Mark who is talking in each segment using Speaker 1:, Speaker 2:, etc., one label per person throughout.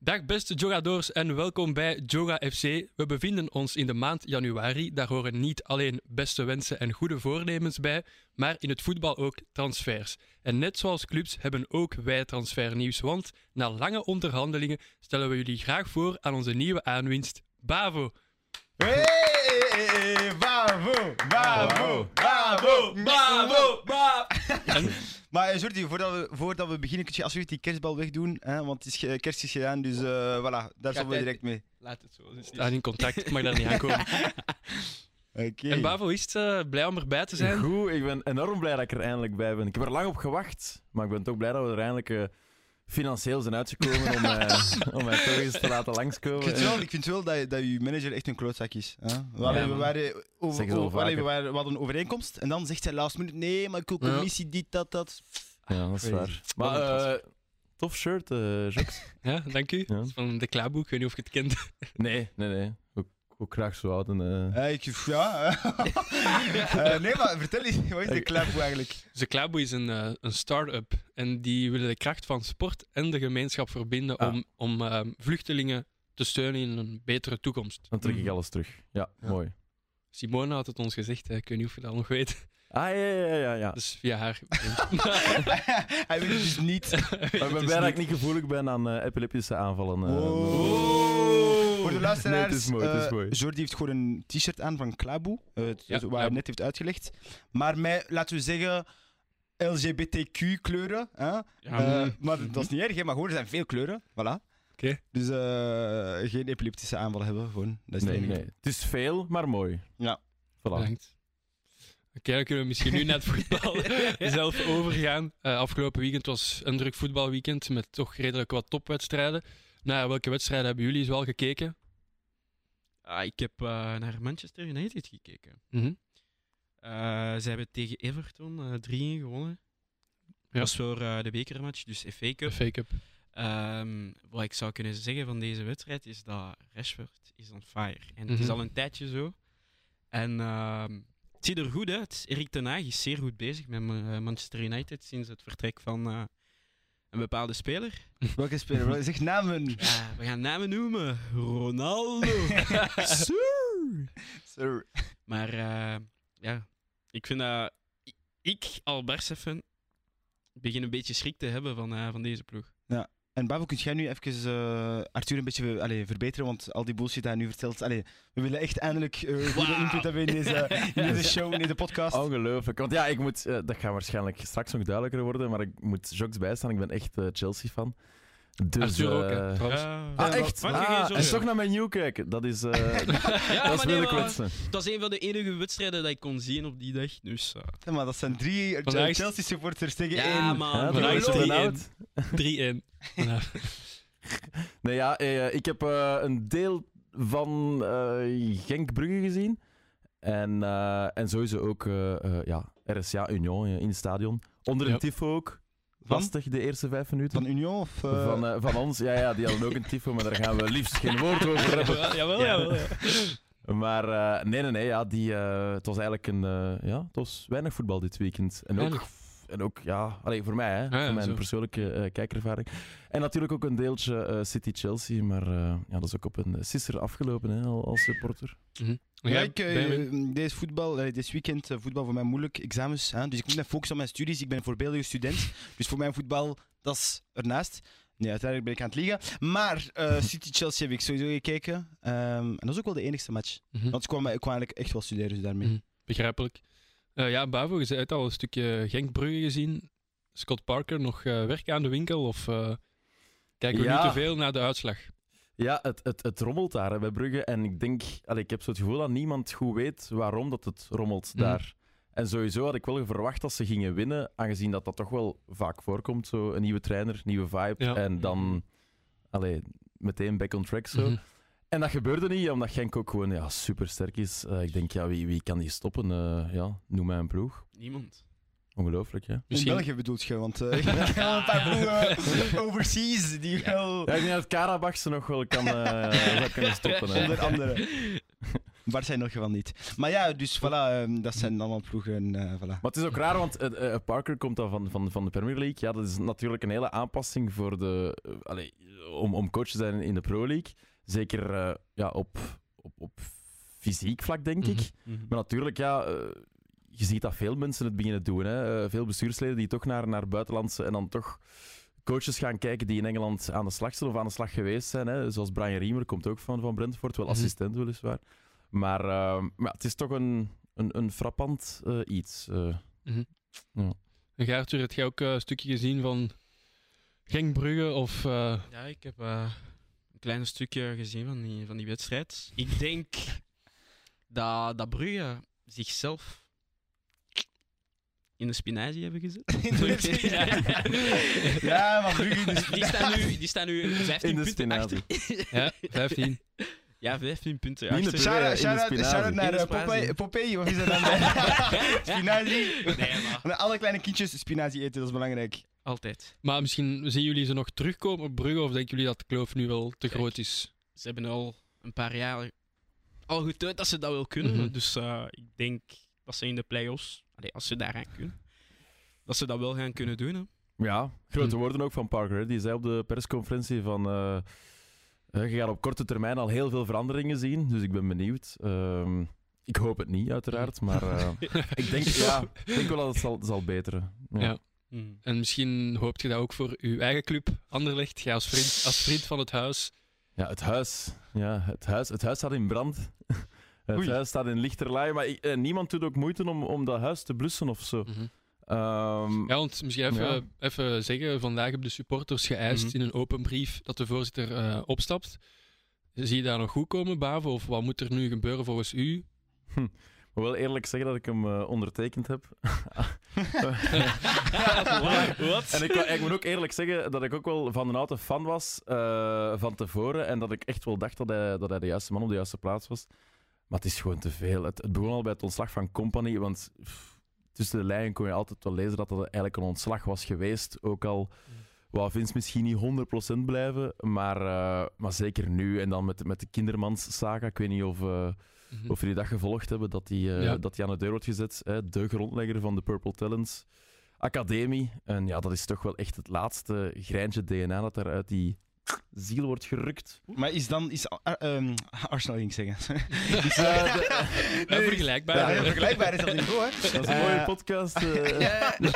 Speaker 1: Dag beste Jogadors en welkom bij Joga FC. We bevinden ons in de maand januari. Daar horen niet alleen beste wensen en goede voornemens bij, maar in het voetbal ook transfers. En net zoals clubs hebben ook wij transfernieuws, want na lange onderhandelingen stellen we jullie graag voor aan onze nieuwe aanwinst, Bavo.
Speaker 2: Hey, hey, hey, bravo, bravo, bravo, bravo, bravo. Maar eh, Jordi, voordat we, voordat we beginnen, kun je alsjeblieft die kerstbal wegdoen, hè, want het is ge- kerst is gedaan, dus eh, voilà, daar zijn we
Speaker 3: jij-
Speaker 2: direct mee.
Speaker 3: Laat het zo. Dus
Speaker 1: Staan Ah, in contact, ik mag daar niet aankomen.
Speaker 2: Oké.
Speaker 1: En Bavo, is het eh, blij om erbij te zijn?
Speaker 4: Goed, ik ben enorm blij dat ik er eindelijk bij ben. Ik heb er lang op gewacht, maar ik ben toch blij dat we er eindelijk eh, financieel zijn uitgekomen om, eh, om mij toch eens te laten
Speaker 2: Ik
Speaker 4: langskomen.
Speaker 2: vind
Speaker 4: En-
Speaker 2: wel, ik vind wel dat, je- dat je manager echt een klootzak is. Hè? We, hadden-
Speaker 4: eh. man.
Speaker 2: we, waren over,
Speaker 4: Zeg het wel
Speaker 2: over- we hadden-
Speaker 4: vaker.
Speaker 2: we hadden- we hadden een overeenkomst en dan zegt hij last minute, nee, maar ik wil
Speaker 1: Ja.
Speaker 2: commissie, dit, dat, dat.
Speaker 4: Ja, dat is
Speaker 2: Crazy.
Speaker 4: waar. Maar eh, tof shirt, eh Jacques.
Speaker 1: Ja, dank u.
Speaker 4: Ja.
Speaker 1: Dat is van de Klaarboek, ik weet niet of je het kent.
Speaker 4: Nee, nee, nee. Ook, ook graag zo oud. En, eh,
Speaker 2: Eh, ik, ja, eh. Eh, nee, maar vertel eens, wat is de klap eigenlijk?
Speaker 1: Dus de Klaarboe is een, eh, een start-up en die willen de kracht van sport en de gemeenschap verbinden
Speaker 4: Ah.
Speaker 1: om, om eh, vluchtelingen te steunen in een betere toekomst.
Speaker 4: dan trek
Speaker 2: Mm.
Speaker 4: ik alles terug. Ja, mooi.
Speaker 1: Simone had het ons gezegd, hè. ik weet niet of je dat nog weet.
Speaker 4: Ah, ja, ja, ja, ja. ja.
Speaker 1: Dus via haar.
Speaker 2: hij wil het dus niet.
Speaker 4: Maar ik ben blij dat ik niet gevoelig ben aan eh, epileptische aanvallen. eh.
Speaker 2: Oh. Voor de luisteraars,
Speaker 4: Nee, het is mooi, het is
Speaker 2: eh,
Speaker 4: mooi.
Speaker 2: Jordi heeft gewoon een t-shirt aan van Klaboe, eh, het-
Speaker 1: Ja,
Speaker 2: waar hij
Speaker 1: ja.
Speaker 2: net heeft uitgelegd. Maar mij, laten we zeggen, LGBTQ-kleuren.
Speaker 1: Ah,
Speaker 2: Hè? Eh,
Speaker 1: hmm.
Speaker 2: maar dat is niet erg, hè, maar gewoon, er zijn veel kleuren. Voilà.
Speaker 1: Oké.
Speaker 2: Dus eh, geen epileptische aanval hebben, gewoon. Dat is
Speaker 4: Nee,
Speaker 2: het
Speaker 4: nee.
Speaker 2: enige.
Speaker 4: Het is veel, maar mooi.
Speaker 2: Ja.
Speaker 4: Voilà.
Speaker 1: Bedankt. Oké, dan kunnen we misschien nu naar het voetbal zelf overgaan. Eh, afgelopen weekend was een druk voetbalweekend met toch redelijk wat topwedstrijden. Naar welke wedstrijden hebben jullie wel gekeken?
Speaker 3: Ah, ik heb eh, naar Manchester United gekeken.
Speaker 1: Mhm.
Speaker 3: Eh ze hebben tegen Everton eh, 3-1 gewonnen.
Speaker 1: Ja.
Speaker 3: Dat was voor eh, de bekermatch, dus FA
Speaker 1: De
Speaker 3: Cup.
Speaker 1: fake up.
Speaker 3: Ehm, wat ik zou kunnen zeggen van deze wedstrijd is dat Rashford is on fire. En het is
Speaker 1: Mhm.
Speaker 3: al een tijdje zo. En ehm, het ziet er goed uit. Erik ten Hag is zeer goed bezig met Ma- eh, Manchester United sinds het vertrek van eh, een bepaalde speler.
Speaker 2: Welke speler? Wel- Zeg namen.
Speaker 3: Ja, we gaan namen noemen. Ronaldo. Sir.
Speaker 2: Sir.
Speaker 3: Maar eh, ja, ik vind dat i- ik al Barca-fan begin een beetje schrik te hebben van, eh, van deze ploeg.
Speaker 2: En Babo, kun jij nu even eh, Arthur een beetje eh, allee, verbeteren? Want al die bullshit die hij nu vertelt. Allee, we willen echt eindelijk eh, goede
Speaker 3: Wauw.
Speaker 2: input hebben in deze, in deze show, in deze podcast.
Speaker 4: Ongelooflijk. Want ja, ik moet, eh, dat gaat waarschijnlijk straks nog duidelijker worden, maar ik moet Jocks bijstaan. Ik ben echt eh, Chelsea-fan. Dus,
Speaker 1: Arthur ook, hè,
Speaker 4: eh,
Speaker 1: trouwens.
Speaker 4: Ah, echt?
Speaker 3: Maak je geen
Speaker 4: Ah,
Speaker 3: zorgen.
Speaker 4: en toch naar mijn nieuw kijken. Dat is, eh,
Speaker 3: Ja,
Speaker 4: dat is
Speaker 3: maar nee,
Speaker 4: weer de
Speaker 3: maar
Speaker 4: kwetsen.
Speaker 1: Ah,
Speaker 3: Het was een van de enige wedstrijden dat ik kon zien op die dag. Dus, eh,
Speaker 2: Ja, maar dat zijn drie
Speaker 1: Vandaag is-
Speaker 2: Chelsea supporters tegen
Speaker 3: ja,
Speaker 2: één.
Speaker 4: Hè,
Speaker 3: man.
Speaker 4: de
Speaker 1: vandaag
Speaker 3: Jolo.
Speaker 1: is
Speaker 4: Royce
Speaker 1: er
Speaker 4: en
Speaker 1: drie
Speaker 4: Out.
Speaker 1: Ja.
Speaker 4: Nee, ja, eh, ik heb eh, een deel van eh Genk Brugge gezien. En, eh, en sowieso ook eh, eh, ja, RSA Union eh, in het stadion. Onder een
Speaker 1: Ja.
Speaker 4: tifo ook.
Speaker 2: Van?
Speaker 4: Lastig de eerste vijf minuten.
Speaker 2: Van Union of... eh,
Speaker 4: Van, eh, van ons, ja, ja, die hadden ook een tifo, maar daar gaan we liefst geen woord over hebben.
Speaker 1: Jawel, jawel, jawel.
Speaker 4: Maar eh, nee, nee, nee, ja, die, eh, het was eigenlijk een, eh, ja, het was weinig voetbal dit weekend. En ook,
Speaker 1: Weinig.
Speaker 4: en ook ja, allee, voor mij, hè,
Speaker 1: ja,
Speaker 4: voor mijn
Speaker 1: zo.
Speaker 4: persoonlijke eh, kijkervaring. En natuurlijk ook een deeltje eh, City-Chelsea, maar eh, ja, dat is ook op een sisser afgelopen hè, al- als supporter.
Speaker 1: Ja,
Speaker 2: Ja, ik, eh,
Speaker 1: Benjamin.
Speaker 2: deze voetbal, eh, dit weekend, eh, voetbal voor mij moeilijk, examens. Hè? Dus ik moet me focussen op mijn studies. Ik ben een voorbeeldige student. Dus voor mijn voetbal, dat is ernaast. Nee, uiteindelijk ben ik aan het liegen. Maar eh, City-Chelsea heb ik sowieso gekeken. Ehm, en dat is ook wel de enigste match.
Speaker 1: Mhm.
Speaker 2: Want ik kwam, ik kwam eigenlijk echt wel studeren dus daarmee.
Speaker 1: Mhm. Begrijpelijk. Eh, ja, Bavo, je zei het al, een stukje Genkbrugge gezien. Scott Parker, nog eh, werk aan de winkel? Of eh, kijken we
Speaker 4: Ja.
Speaker 1: nu te veel naar de uitslag?
Speaker 4: Ja, het, het, het rommelt daar hè, bij Brugge. En ik denk, allee, ik heb zo het gevoel dat niemand goed weet waarom dat het rommelt
Speaker 1: Mhm.
Speaker 4: daar. En sowieso had ik wel verwacht dat ze gingen winnen, aangezien dat dat toch wel vaak voorkomt. Zo een nieuwe trainer, nieuwe vibe.
Speaker 1: Ja.
Speaker 4: En dan allee, meteen back on track zo.
Speaker 1: Mhm.
Speaker 4: En dat gebeurde niet, omdat Genk ook gewoon ja, supersterk is. Eh, ik denk, ja, wie, wie kan die stoppen? Eh, ja, noem mij een ploeg.
Speaker 3: Niemand.
Speaker 4: Ongelooflijk, hè?
Speaker 2: In
Speaker 1: Misschien.
Speaker 2: België bedoelt je, want eh, ik heb wel een paar broeren overseas die wel...
Speaker 4: Ja, ik denk dat Karabach ze nog wel kan, eh, zou kunnen stoppen. hè.
Speaker 2: Onder andere. Barça in elk geval niet. Maar ja, dus voilà, ehm, dat zijn allemaal ploegen. eh, voilà.
Speaker 4: Maar het is ook raar, want eh, eh, Parker komt dan van, van, van de Premier League. Ja, dat is natuurlijk een hele aanpassing voor de, eh, allee, om, om coach te zijn in de Pro League. Zeker eh, ja, op, op, op fysiek vlak, denk ik.
Speaker 3: Mhm.
Speaker 4: Maar natuurlijk, ja, eh, je ziet dat veel mensen het beginnen doen. Hè. Eh, veel bestuursleden die toch naar, naar buitenlandse en dan toch coaches gaan kijken die in Engeland aan de slag zijn of aan de slag geweest zijn. Hè. Zoals Brian Riemer komt ook van, van Brentford, wel
Speaker 1: Mhm.
Speaker 4: assistent weliswaar. Maar, eh, maar het is toch een, een, een frappant eh, iets. eh.
Speaker 1: En jij, Arthur, heb jij ook eh, een stukje gezien van Genk Brugge of... eh,
Speaker 3: Ja, ik heb eh, een klein stukje gezien van die, van die wedstrijd. Ik denk dat, dat Brugge zichzelf in de spinazie hebben gezet.
Speaker 2: ja, maar Brugge dus.
Speaker 3: Die staan nu, die staan nu 15
Speaker 4: In de
Speaker 3: punten
Speaker 4: spinazie.
Speaker 3: achter.
Speaker 1: ja, 15.
Speaker 3: Ja, 15 punten
Speaker 4: Niet
Speaker 3: achter.
Speaker 4: in de Brugge, in de
Speaker 2: Dus Shout-out- Shout-out
Speaker 4: spinazie.
Speaker 2: shout-out naar
Speaker 3: In de
Speaker 2: eh, Popeye,
Speaker 3: spinazie.
Speaker 2: Popeye, wat is dat dan? spinazie.
Speaker 3: Nee, maar
Speaker 2: Naar alle kleine kindjes spinazie eten, dat is belangrijk.
Speaker 3: altijd.
Speaker 1: Maar misschien zien jullie ze nog terugkomen op Brugge of denken jullie dat de kloof nu wel te
Speaker 3: Kijk.
Speaker 1: groot is?
Speaker 3: Ze hebben al een paar jaar al getoond dat ze dat wel kunnen.
Speaker 1: Mhm.
Speaker 3: Dus eh, ik denk dat ze in de play-offs, allee, als ze daaraan kunnen, dat ze dat wel gaan kunnen doen. Hè.
Speaker 4: Ja, grote
Speaker 1: Hm.
Speaker 4: woorden ook van Parker. hè. Die zei op de persconferentie van... eh, eh, je gaat op korte termijn al heel veel veranderingen zien, dus ik ben benieuwd. Ehm, ik hoop het niet, uiteraard, maar eh, ik, denk, ja, ik denk wel dat het zal, zal beteren. Ja.
Speaker 1: Ja.
Speaker 4: Mhm.
Speaker 1: En misschien hoopt je dat ook voor uw eigen club, Anderlecht. Jij als vriend, als vriend van het huis.
Speaker 4: Ja, het huis. Ja, het huis. Het huis staat in brand. het
Speaker 2: Oei.
Speaker 4: huis staat in lichterlaai, maar ik- eh, niemand doet ook moeite om, om dat huis te blussen of zo. Ehm,
Speaker 1: Ja, want misschien even,
Speaker 4: Mhm. Ja.
Speaker 1: even zeggen, vandaag hebben de supporters geëist
Speaker 3: Mhm.
Speaker 1: in een open brief dat de voorzitter eh, opstapt. Zie je daar nog goed komen, Bavo? Of wat moet er nu gebeuren volgens u?
Speaker 4: Ik wil wel eerlijk zeggen dat ik hem eh, ondertekend heb.
Speaker 3: Wat?
Speaker 4: En ik, wou- ik moet ook eerlijk zeggen dat ik ook wel van een auto fan was eh, van tevoren. En dat ik echt wel dacht dat hij, dat hij de juiste man op de juiste plaats was. Maar het is gewoon te veel. Het, het begon al bij het ontslag van Company. Want pff, tussen de lijnen kon je altijd wel lezen dat dat eigenlijk een ontslag was geweest. Ook al wou Vince misschien niet 100% blijven. Maar, eh, maar zeker nu. En dan met, met de Kindermans-saga. Ik weet niet of... eh,
Speaker 1: Mhm.
Speaker 4: of jullie dat gevolgd hebben, dat hij eh,
Speaker 1: Ja.
Speaker 4: dat die aan de deur wordt gezet. Hè, de grondlegger van de Purple Talents Academie. En ja, dat is toch wel echt het laatste grijntje DNA dat er uit die ziel wordt gerukt.
Speaker 2: Maar is dan. Is, Ar- ehm, Arsenal ging ik zeggen.
Speaker 4: Dus, eh, de-
Speaker 1: Ja, Nou, vergelijkbaar.
Speaker 2: Ja, heel vergelijkbaar is dat niet hoor.
Speaker 4: dat is een mooie podcast. eh.
Speaker 2: nee,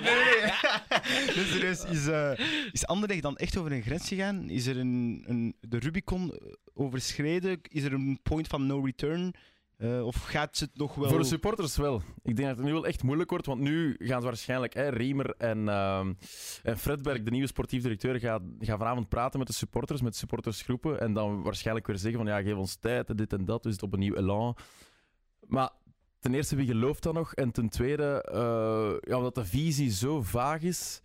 Speaker 2: nee, nee. dus er is, is, eh, is Anderlecht dan echt over een grens gegaan? Is er een, een, de Rubicon eh, overschreden? Is er een point van no return? Eh, of gaat ze het nog wel...
Speaker 4: Voor de supporters wel. Ik denk dat het nu wel echt moeilijk wordt, want nu gaan ze waarschijnlijk hè, Riemer en, ehm en Fredberg, de nieuwe sportief directeur, gaan, gaan vanavond praten met de supporters, met supportersgroepen. En dan waarschijnlijk weer zeggen van ja, geef ons tijd en dit en dat, dus het op een nieuw elan. Maar ten eerste, wie gelooft dat nog? En ten tweede, eh, ja, omdat de visie zo vaag is.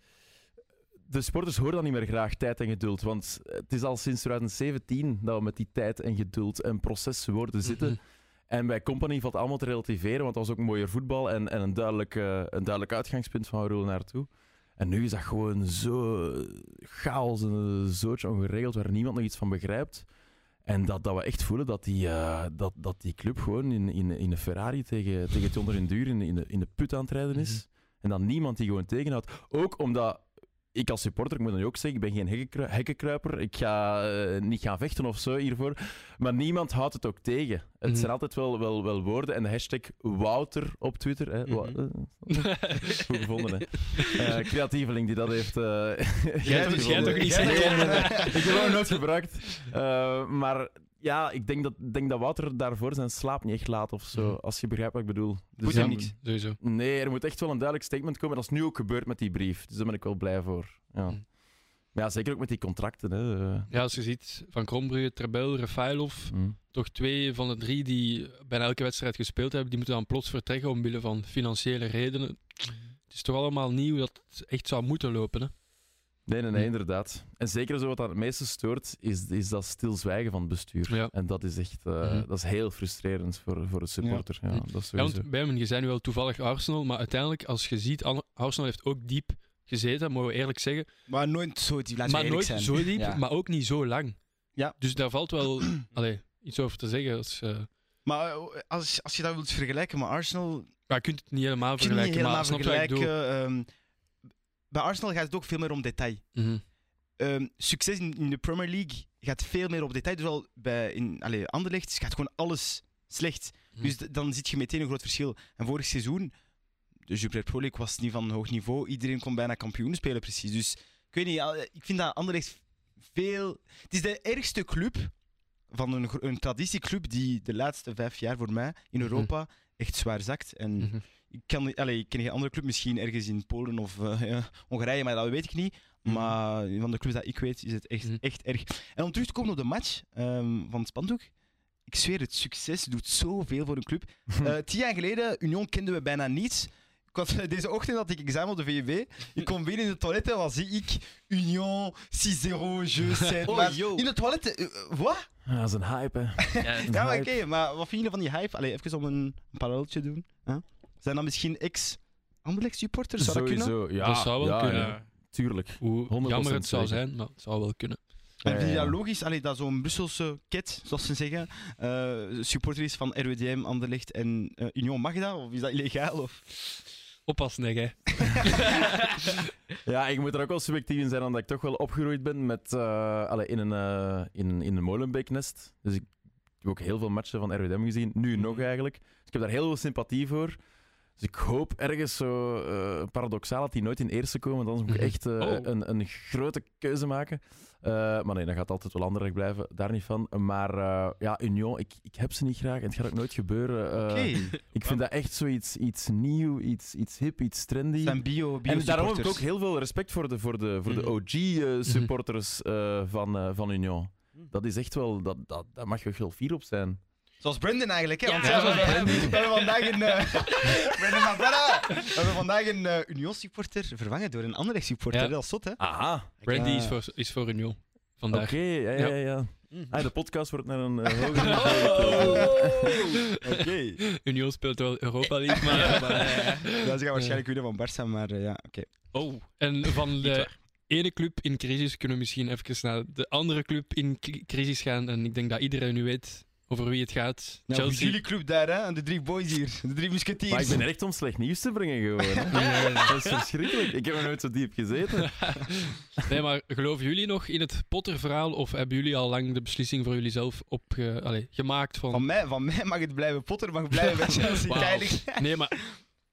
Speaker 4: De sporters horen dan niet meer graag tijd en geduld. Want het is al sinds 2017 dat we met die tijd en geduld en proces worden zitten. En bij Company valt allemaal te relativeren, want dat was ook mooier voetbal en, en een, duidelijk, eh, een duidelijk uitgangspunt van Roel naartoe. En nu is dat gewoon zo eh, chaos en een zootje ongeregeld waar niemand nog iets van begrijpt. En dat, dat we echt voelen dat die, eh, dat, dat die club gewoon in, in, in een Ferrari tegen, tegen Tonder in Duur in, de- in, de, in de put aan het rijden is. En dan niemand die gewoon tegenhoudt. Ook omdat ik als supporter, ik moet dan ook zeggen, ik ben geen hekkenkru- hekkenkruiper. Ik ga eh, niet gaan vechten of zo hiervoor. Maar niemand houdt het ook tegen. Het
Speaker 1: Mhm.
Speaker 4: zijn altijd wel, wel, wel woorden. En de hashtag Wouter op Twitter. Hè, Wa-
Speaker 3: Mhm.
Speaker 4: eh, Goed gevonden, hè. Eh, creatieveling die dat heeft. eh,
Speaker 1: Jij
Speaker 4: heeft
Speaker 1: toch- jij
Speaker 4: gevonden.
Speaker 1: toch niet eh?
Speaker 4: Nee,
Speaker 1: zegt om,
Speaker 4: nee, nee. Ik heb hem nog nooit gebruikt. Eh, maar ja, ik denk dat, denk dat Wouter daarvoor zijn slaap niet echt laat of zo.
Speaker 1: Mhm.
Speaker 4: Als je begrijpt wat ik bedoel.
Speaker 2: Moet
Speaker 1: ja,
Speaker 2: hem niks.
Speaker 1: Sowieso.
Speaker 4: Nee, er moet echt wel een duidelijk statement komen. Dat is nu ook gebeurd met die brief. Dus daar ben ik wel blij voor. Ja.
Speaker 1: Mhm.
Speaker 4: Maar ja, zeker ook met die contracten. Hè. Eh,
Speaker 1: Ja, als je ziet, Van Krombrugge, Trebel, Refailov,
Speaker 4: mm.
Speaker 1: toch twee van de drie die bijna elke wedstrijd gespeeld hebben, die moeten dan plots vertrekken omwille van financiële redenen. Het is toch allemaal nieuw dat het echt zou moeten lopen, hè?
Speaker 4: Nee, nee, nee,
Speaker 1: Mhm.
Speaker 4: inderdaad. En zeker zo wat dat het meeste stoort, is, is dat stilzwijgen van het bestuur.
Speaker 1: Ja.
Speaker 4: En dat is echt eh,
Speaker 1: Mhm.
Speaker 4: dat is heel frustrerend voor, voor de supporter. Ja.
Speaker 1: Mhm.
Speaker 4: dat is
Speaker 1: Ja,
Speaker 4: sowieso.
Speaker 1: want bij hem, je zijn nu wel toevallig Arsenal, maar uiteindelijk, als je ziet, An- Arsenal heeft ook diep gezeten, mogen we eerlijk zeggen.
Speaker 2: Maar nooit zo diep, laten we
Speaker 1: maar
Speaker 2: eerlijk
Speaker 1: nooit
Speaker 2: zijn.
Speaker 1: zo diep,
Speaker 2: Ja.
Speaker 1: maar ook niet zo lang.
Speaker 2: Ja.
Speaker 1: Dus daar valt wel... allee, iets over te zeggen. Als, eh,
Speaker 2: Maar eh, als, als je dat wilt vergelijken met Arsenal,
Speaker 1: maar je kunt het niet helemaal
Speaker 2: kun je niet
Speaker 1: vergelijken,
Speaker 2: helemaal
Speaker 1: maar snap je wat ik
Speaker 2: vergelijken.
Speaker 1: bedoel?
Speaker 2: ehm, bij Arsenal gaat het ook veel meer om detail.
Speaker 1: Mhm.
Speaker 2: Ehm, succes in, in de Premier League gaat veel meer op detail. Dus al bij in, allee, Anderlecht gaat gewoon alles slecht.
Speaker 1: Mhm.
Speaker 2: Dus d- dan zit je meteen een groot verschil. En vorig seizoen, de Jupiler Pro League was niet van hoog niveau. Iedereen kon bijna kampioen spelen, precies. Dus ik weet niet, al- ik vind dat Anderlecht veel... Het is de ergste club van een, gro- een traditieclub die de laatste vijf jaar voor mij in
Speaker 1: Mhm.
Speaker 2: Europa echt zwaar zakt. En
Speaker 1: Mhm.
Speaker 2: ik, kan, niet- allee, ik ken geen andere club, misschien ergens in Polen of eh, ja, Hongarije, maar dat weet ik niet.
Speaker 1: Mhm.
Speaker 2: Maar van de clubs dat ik weet, is het echt,
Speaker 1: Mhm.
Speaker 2: echt erg. En om terug te komen op de match ehm, van het spandoek. Ik zweer het, succes doet zoveel voor een club. Eh, tien jaar geleden, Union kenden we bijna niets. Ik had, deze ochtend had ik examen op de VUB. Ik kom binnen in de toilet en wat zie ik? Union, 6-0, je 7
Speaker 3: Oh, yo.
Speaker 2: in de toilet, eh, eh, wat?
Speaker 4: Ja, dat is een hype, hè.
Speaker 3: Ja,
Speaker 4: Een
Speaker 2: Ja, maar
Speaker 4: hype.
Speaker 2: oké, maar wat vinden jullie van die hype? Allee, even om een, een paralleltje doen. hè? Zijn dat misschien ex-Anderlecht-supporters? Zou dat kunnen?
Speaker 4: Sowieso, ja.
Speaker 1: Dat zou wel
Speaker 4: ja,
Speaker 1: kunnen.
Speaker 4: ja, tuurlijk.
Speaker 1: Hoe
Speaker 4: 100%
Speaker 1: jammer het zou
Speaker 4: zeker.
Speaker 1: zijn, maar het zou wel kunnen.
Speaker 2: En
Speaker 4: Ja,
Speaker 2: vind je
Speaker 4: ja,
Speaker 2: dat
Speaker 4: ja.
Speaker 2: logisch? Allee, dat zo'n Brusselse ket, zoals ze zeggen, eh supporter is van RWDM, Anderlecht en eh, Union Magda? Of is dat illegaal? Of...
Speaker 1: Oppassen, hè, jij.
Speaker 4: Ja, ik moet er ook wel subjectief in zijn, omdat ik toch wel opgegroeid ben met, eh, allee, in, een, eh in, in een Molenbeek-nest. Dus ik heb ook heel veel matchen van RWDM gezien, nu
Speaker 2: Mhm.
Speaker 4: nog eigenlijk. Dus ik heb daar heel veel sympathie voor. Dus ik hoop ergens zo eh, paradoxaal dat die nooit in eerste komen, want anders moet ik
Speaker 1: Mhm.
Speaker 4: echt eh,
Speaker 3: Oh.
Speaker 4: een, een grote keuze maken. Eh, maar nee, dat gaat altijd wel anderig blijven, daar niet van. Maar eh, ja, Union, ik, ik heb ze niet graag en het gaat ook nooit gebeuren. Eh,
Speaker 2: Oké,
Speaker 4: Ik vind dat echt zoiets iets nieuw, iets, iets hip, iets trendy.
Speaker 2: zijn Mm. bio, bio
Speaker 4: En daarom heb ik ook heel veel respect voor de, voor de, voor de
Speaker 3: Mhm.
Speaker 2: Mm-hmm.
Speaker 4: OG-supporters van, eh, van Union.
Speaker 2: Mm.
Speaker 3: Mhm.
Speaker 4: Dat is echt wel, dat, dat, daar mag je heel fier op zijn.
Speaker 2: Zoals Brendan eigenlijk, hè?
Speaker 3: Ja,
Speaker 2: Want
Speaker 3: ja,
Speaker 2: zoals
Speaker 3: ja, ja.
Speaker 2: Brendan. We hebben vandaag een... eh, Brendan Magdala! We hebben vandaag een eh, Union-supporter vervangen door een Anderlecht-supporter.
Speaker 1: Ja.
Speaker 2: Dat is zot, hè?
Speaker 4: Aha,
Speaker 1: Brandy
Speaker 2: eh,
Speaker 1: is voor, is voor Union
Speaker 4: oké.
Speaker 1: vandaag.
Speaker 4: ja, ja,
Speaker 1: Ja.
Speaker 4: ja. ja.
Speaker 2: Mm.
Speaker 4: Ah, de podcast wordt naar een eh, hoger
Speaker 2: Oh.
Speaker 3: Oh.
Speaker 2: Oké.
Speaker 1: Union speelt wel Europa League, maar...
Speaker 2: Ja, ze gaan waarschijnlijk winnen van Barça, maar eh, ja, oké.
Speaker 3: Oh,
Speaker 1: En van
Speaker 3: Niet
Speaker 1: de
Speaker 3: waar.
Speaker 1: ene club in crisis kunnen we misschien even naar de andere club in cri- crisis gaan. En ik denk dat iedereen nu weet over wie het gaat.
Speaker 2: Nou,
Speaker 1: Chelsea.
Speaker 2: jullie club daar, hè? En de drie boys hier. De drie musketiers.
Speaker 4: Maar ik ben er echt om slecht nieuws te brengen gewoon. hè. Dat is verschrikkelijk. Ik heb er nooit zo diep gezeten.
Speaker 1: Nee, maar geloven jullie nog in het Potter-verhaal? Of hebben jullie al lang de beslissing voor jullie zelf opge... Allee, gemaakt? Van...
Speaker 2: Van mij, van mij mag het blijven. Potter mag blijven bij Chelsea.
Speaker 1: Wauw.
Speaker 2: Keilig.
Speaker 1: Nee, maar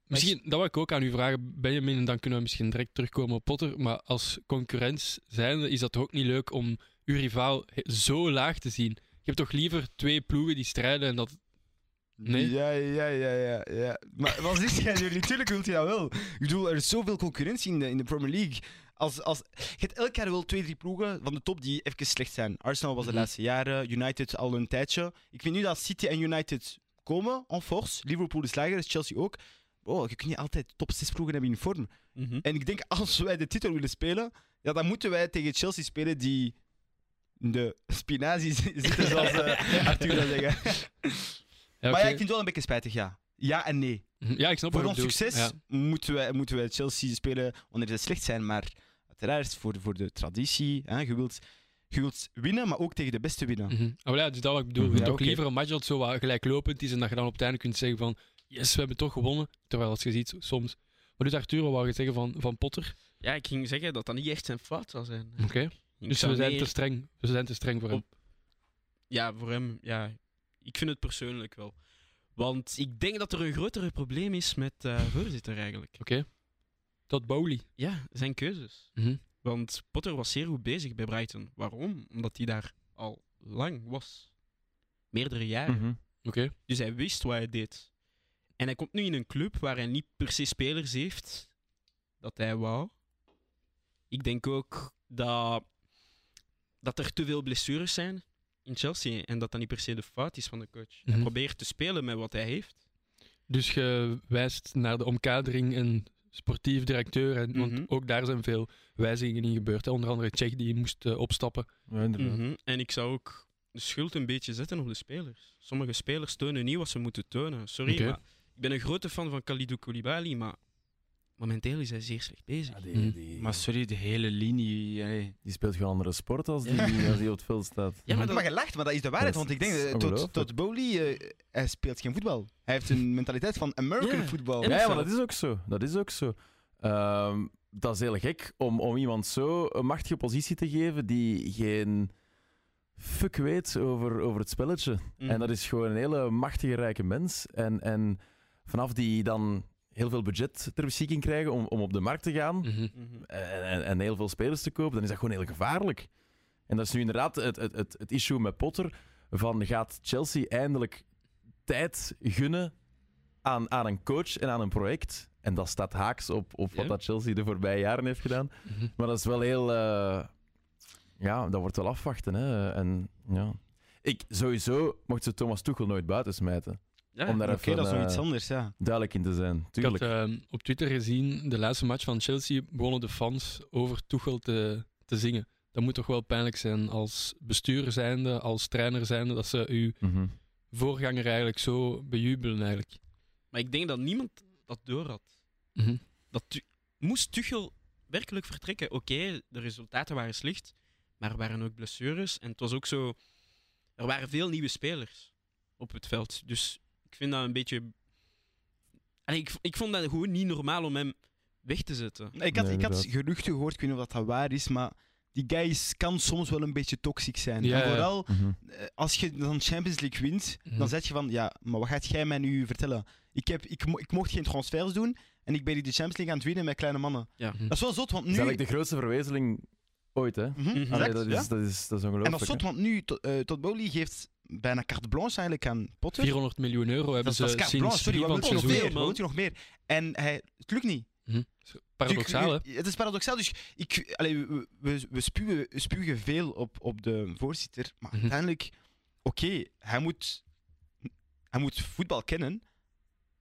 Speaker 1: misschien, dat wil ik ook aan u vragen, Benjamin. En dan kunnen we misschien direct terugkomen op Potter. Maar als concurrent zijnde is dat toch ook niet leuk om uw rivaal he- zo laag te zien. Je hebt toch liever twee ploegen die strijden en dat. Nee?
Speaker 2: Ja, ja, ja, ja. ja. Maar wat is jij nu? Natuurlijk wilt hij dat wel. Ik bedoel, er is zoveel concurrentie in de, in de Premier League. Als, als, je hebt elk jaar wel twee, drie ploegen van de top die even slecht zijn. Arsenal was de
Speaker 1: Mhm.
Speaker 2: laatste jaren, United al een tijdje. Ik vind nu dat City en United komen en force. Liverpool is lager, Chelsea ook. Oh, je kunt niet altijd top 6 ploegen hebben in vorm.
Speaker 1: Mhm.
Speaker 2: En ik denk, als wij de titel willen spelen, ja, dan moeten wij tegen Chelsea spelen die in de spinazie zi- zitten, zoals eh, Arthur zou zeggen.
Speaker 1: Ja,
Speaker 2: Maar ja,
Speaker 1: oké. Mhm.
Speaker 2: ik vind het wel een beetje spijtig, ja. Ja en nee.
Speaker 1: Ja, ik snap
Speaker 2: Voor
Speaker 1: wat
Speaker 2: ons
Speaker 1: je bedoelt.
Speaker 2: succes
Speaker 1: Ja.
Speaker 2: moeten, wij, moeten wij Chelsea spelen wanneer ze slecht zijn, maar uiteraard voor, voor de traditie. Hè, je, wilt, je wilt winnen, maar ook tegen de beste winnen.
Speaker 1: Mhm. Ah, wel ja, dus dat wat ik bedoel. Je
Speaker 4: Ja,
Speaker 1: hebt toch
Speaker 2: Mhm. oké.
Speaker 1: liever een match dat zo wat gelijklopend is en dat je dan op het einde kunt zeggen van yes, we hebben toch gewonnen. Terwijl als je ziet, soms. Maar dus Arturo wou je zeggen van, van Potter.
Speaker 3: Ja, ik ging zeggen dat dat niet echt zijn fout zou zijn.
Speaker 1: Oké.
Speaker 3: Ik
Speaker 1: Dus
Speaker 3: zou
Speaker 1: we zijn
Speaker 3: meer-
Speaker 1: te streng. We zijn te streng voor hem.
Speaker 3: Ja, voor hem, ja. Ik vind het persoonlijk wel. Want ik denk dat er een grotere probleem is met eh voorzitter eigenlijk.
Speaker 1: Oké. Tot Bowley.
Speaker 3: Ja, zijn keuzes.
Speaker 1: Mhm.
Speaker 3: Want Potter was zeer goed bezig bij Brighton. Waarom? Omdat hij daar al lang was. Meerdere jaren.
Speaker 4: Mhm.
Speaker 2: Mm-hmm.
Speaker 1: Oké.
Speaker 3: Dus hij wist wat hij deed. En hij komt nu in een club waar hij niet per se spelers heeft dat hij wou. Ik denk ook dat, dat er te veel blessures zijn in Chelsea en dat dat niet per se de fout is van de coach. Hij
Speaker 1: Mhm.
Speaker 3: probeert te spelen met wat hij heeft.
Speaker 1: Dus je wijst naar de omkadering en sportief directeur. En,
Speaker 3: Mhm.
Speaker 1: Want ook daar zijn veel wijzigingen in gebeurd. hè. Onder andere Tsjech die moest eh, opstappen.
Speaker 4: Ja, inderdaad.
Speaker 3: Mhm. En ik zou ook de schuld een beetje zetten op de spelers. Sommige spelers tonen niet wat ze moeten tonen. Sorry,
Speaker 1: Oké.
Speaker 3: maar ik ben een grote fan van Kalidou Koulibaly, maar momenteel is hij zeer slecht bezig.
Speaker 4: Ja, die,
Speaker 1: Mhm.
Speaker 4: die,
Speaker 2: Mm-hmm. Maar sorry, de hele linie. allee.
Speaker 4: die speelt gewoon andere sport als die, als die op het veld staat.
Speaker 3: Ja, maar
Speaker 2: Maar gelacht, maar dat is de waarheid. Want ik denk, eh, tot,
Speaker 4: Ongelooflijk.
Speaker 2: tot Bowley, eh, hij speelt geen voetbal. Hij heeft een mentaliteit van American
Speaker 3: Ja.
Speaker 2: football.
Speaker 3: En-
Speaker 4: Ja, ja, maar
Speaker 3: NFL.
Speaker 4: dat is ook zo. Dat is ook zo. Ehm, dat is heel gek om, om iemand zo een machtige positie te geven die geen fuck weet over, over het spelletje.
Speaker 2: Mhm. Mm.
Speaker 4: En dat is gewoon een hele machtige, rijke mens. En, en vanaf die dan heel veel budget ter beschikking krijgen om, om op de markt te gaan
Speaker 1: Mhm.
Speaker 4: en, en, en heel veel spelers te kopen, dan is dat gewoon heel gevaarlijk. En dat is nu inderdaad het, het, het, het issue met Potter. Van gaat Chelsea eindelijk tijd gunnen aan, aan een coach en aan een project? En dat staat haaks op, op wat
Speaker 1: Ja.
Speaker 4: dat Chelsea de voorbije jaren heeft gedaan.
Speaker 1: Mhm.
Speaker 4: Maar dat is wel heel. eh, ja, dat wordt wel afwachten. Hè? En, ja. Ik sowieso mocht ze Thomas Tuchel nooit buiten smijten. om daar
Speaker 2: Oké,
Speaker 4: even,
Speaker 2: dat is nog iets
Speaker 4: eh,
Speaker 2: anders, ja.
Speaker 4: duidelijk in te zijn.
Speaker 1: Ik had
Speaker 4: Tuurlijk.
Speaker 1: ehm, op Twitter gezien, de laatste match van Chelsea begonnen de fans over Tuchel te, te zingen. Dat moet toch wel pijnlijk zijn als bestuurder zijnde, als trainer zijnde, dat ze uw
Speaker 4: Mhm.
Speaker 1: voorganger eigenlijk zo bejubelen eigenlijk.
Speaker 3: Maar ik denk dat niemand dat door had.
Speaker 1: Mhm.
Speaker 3: dat Tu- moest Tuchel werkelijk vertrekken. Oké, de resultaten waren slecht, maar er waren ook blessures. En het was ook zo... Er waren veel nieuwe spelers op het veld. Dus ik vind dat een beetje... Allee, ik, v- ik vond dat gewoon niet normaal om hem weg te zetten.
Speaker 2: Ik had,
Speaker 4: Nee,
Speaker 2: ik had
Speaker 4: inderdaad.
Speaker 2: geruchten gehoord, ik weet niet of dat, dat waar is, maar die guy is- kan soms wel een beetje toxisch zijn.
Speaker 1: Ja,
Speaker 2: En
Speaker 1: ja.
Speaker 2: vooral
Speaker 4: Mhm.
Speaker 2: eh, als je dan Champions League wint,
Speaker 1: Mhm.
Speaker 2: dan zeg je van, ja, maar wat gaat jij mij nu vertellen? Ik, heb, ik, mo- ik mocht geen transfers doen en ik ben hier de Champions League aan het winnen met kleine mannen.
Speaker 3: Ja.
Speaker 1: Mhm.
Speaker 2: Dat is wel zot, want
Speaker 4: Dat is
Speaker 2: nu...
Speaker 4: eigenlijk de grootste verwezenling ooit. Hè?
Speaker 2: Mhm,
Speaker 3: Allee,
Speaker 2: exact,
Speaker 4: Allee, dat,
Speaker 2: ja.
Speaker 4: is, dat, is, dat is
Speaker 2: En
Speaker 4: ongelooflijk.
Speaker 2: dat is zot,
Speaker 4: hè.
Speaker 2: want nu tot, eh, tot Bowley geeft bijna carte blanche eigenlijk aan Potter.
Speaker 1: 400 miljoen euro hebben
Speaker 2: dat is, dat
Speaker 1: ze
Speaker 2: is carte blanche,
Speaker 1: sinds
Speaker 2: sorry,
Speaker 1: drie
Speaker 2: wat
Speaker 1: van
Speaker 2: wil
Speaker 1: het
Speaker 2: je nog
Speaker 1: seizoen. Mhm.
Speaker 2: meer?
Speaker 3: seizoen.
Speaker 2: Wat wil je nog meer? En hij, het lukt niet.
Speaker 1: Paradoxaal, hè?
Speaker 2: Dus, Het is paradoxaal. Dus ik, allee, we, we, we spuwen, spugen veel op, op de voorzitter. Maar
Speaker 1: Mhm.
Speaker 2: uiteindelijk, oké, hij, moet, hij moet voetbal kennen.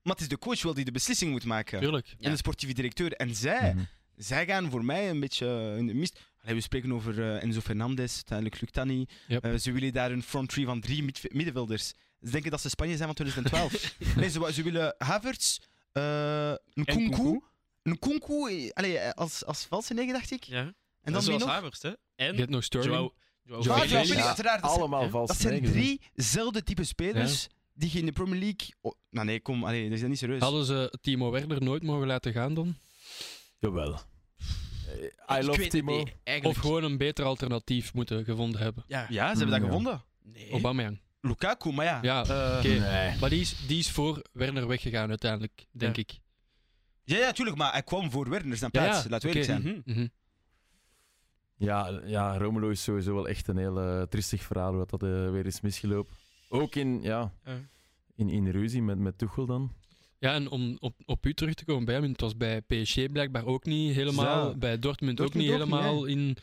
Speaker 2: Maar het is de coach wel die de beslissing moet maken.
Speaker 1: Tuurlijk.
Speaker 3: Ja.
Speaker 2: En de sportieve directeur. En zij,
Speaker 4: Mhm.
Speaker 2: zij gaan voor mij een beetje in de mist. Allee, we spreken over eh, Enzo Fernandez. Uiteindelijk lukt dat niet.
Speaker 1: Yep.
Speaker 2: Eh, ze willen daar een front three van drie midve- middenvelders. Ze denken dat ze Spanje zijn van 2012. nee, ze, wa- ze willen Havertz, eh een Kunku. Een Kunku eh, allee, eh, als, als valse negen, dacht ik.
Speaker 3: Ja.
Speaker 2: En dan wie
Speaker 3: zoals
Speaker 2: nog? Ah,
Speaker 3: Havertz, hè.
Speaker 1: Je
Speaker 3: En
Speaker 1: hebt nog Sterling.
Speaker 3: Joao, Joao
Speaker 1: Joao
Speaker 2: Waar-
Speaker 3: Felix.
Speaker 2: ja,
Speaker 1: Felix.
Speaker 2: vind ik
Speaker 4: Ja,
Speaker 2: uiteraar, dat zijn-
Speaker 4: allemaal
Speaker 3: hè?
Speaker 4: vals.
Speaker 2: Dat zijn
Speaker 4: negen, hè.
Speaker 2: driezelfde type spelers die je in de Premier League... Oh, nou nee, kom, allee, dat is dat niet serieus.
Speaker 1: Hadden ze Timo Werner nooit mogen laten gaan dan?
Speaker 4: Jawel.
Speaker 3: Ik
Speaker 4: I
Speaker 3: weet
Speaker 4: love
Speaker 3: het
Speaker 4: Timo.
Speaker 3: niet, eigenlijk.
Speaker 1: Of gewoon een beter alternatief moeten gevonden hebben?
Speaker 3: Ja.
Speaker 2: Ja, ze hebben dat
Speaker 4: Mm, ja.
Speaker 2: gevonden.
Speaker 3: Nee.
Speaker 1: Aubameyang.
Speaker 2: Lukaku, maar Eh, ja.
Speaker 1: Ja,
Speaker 2: eh,
Speaker 1: oké.
Speaker 4: Nee.
Speaker 1: Maar die is, die is voor Werner weggegaan uiteindelijk, denk
Speaker 3: Ja.
Speaker 1: ik.
Speaker 2: ja, ja, tuurlijk, maar hij kwam voor Werner zijn
Speaker 1: Ja,
Speaker 2: plaats,
Speaker 1: ja,
Speaker 2: laten we eerlijk
Speaker 1: oké.
Speaker 2: zijn.
Speaker 3: Mhm.
Speaker 1: Mhm.
Speaker 4: Ja, ja, Romelu is sowieso wel echt een heel eh, triestig verhaal hoe dat dat, eh, weer is misgelopen. Ook in, ja,
Speaker 3: Ja.
Speaker 4: in, in ruzie met, met Tuchel dan.
Speaker 1: Ja, en om op, op u terug te komen bij hem, het was bij PSG blijkbaar ook niet helemaal,
Speaker 2: Zo.
Speaker 1: bij Dortmund, ook
Speaker 2: Dortmund
Speaker 1: niet
Speaker 2: ook niet,
Speaker 1: helemaal in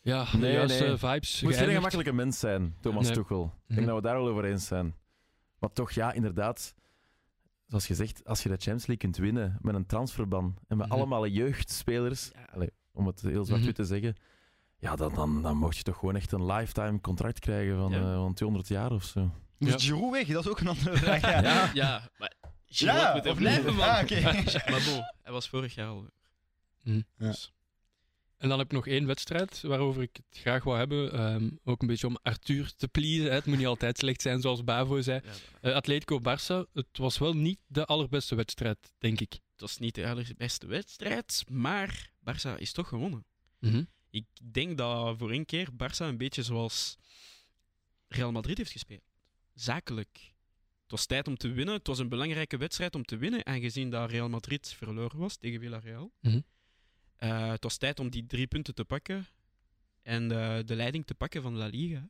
Speaker 1: ja, de
Speaker 4: Nee,
Speaker 1: juiste
Speaker 4: nee.
Speaker 1: vibes.
Speaker 4: Moet geen
Speaker 1: geëindigd.
Speaker 4: gemakkelijke mens zijn, Thomas
Speaker 1: Nee.
Speaker 4: Tuchel. Ik denk
Speaker 1: Mhm.
Speaker 4: dat we daar wel over eens zijn. Maar toch, ja, inderdaad. Zoals gezegd, als je de Champions League kunt winnen met een transferban en met
Speaker 1: Mhm.
Speaker 4: allemaal jeugdspelers,
Speaker 3: Ja.
Speaker 4: allee, om het heel zwart-wit te zeggen, ja, dan, dan, dan mocht je toch gewoon echt een lifetime contract krijgen van,
Speaker 3: Ja.
Speaker 4: eh, van 200 jaar of zo.
Speaker 2: Dus
Speaker 1: Ja.
Speaker 2: Giroud weg, dat is ook een andere vraag. Ja,
Speaker 3: Ja, ja, maar... Giroud moet er
Speaker 2: of niet?
Speaker 3: blijven, man.
Speaker 2: Ah, oké.
Speaker 3: Maar bon, hij was vorig jaar al.
Speaker 1: Mhm.
Speaker 3: Dus-
Speaker 1: En dan heb ik nog één wedstrijd waarover ik het graag wou hebben. ehm, ook een beetje om Arthur te pleasen. hè. Het moet niet altijd slecht zijn, zoals Bavo zei.
Speaker 3: Ja, maar
Speaker 1: Eh, Atletico-Barça, het was wel niet de allerbeste wedstrijd, denk ik.
Speaker 3: het was niet de allerbeste wedstrijd, maar Barça is toch gewonnen.
Speaker 1: Mhm.
Speaker 3: Ik denk dat voor één keer Barça een beetje zoals Real Madrid heeft gespeeld. Zakelijk. Het was tijd om te winnen. Het was een belangrijke wedstrijd om te winnen, aangezien dat Real Madrid verloren was tegen Villarreal.
Speaker 1: Mhm.
Speaker 3: Eh, het was tijd om die drie punten te pakken en eh, de leiding te pakken van La Liga.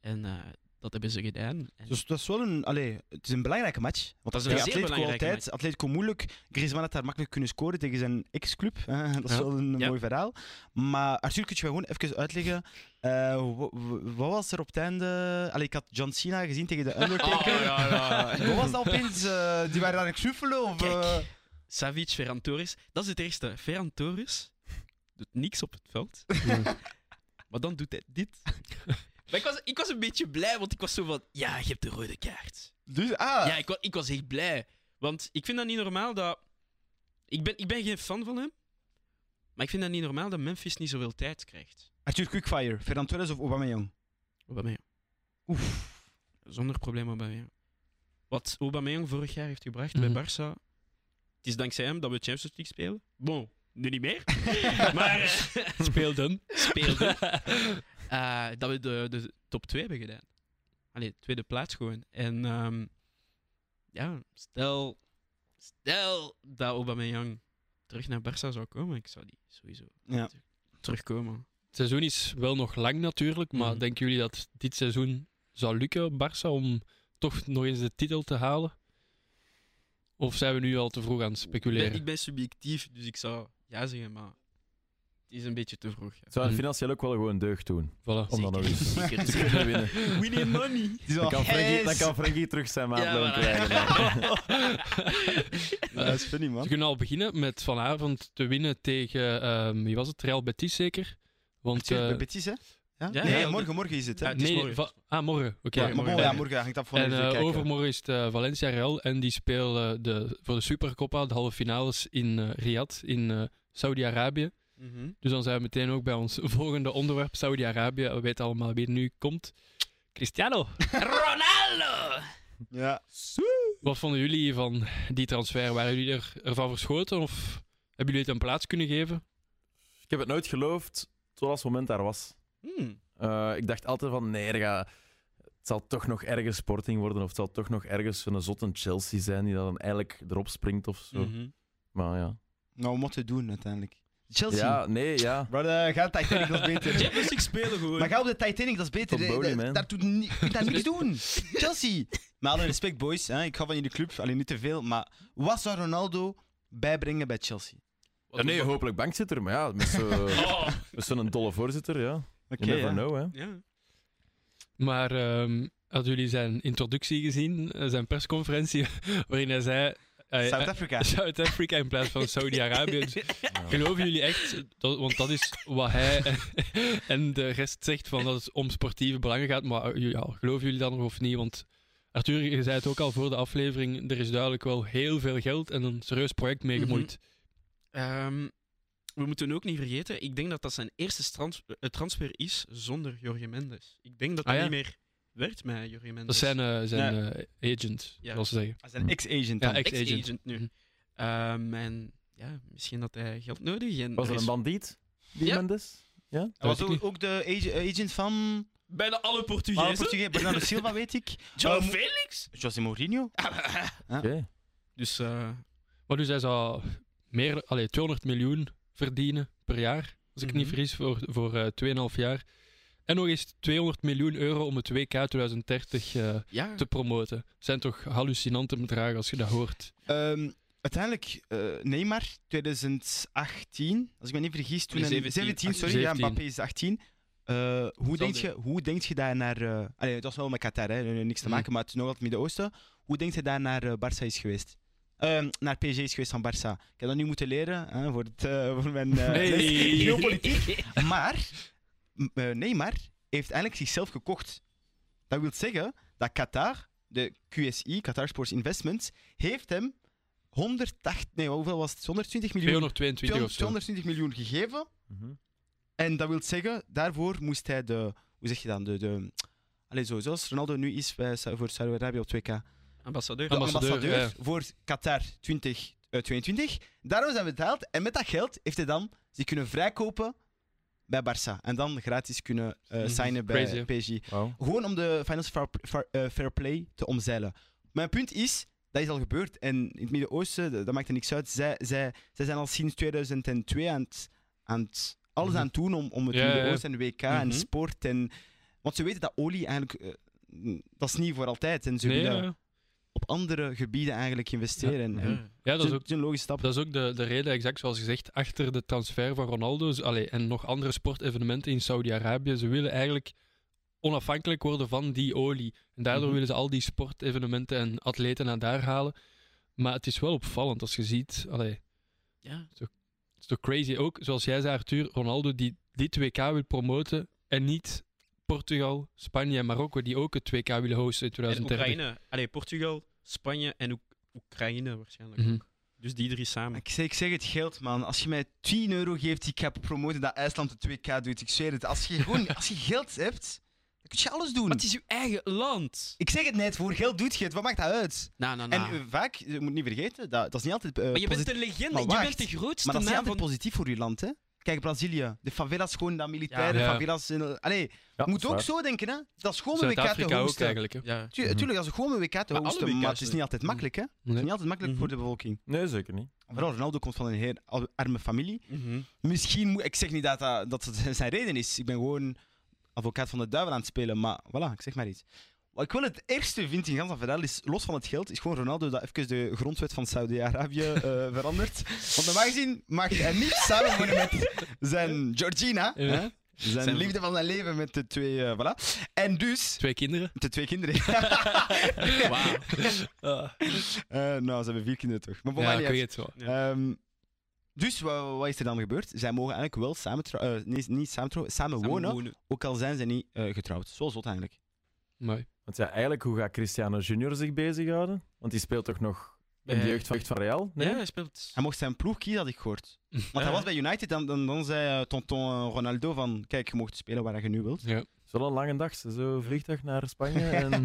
Speaker 3: En eh, dat hebben ze gedaan. En
Speaker 2: Dus dat is wel een, allee, het is een belangrijke match. Want
Speaker 3: Dat is een
Speaker 2: tegen
Speaker 3: zeer
Speaker 2: Atletico
Speaker 3: belangrijke
Speaker 2: altijd, Atletico moeilijk. Griezmann had daar makkelijk kunnen scoren tegen zijn ex-club. hè. dat is
Speaker 1: Ja.
Speaker 2: wel een
Speaker 3: Ja.
Speaker 2: mooi verhaal. Maar Arthur, kun je mij gewoon even uitleggen, eh, wa- wa- wat was er op het einde... Allee, ik had John Cena gezien tegen de Undertaker.
Speaker 3: Oh, ja, ja.
Speaker 2: Wat was dat opeens? eh, die waren aan het schuffelen? Of,
Speaker 3: Kijk.
Speaker 2: eh?
Speaker 3: Savic, Ferran Torres. Dat is het eerste. Ferran Torres doet niks op het veld. maar dan doet hij dit. maar ik was, ik was een beetje blij, want ik was zo van... Ja, je hebt de rode kaart.
Speaker 2: Dus, ah,
Speaker 3: Ja, ik, wa- ik was echt blij. Want ik vind dat niet normaal dat... Ik ben, ik ben geen fan van hem. Maar ik vind dat niet normaal dat Memphis niet zoveel tijd krijgt.
Speaker 2: Arthur Quickfire, Ferran Torres of Aubameyang?
Speaker 3: Aubameyang.
Speaker 2: Oef.
Speaker 3: Zonder probleem Aubameyang. Wat Aubameyang vorig jaar heeft gebracht
Speaker 1: Mhm.
Speaker 3: bij Barça. Het is dankzij hem dat we Champions League spelen. Bon, nu niet meer. maar eh,
Speaker 1: Speelden.
Speaker 3: speelden. Eh, dat we de, de top 2 hebben gedaan. Allee, tweede plaats gewoon. En ehm, ja, stel, stel dat Aubameyang terug naar Barça zou komen, ik zou die sowieso
Speaker 2: Ja.
Speaker 3: terugkomen.
Speaker 1: Het seizoen is wel nog lang natuurlijk, maar
Speaker 3: Mhm.
Speaker 1: denken jullie dat dit seizoen zou lukken, Barça, om toch nog eens de titel te halen? Of zijn we nu al te vroeg aan het
Speaker 3: Ik ben,
Speaker 1: speculeren?
Speaker 3: ik ben subjectief, dus ik zou ja zeggen, maar het is een beetje te vroeg. ja.
Speaker 4: Het zou
Speaker 1: Mm.
Speaker 4: financieel ook wel gewoon deugd doen.
Speaker 1: Voilà.
Speaker 4: Om dan nog eens
Speaker 3: Zeker,
Speaker 4: te kunnen winnen.
Speaker 3: We need money!
Speaker 2: Het is wel
Speaker 4: Dan kan Frenkie, dan
Speaker 2: hijs.
Speaker 4: kan Frenkie terug zijn maandloon
Speaker 3: Ja, voilà.
Speaker 4: krijgen.
Speaker 2: Ja, Dat is funny, man.
Speaker 1: Ze Eh, kunnen al beginnen met vanavond te winnen tegen, ehm, wie was het, Real Betis zeker? Want,
Speaker 2: Natuurlijk,
Speaker 1: eh,
Speaker 2: bij Betis, hè? Ja?
Speaker 3: Ja,
Speaker 2: nee,
Speaker 3: ja,
Speaker 2: morgen, morgen is het, hè?
Speaker 3: Ja, het is
Speaker 1: nee,
Speaker 3: morgen.
Speaker 1: va- ah, morgen. Oké.
Speaker 2: Ja, maar
Speaker 3: morgen.
Speaker 2: bon, ja, morgen hangt af van
Speaker 1: En
Speaker 2: even
Speaker 1: eh,
Speaker 2: kijken.
Speaker 1: overmorgen is het eh, Valencia Real en die spelen de, voor de Supercoppa, de halve finales in eh, Riyadh in eh, Saudi-Arabië.
Speaker 3: Mhm.
Speaker 1: Dus dan zijn we meteen ook bij ons volgende onderwerp, Saudi-Arabië. We weten allemaal wie er nu komt. Cristiano,
Speaker 3: Ronaldo!
Speaker 2: Ja.
Speaker 1: wat vonden jullie van die transfer? Waren jullie er, ervan verschoten of hebben jullie het een plaats kunnen geven?
Speaker 4: Ik heb het nooit geloofd totdat het moment daar was.
Speaker 3: Hmm.
Speaker 4: Eh, ik dacht altijd van, nee, er gaat- het zal toch nog ergens Sporting worden. Of het zal toch nog ergens een zotte Chelsea zijn die dan eigenlijk erop springt of zo.
Speaker 3: Mhm.
Speaker 4: Maar ja.
Speaker 2: Nou, we moeten doen uiteindelijk. Chelsea.
Speaker 4: Ja, nee, ja.
Speaker 2: Brother, ga op Titanic, dat is beter.
Speaker 3: Champions League spelen gewoon.
Speaker 2: Maar ga op de Titanic, dat is beter. hè.
Speaker 4: Tot Bowley,
Speaker 2: Da-
Speaker 4: man.
Speaker 2: daar doet ni- je kunt daar niks doen. Chelsea. Maar alle respect, boys. Hè. Ik ga van jullie club, alleen niet te veel. Maar wat zou Ronaldo bijbrengen bij Chelsea?
Speaker 4: Ja, nee, hopelijk bankzitter. Maar ja, met zo'n
Speaker 3: Oh.
Speaker 4: met zo'n dolle voorzitter, ja. You
Speaker 2: Oké,
Speaker 4: never
Speaker 2: ja.
Speaker 4: know, hè.
Speaker 3: Ja.
Speaker 1: Maar ehm, hadden jullie zijn introductie gezien, eh, zijn persconferentie, waarin hij zei... eh,
Speaker 2: South
Speaker 1: eh,
Speaker 2: Africa.
Speaker 1: Zuid-Afrika in plaats van Saudi-Arabië. Dus Geloven jullie echt, dat, want dat is wat hij en de rest zegt, van dat het om sportieve belangen gaat. Maar eh, ja, geloven jullie dat nog of niet? Want Arthur, je zei het ook al voor de aflevering, er is duidelijk wel heel veel geld en een serieus project
Speaker 3: Mhm.
Speaker 1: mee gemoeid.
Speaker 3: Ehm, we moeten ook niet vergeten, ik denk dat dat zijn eerste trans- eh, transfer is zonder Jorge Mendes. Ik denk dat
Speaker 1: Ah,
Speaker 3: hij
Speaker 1: ja?
Speaker 3: niet meer werkt met Jorge Mendes.
Speaker 1: Dat zijn, eh, zijn eh, agent,
Speaker 3: Dus- Ja.
Speaker 1: zoals ze zeggen.
Speaker 2: Dat is een ex-agent. dan.
Speaker 1: Ja, ex-
Speaker 3: ex-agent
Speaker 1: ex-agent.
Speaker 3: nu.
Speaker 1: Mhm.
Speaker 3: Ehm, en ja, misschien dat hij geld nodig heeft. en
Speaker 4: Was
Speaker 3: er
Speaker 4: er een
Speaker 3: is
Speaker 4: bandiet? Die dus?
Speaker 3: Ja.
Speaker 4: Mendes? Ja?
Speaker 2: Hij was
Speaker 1: weet ik
Speaker 2: ook, ook de age- eh, agent van...
Speaker 3: Bijna alle
Speaker 2: Maar
Speaker 3: Portugezen.
Speaker 2: Portugees, Bernardo Silva, weet ik.
Speaker 3: João
Speaker 2: Eh,
Speaker 3: Felix?
Speaker 2: José Mourinho.
Speaker 4: Oké.
Speaker 3: Dus eh,
Speaker 1: Maar dus hij zou meer, allee, 200 miljoen verdienen per jaar, als ik
Speaker 3: Mhm.
Speaker 1: niet vergis, voor, voor eh 2,5 jaar. En nog eens 200 miljoen euro om het WK 2030 eh,
Speaker 3: ja,
Speaker 1: te promoten. Het zijn toch hallucinante bedragen als je dat hoort.
Speaker 2: Ehm, uiteindelijk, eh, Neymar, 2018, als ik me niet vergis, toen
Speaker 3: Nee,
Speaker 2: hij-
Speaker 3: 17,
Speaker 2: 17, sorry,
Speaker 1: 17.
Speaker 2: ja, Mbappé is 18. Eh, hoe, denk je,
Speaker 3: Sander.
Speaker 2: hoe denk je daar naar... eh allee, het was wel met Qatar, hè, eh, niks te
Speaker 1: Mhm.
Speaker 2: maken, maar het is nog altijd Midden-Oosten. Hoe denk je daar naar eh, Barça is geweest? Ehm, naar PSG is geweest van Barça. Ik heb dat nu moeten leren hè, voor, het, eh, voor mijn eh,
Speaker 1: Nee.
Speaker 2: les geopolitiek. Maar m- eh, Neymar heeft eigenlijk zichzelf gekocht. Dat wil zeggen dat Qatar, de QSI, Qatar Sports Investments, heeft hem 108, nee, hoeveel was het? 120 miljoen,
Speaker 1: 222 of zo.
Speaker 2: 220 miljoen gegeven.
Speaker 4: Mhm.
Speaker 2: En dat wil zeggen, daarvoor moest hij de, hoe zeg je dan, de, de allez, zo, zoals Ronaldo nu is bij, Sa- voor Saudi-Arabië op 2K.
Speaker 3: ambassadeur.
Speaker 2: De ambassadeur,
Speaker 1: Ambassadeur,
Speaker 2: voor Qatar 2022. Daarom zijn we betaald. En met dat geld heeft hij dan zich kunnen vrijkopen bij Barça. En dan gratis kunnen eh,
Speaker 1: Mhm,
Speaker 2: signen
Speaker 1: crazy,
Speaker 2: bij PSG.
Speaker 4: Wauw.
Speaker 2: Gewoon om de Finance fair, fair- eh, fair Play te omzeilen. Mijn punt is, dat is al gebeurd. En in het Midden-Oosten, dat, dat maakt er niks uit. Zij, zij, zij zijn al sinds 2002 aan het, aan het, alles
Speaker 1: Mhm.
Speaker 2: aan het doen om, om het
Speaker 1: Ja, ja, ja.
Speaker 2: Midden-Oosten en WK en
Speaker 3: Mhm.
Speaker 2: sport. En, want ze weten dat olie eigenlijk... eh, dat is niet voor altijd. En ze
Speaker 1: Nee,
Speaker 2: willen
Speaker 1: ja.
Speaker 2: op andere gebieden eigenlijk investeren. En-
Speaker 3: Ja.
Speaker 2: en
Speaker 1: ja, dat is ook,
Speaker 2: het is een logische stap.
Speaker 1: dat is ook de, de reden, exact zoals gezegd, achter de transfer van Ronaldo z- allee, en nog andere sportevenementen in Saudi-Arabië. Ze willen eigenlijk onafhankelijk worden van die olie. En daardoor
Speaker 2: Mhm.
Speaker 1: willen ze al die sportevenementen en atleten naar daar halen. Maar het is wel opvallend als je ziet, allee,
Speaker 3: Ja.
Speaker 1: Het is toch crazy ook, zoals jij zei, Arthur, Ronaldo die dit WK wil promoten en niet Portugal, Spanje en Marokko die ook het WK willen hosten in
Speaker 3: En
Speaker 1: 2030.
Speaker 3: Oekraïne. Allee, Portugal, Spanje en Oek- Oekraïne waarschijnlijk.
Speaker 1: Mhm.
Speaker 3: Dus die drie samen.
Speaker 2: Ik zeg, ik zeg het geld, man. Als je mij 10 euro geeft die ik ga promoten dat IJsland de 2K doet, ik zweer het. Als je, gewoon, als je geld hebt, dan kun je alles doen.
Speaker 3: Maar het is uw eigen land.
Speaker 2: Ik zeg het net, voor geld doet je het. Wat maakt dat uit?
Speaker 3: Nou, nou,
Speaker 2: En
Speaker 3: nou.
Speaker 2: eh, vaak, je moet niet vergeten, dat, dat is niet altijd eh,
Speaker 3: maar je bent
Speaker 2: positief.
Speaker 3: de legende,
Speaker 2: Maar
Speaker 3: je
Speaker 2: wacht.
Speaker 3: bent de grootste
Speaker 2: Maar dat is niet
Speaker 3: naam
Speaker 2: altijd
Speaker 3: van...
Speaker 2: positief voor je land, hè? Kijk, Brazilië. De favelas gewoon, dat militaire
Speaker 1: Ja. Ja.
Speaker 2: favelas. in- Allee,
Speaker 4: Ja,
Speaker 2: moet
Speaker 4: dat
Speaker 2: ook
Speaker 4: is
Speaker 2: zo denken, hè? Dat is gewoon een WK te
Speaker 1: Zuid-Afrika ook
Speaker 2: hosten.
Speaker 1: eigenlijk. hè.
Speaker 3: Ja.
Speaker 2: Tu-
Speaker 4: Mhm.
Speaker 2: Tuurlijk, dat is gewoon een WK te
Speaker 3: Maar alle
Speaker 2: hosten,
Speaker 3: WK's
Speaker 2: maar het is
Speaker 3: zijn-
Speaker 2: niet altijd makkelijk, hè? Het is
Speaker 1: Nee.
Speaker 2: niet altijd makkelijk voor de bevolking.
Speaker 4: waar. Nee, zeker niet.
Speaker 2: Vooral Ronaldo komt van een heel al- arme familie.
Speaker 3: Mhm.
Speaker 2: Misschien, moet- ik zeg niet dat dat, dat dat zijn reden is. Ik ben gewoon advocaat van de duivel aan het spelen, maar voilà, ik zeg maar iets. Wat ik wel het ergste vind in Gans Verhaal is, los van het geld, is gewoon Ronaldo dat even de grondwet van Saudi-Arabië eh, verandert. Want normaal gezien mag hij niet samen wonen met zijn Georgina,
Speaker 1: Ja.
Speaker 2: hè? Zijn,
Speaker 3: Zijn-
Speaker 2: liefde van zijn leven met de twee, eh, voilà. En dus,
Speaker 1: Twee kinderen.
Speaker 2: met de twee kinderen.
Speaker 3: Wauw.
Speaker 1: Ah,
Speaker 2: Eh, nou, ze hebben vier kinderen toch. Maar voor mij
Speaker 1: ja,
Speaker 2: niet
Speaker 1: ik
Speaker 2: uit.
Speaker 1: weet het wel.
Speaker 2: Ehm, dus wa- wa- wat is er dan gebeurd? Zij mogen eigenlijk wel samen, trou- eh, nee, niet samen, trouwen, samen,
Speaker 3: Samen
Speaker 2: wonen,
Speaker 3: wonen.
Speaker 2: ook al zijn ze niet eh, getrouwd. Zo zot eigenlijk.
Speaker 1: Mooi.
Speaker 4: Want ja, eigenlijk, hoe gaat Cristiano Junior zich bezighouden? Want die speelt toch nog in de
Speaker 3: Eh,
Speaker 4: jeugd van, jeugd van Real? Nee?
Speaker 3: Ja, hij speelt...
Speaker 2: Hij mocht zijn ploeg kiezen, had ik gehoord. Want hij
Speaker 3: Ja.
Speaker 2: was bij United, dan, dan, dan zei eh, tonton eh, Ronaldo van, kijk, je mocht spelen waar je nu wilt.
Speaker 1: Ja.
Speaker 4: Het is wel een lange dag. Zo vliegtuig naar Spanje en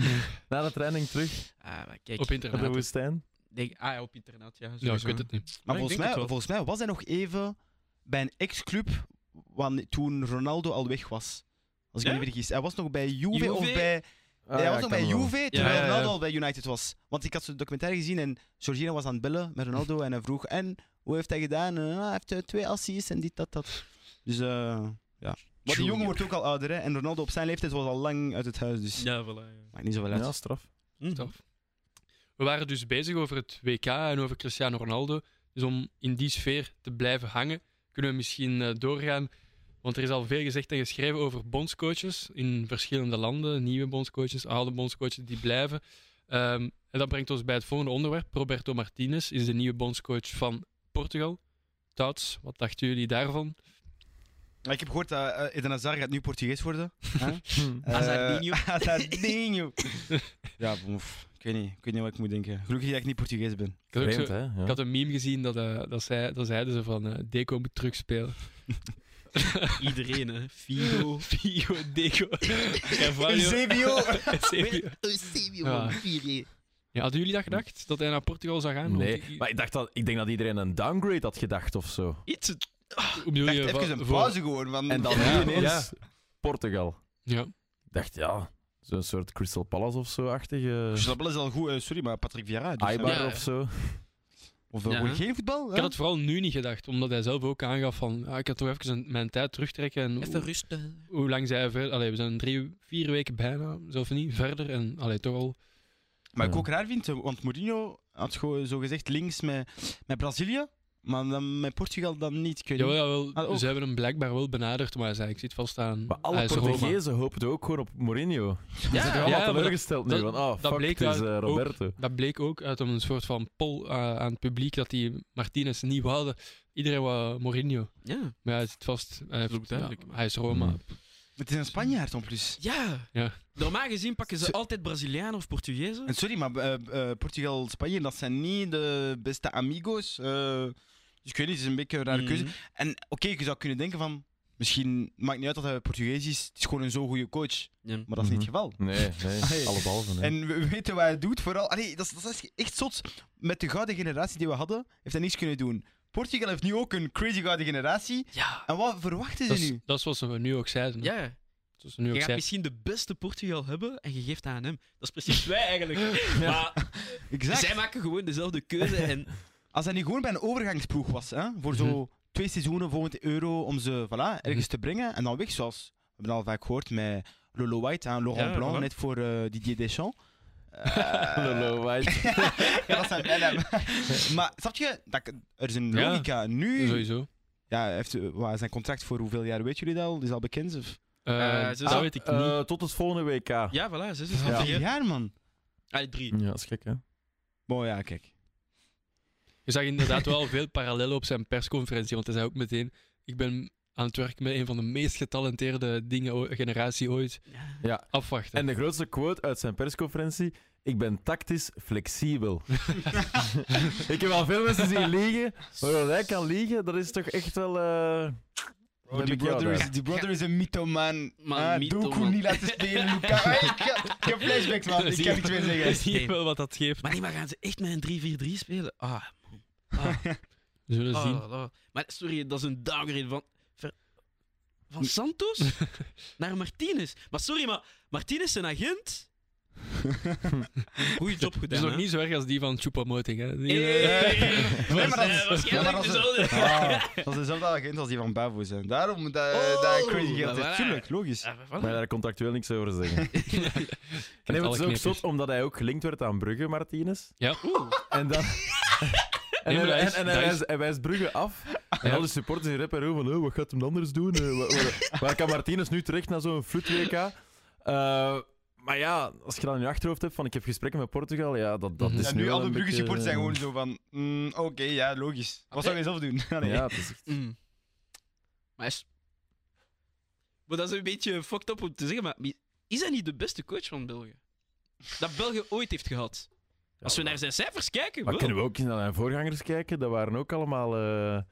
Speaker 4: na de training terug
Speaker 3: Ah, maar kijk.
Speaker 1: Op
Speaker 4: naar de
Speaker 1: internaat.
Speaker 4: woestijn.
Speaker 3: denk, ah, ja, op internaat, ja.
Speaker 1: Ja, ik
Speaker 3: sowieso.
Speaker 1: weet het niet.
Speaker 2: Maar
Speaker 3: ik
Speaker 2: volgens,
Speaker 3: denk
Speaker 2: mij,
Speaker 3: het wel.
Speaker 2: volgens mij was hij nog even bij een ex-club wan- toen Ronaldo al weg was. Als ik
Speaker 3: Ja?
Speaker 2: me niet vergis. Hij was nog bij Juve, of
Speaker 3: Juve?
Speaker 2: bij...
Speaker 4: Ah,
Speaker 2: Nee, hij
Speaker 4: ja,
Speaker 2: was nog
Speaker 4: kan
Speaker 2: bij
Speaker 4: wel.
Speaker 2: Juve terwijl
Speaker 1: ja, ja.
Speaker 2: Ronaldo al bij United was. Want ik had zo'n documentaire gezien en Georgina was aan het bellen met Ronaldo en hij vroeg en hoe heeft hij gedaan? En, ah, hij heeft eh, twee assies en dit, dat, dat. Dus eh ja. Maar die
Speaker 3: Junior.
Speaker 2: jongen wordt ook al ouder hè? en Ronaldo op zijn leeftijd was al lang uit het huis, dus
Speaker 3: Ja, voilà. ja.
Speaker 2: maakt niet zoveel uit.
Speaker 4: Ja, straf.
Speaker 3: Mhm.
Speaker 1: Tof. We waren dus bezig over het WK en over Cristiano Ronaldo. Dus om in die sfeer te blijven hangen, kunnen we misschien eh, doorgaan. Want er is al veel gezegd en geschreven over bondscoaches in verschillende landen. Nieuwe bondscoaches, oude bondscoaches die blijven. Ehm, en dat brengt ons bij het volgende onderwerp. Roberto Martinez is de nieuwe bondscoach van Portugal. Touts, wat dachten jullie daarvan?
Speaker 2: Maar ik heb gehoord dat eh, Eden Hazard gaat nu Portugees worden. Huh? Eh,
Speaker 3: Hazardinho.
Speaker 2: Hazardinho. ja, boef. Ik weet, niet, ik weet niet wat ik moet denken. Gelukkig dat ik niet Portugees ben.
Speaker 1: Ik had, ook zo-
Speaker 4: Vreemd, hè? Ja.
Speaker 1: ik had een meme gezien dat, eh, dat, zei, dat zeiden ze van eh, Deco moet terugspelen.
Speaker 3: Iedereen, hè. Figo.
Speaker 1: Pio, Deco, Carvalho.
Speaker 2: Eusebio.
Speaker 1: Eusebio.
Speaker 2: Oh,
Speaker 1: Ja. Ja, hadden jullie dat gedacht? Dat hij naar Portugal zou gaan?
Speaker 4: Nee,
Speaker 1: Want die-
Speaker 4: maar ik, dacht dat, ik denk dat iedereen een downgrade had gedacht of zo.
Speaker 3: Iets.
Speaker 1: hoe Oh, bedoel
Speaker 2: Wacht,
Speaker 1: je,
Speaker 2: even
Speaker 1: van-
Speaker 2: een
Speaker 1: voor-
Speaker 2: pauze gewoon. want-
Speaker 4: En dan
Speaker 2: Ja.
Speaker 4: nu ineens Portugal.
Speaker 1: Ja.
Speaker 4: Ik dacht, ja, zo'n soort Crystal Palace of zo-achtig. eh,
Speaker 2: Snappel is al goed, eh, sorry, maar Patrick Vieira. doet
Speaker 4: Aibar
Speaker 2: hem.
Speaker 3: Ja.
Speaker 4: of zo.
Speaker 2: Of eh,
Speaker 3: Ja.
Speaker 2: gewoon geen voetbal?
Speaker 1: Ik had het vooral nu niet gedacht, omdat hij zelf ook aangaf van ah, ik had toch even een- mijn tijd terugtrekken. En
Speaker 3: Even
Speaker 1: hoe,
Speaker 3: rusten.
Speaker 1: hoe lang zijn we verder? Allee, we zijn drie, vier weken bijna, zelf niet, verder. En allee, toch al...
Speaker 2: Maar ik
Speaker 4: Ja.
Speaker 2: ook raar vind, eh, want Mourinho had gewoon zo gezegd links met, met Brazilië, maar dan met Portugal dan niet. Ik weet
Speaker 1: Jawel,
Speaker 2: niet.
Speaker 1: jawel,
Speaker 2: Ah, ook.
Speaker 1: ze hebben hem blijkbaar wel benaderd, maar hij zei ik zit vast aan...
Speaker 4: Maar alle
Speaker 1: hij is Roma.
Speaker 4: Portugezen hoopten ook gewoon op Mourinho. Die zijn toch
Speaker 1: Eh, Ja,
Speaker 4: allemaal
Speaker 1: maar dat-
Speaker 4: teleurgesteld nu.
Speaker 1: dat-
Speaker 4: Van, oh,
Speaker 1: dat
Speaker 4: fuck,
Speaker 1: bleek
Speaker 4: het
Speaker 1: uit
Speaker 4: is eh,
Speaker 1: ook-
Speaker 4: Roberto.
Speaker 1: Dat bleek ook uit een soort van poll eh, aan het publiek dat die Martinez niet wilde. Iedereen wou Mourinho.
Speaker 3: Ja.
Speaker 1: Maar hij zit vast. Hij, heeft-
Speaker 3: Dat is ook duidelijk.
Speaker 1: ja, hij is Roma.
Speaker 4: Mm.
Speaker 2: Het is een Spanjaard om plus.
Speaker 3: Ja.
Speaker 1: Ja.
Speaker 3: Normaal gezien pakken ze
Speaker 2: Zo-
Speaker 3: altijd Brazilianen of Portugezen.
Speaker 2: En sorry, maar eh, eh, Portugal en Spanje, dat zijn niet de beste amigos. eh, dus ik weet niet, het is een beetje een
Speaker 1: Mm.
Speaker 2: rare keuze.
Speaker 3: Mhm.
Speaker 2: En oké, je zou kunnen denken van, misschien maakt niet uit dat hij Portugees is, het is gewoon een zo goede coach.
Speaker 3: Ja.
Speaker 2: Maar dat is niet het
Speaker 4: Mhm.
Speaker 2: geval.
Speaker 4: Nee,
Speaker 2: Allee.
Speaker 4: nee, alles behalve. nee.
Speaker 2: En we weten wat hij doet, vooral. Allee, dat, is, dat is echt zot. Met de gouden generatie die we hadden, heeft hij niets kunnen doen. Portugal heeft nu ook een crazy gouden generatie.
Speaker 3: Ja.
Speaker 2: En wat verwachten ze
Speaker 1: Dat, is,
Speaker 2: nu?
Speaker 1: dat is wat ze nu ook zeiden. hè.
Speaker 3: Ja.
Speaker 1: Zoals ze nu ook
Speaker 3: Je gaat
Speaker 1: zeiden.
Speaker 3: misschien de beste Portugal hebben en je geeft dat aan hem. Dat is precies wij eigenlijk. Maar
Speaker 2: Exact.
Speaker 3: zij maken gewoon dezelfde keuze. En
Speaker 2: Als hij nu gewoon bij een overgangsploeg was, hè, voor zo twee seizoenen volgend euro om ze voilà, ergens
Speaker 1: Mhm.
Speaker 2: te brengen en dan weg, zoals we hebben al vaak gehoord met Lolo White, hè, Laurent
Speaker 3: Ja,
Speaker 2: Blanc,
Speaker 3: voilà.
Speaker 2: net voor eh, Didier Deschamps.
Speaker 4: Lolo White.
Speaker 2: ja, dat zijn bijnaam. maar snap je, dat, er is een
Speaker 1: Ja.
Speaker 2: logica
Speaker 3: Hmm.
Speaker 2: nu.
Speaker 1: Sowieso.
Speaker 2: Ja, hij heeft, eh, wat, zijn contract voor hoeveel jaar weet jullie dat al? Is dat bekend? Of?
Speaker 1: Eh,
Speaker 3: Eh, ze
Speaker 1: dat
Speaker 3: zou-
Speaker 1: weet ik niet.
Speaker 4: Eh, tot het volgende WK. Ja,
Speaker 3: ja, voilà, zes is
Speaker 2: Ja.
Speaker 3: ja.
Speaker 2: Vier jaar, man.
Speaker 3: drie.
Speaker 4: dat is gek, hè?
Speaker 2: Oh ja, kijk.
Speaker 1: Je zag inderdaad wel veel parallellen op zijn persconferentie, want hij zei ook meteen: Ik ben aan het werk met een van de meest getalenteerde dingen, o- generatie ooit.
Speaker 4: Ja.
Speaker 1: Afwachten.
Speaker 4: En de grootste quote uit zijn persconferentie: Ik ben tactisch flexibel. ik heb al veel mensen zien liegen, maar dat hij kan liegen, dat is toch echt wel. eh,
Speaker 2: Bro,
Speaker 4: dat
Speaker 2: die,
Speaker 4: heb ik jou
Speaker 2: brother is,
Speaker 4: daar.
Speaker 2: die brother is een mythomaan.
Speaker 3: Maar
Speaker 2: Ah,
Speaker 3: mythomaan.
Speaker 2: Doku niet laten spelen, Luca. Ah, ik, ga- ik heb flashbacks, man. Ik
Speaker 1: Zie
Speaker 2: kan
Speaker 1: je-
Speaker 2: niks meer zeggen.
Speaker 1: Zie je wel wat dat geeft?
Speaker 3: Maar nee, maar gaan ze echt met een 3-4-3 spelen? Ah,
Speaker 1: We zullen
Speaker 3: ah,
Speaker 1: zien.
Speaker 3: ah. Maar sorry, dat is een downgrade van... ver- van Santos naar Martinez. Maar sorry, maar Martinez zijn agent... Goeie job
Speaker 1: Het is
Speaker 3: gedaan,
Speaker 1: nog
Speaker 3: hè?
Speaker 1: niet zo erg als die van Chupamoting. Hè? Die,
Speaker 3: Hey,
Speaker 1: eh,
Speaker 3: hey, hey, hey.
Speaker 2: Nee, maar dat is-
Speaker 3: Eh, waarschijnlijk
Speaker 2: maar dat is-
Speaker 3: dezelfde.
Speaker 2: Ah, dat is dezelfde agent als die van Bavo zijn. Daarom dat, eh,
Speaker 3: Oh,
Speaker 2: dat crazy geld
Speaker 3: voilà.
Speaker 2: heeft. Tuurlijk, logisch.
Speaker 3: Ah, voilà.
Speaker 4: Maar daar komt actueel niks over te zeggen. En
Speaker 1: alle
Speaker 4: het is ook
Speaker 1: knippers.
Speaker 4: zot omdat hij ook gelinkt werd aan Brugge, Martinez.
Speaker 1: Ja.
Speaker 4: En dan. En,
Speaker 1: Nee, maar
Speaker 4: hij-
Speaker 1: dat is-
Speaker 4: en, en
Speaker 1: dat
Speaker 4: hij,
Speaker 1: is-
Speaker 4: wijst, hij wijst Brugge af. En
Speaker 1: Ja.
Speaker 4: al die supporters in rep en roer van "Oh, wat gaat hem anders doen? Eh, wa- wa- waar, kan Martinez nu terecht na zo'n flut WK? Eh, maar ja, als je dan in je achterhoofd hebt van ik heb gesprekken met Portugal, ja, dat, dat
Speaker 1: Mhm.
Speaker 4: is
Speaker 2: Ja,
Speaker 4: nu
Speaker 2: nu
Speaker 4: wel
Speaker 2: alle
Speaker 4: een
Speaker 2: Brugge
Speaker 4: beetje-
Speaker 2: supporters zijn gewoon zo van... mm, Oké, ja, logisch. Wat zou je zelf doen? Allee.
Speaker 4: Ja, het is echt-
Speaker 3: Mm. Maar, is... maar dat is een beetje fucked up om te zeggen, maar is hij niet de beste coach van België? Dat België ooit heeft gehad. Als we naar zijn cijfers kijken,
Speaker 4: Maar
Speaker 3: wel.
Speaker 4: kunnen we ook eens naar zijn voorgangers kijken? Dat waren ook allemaal... eh,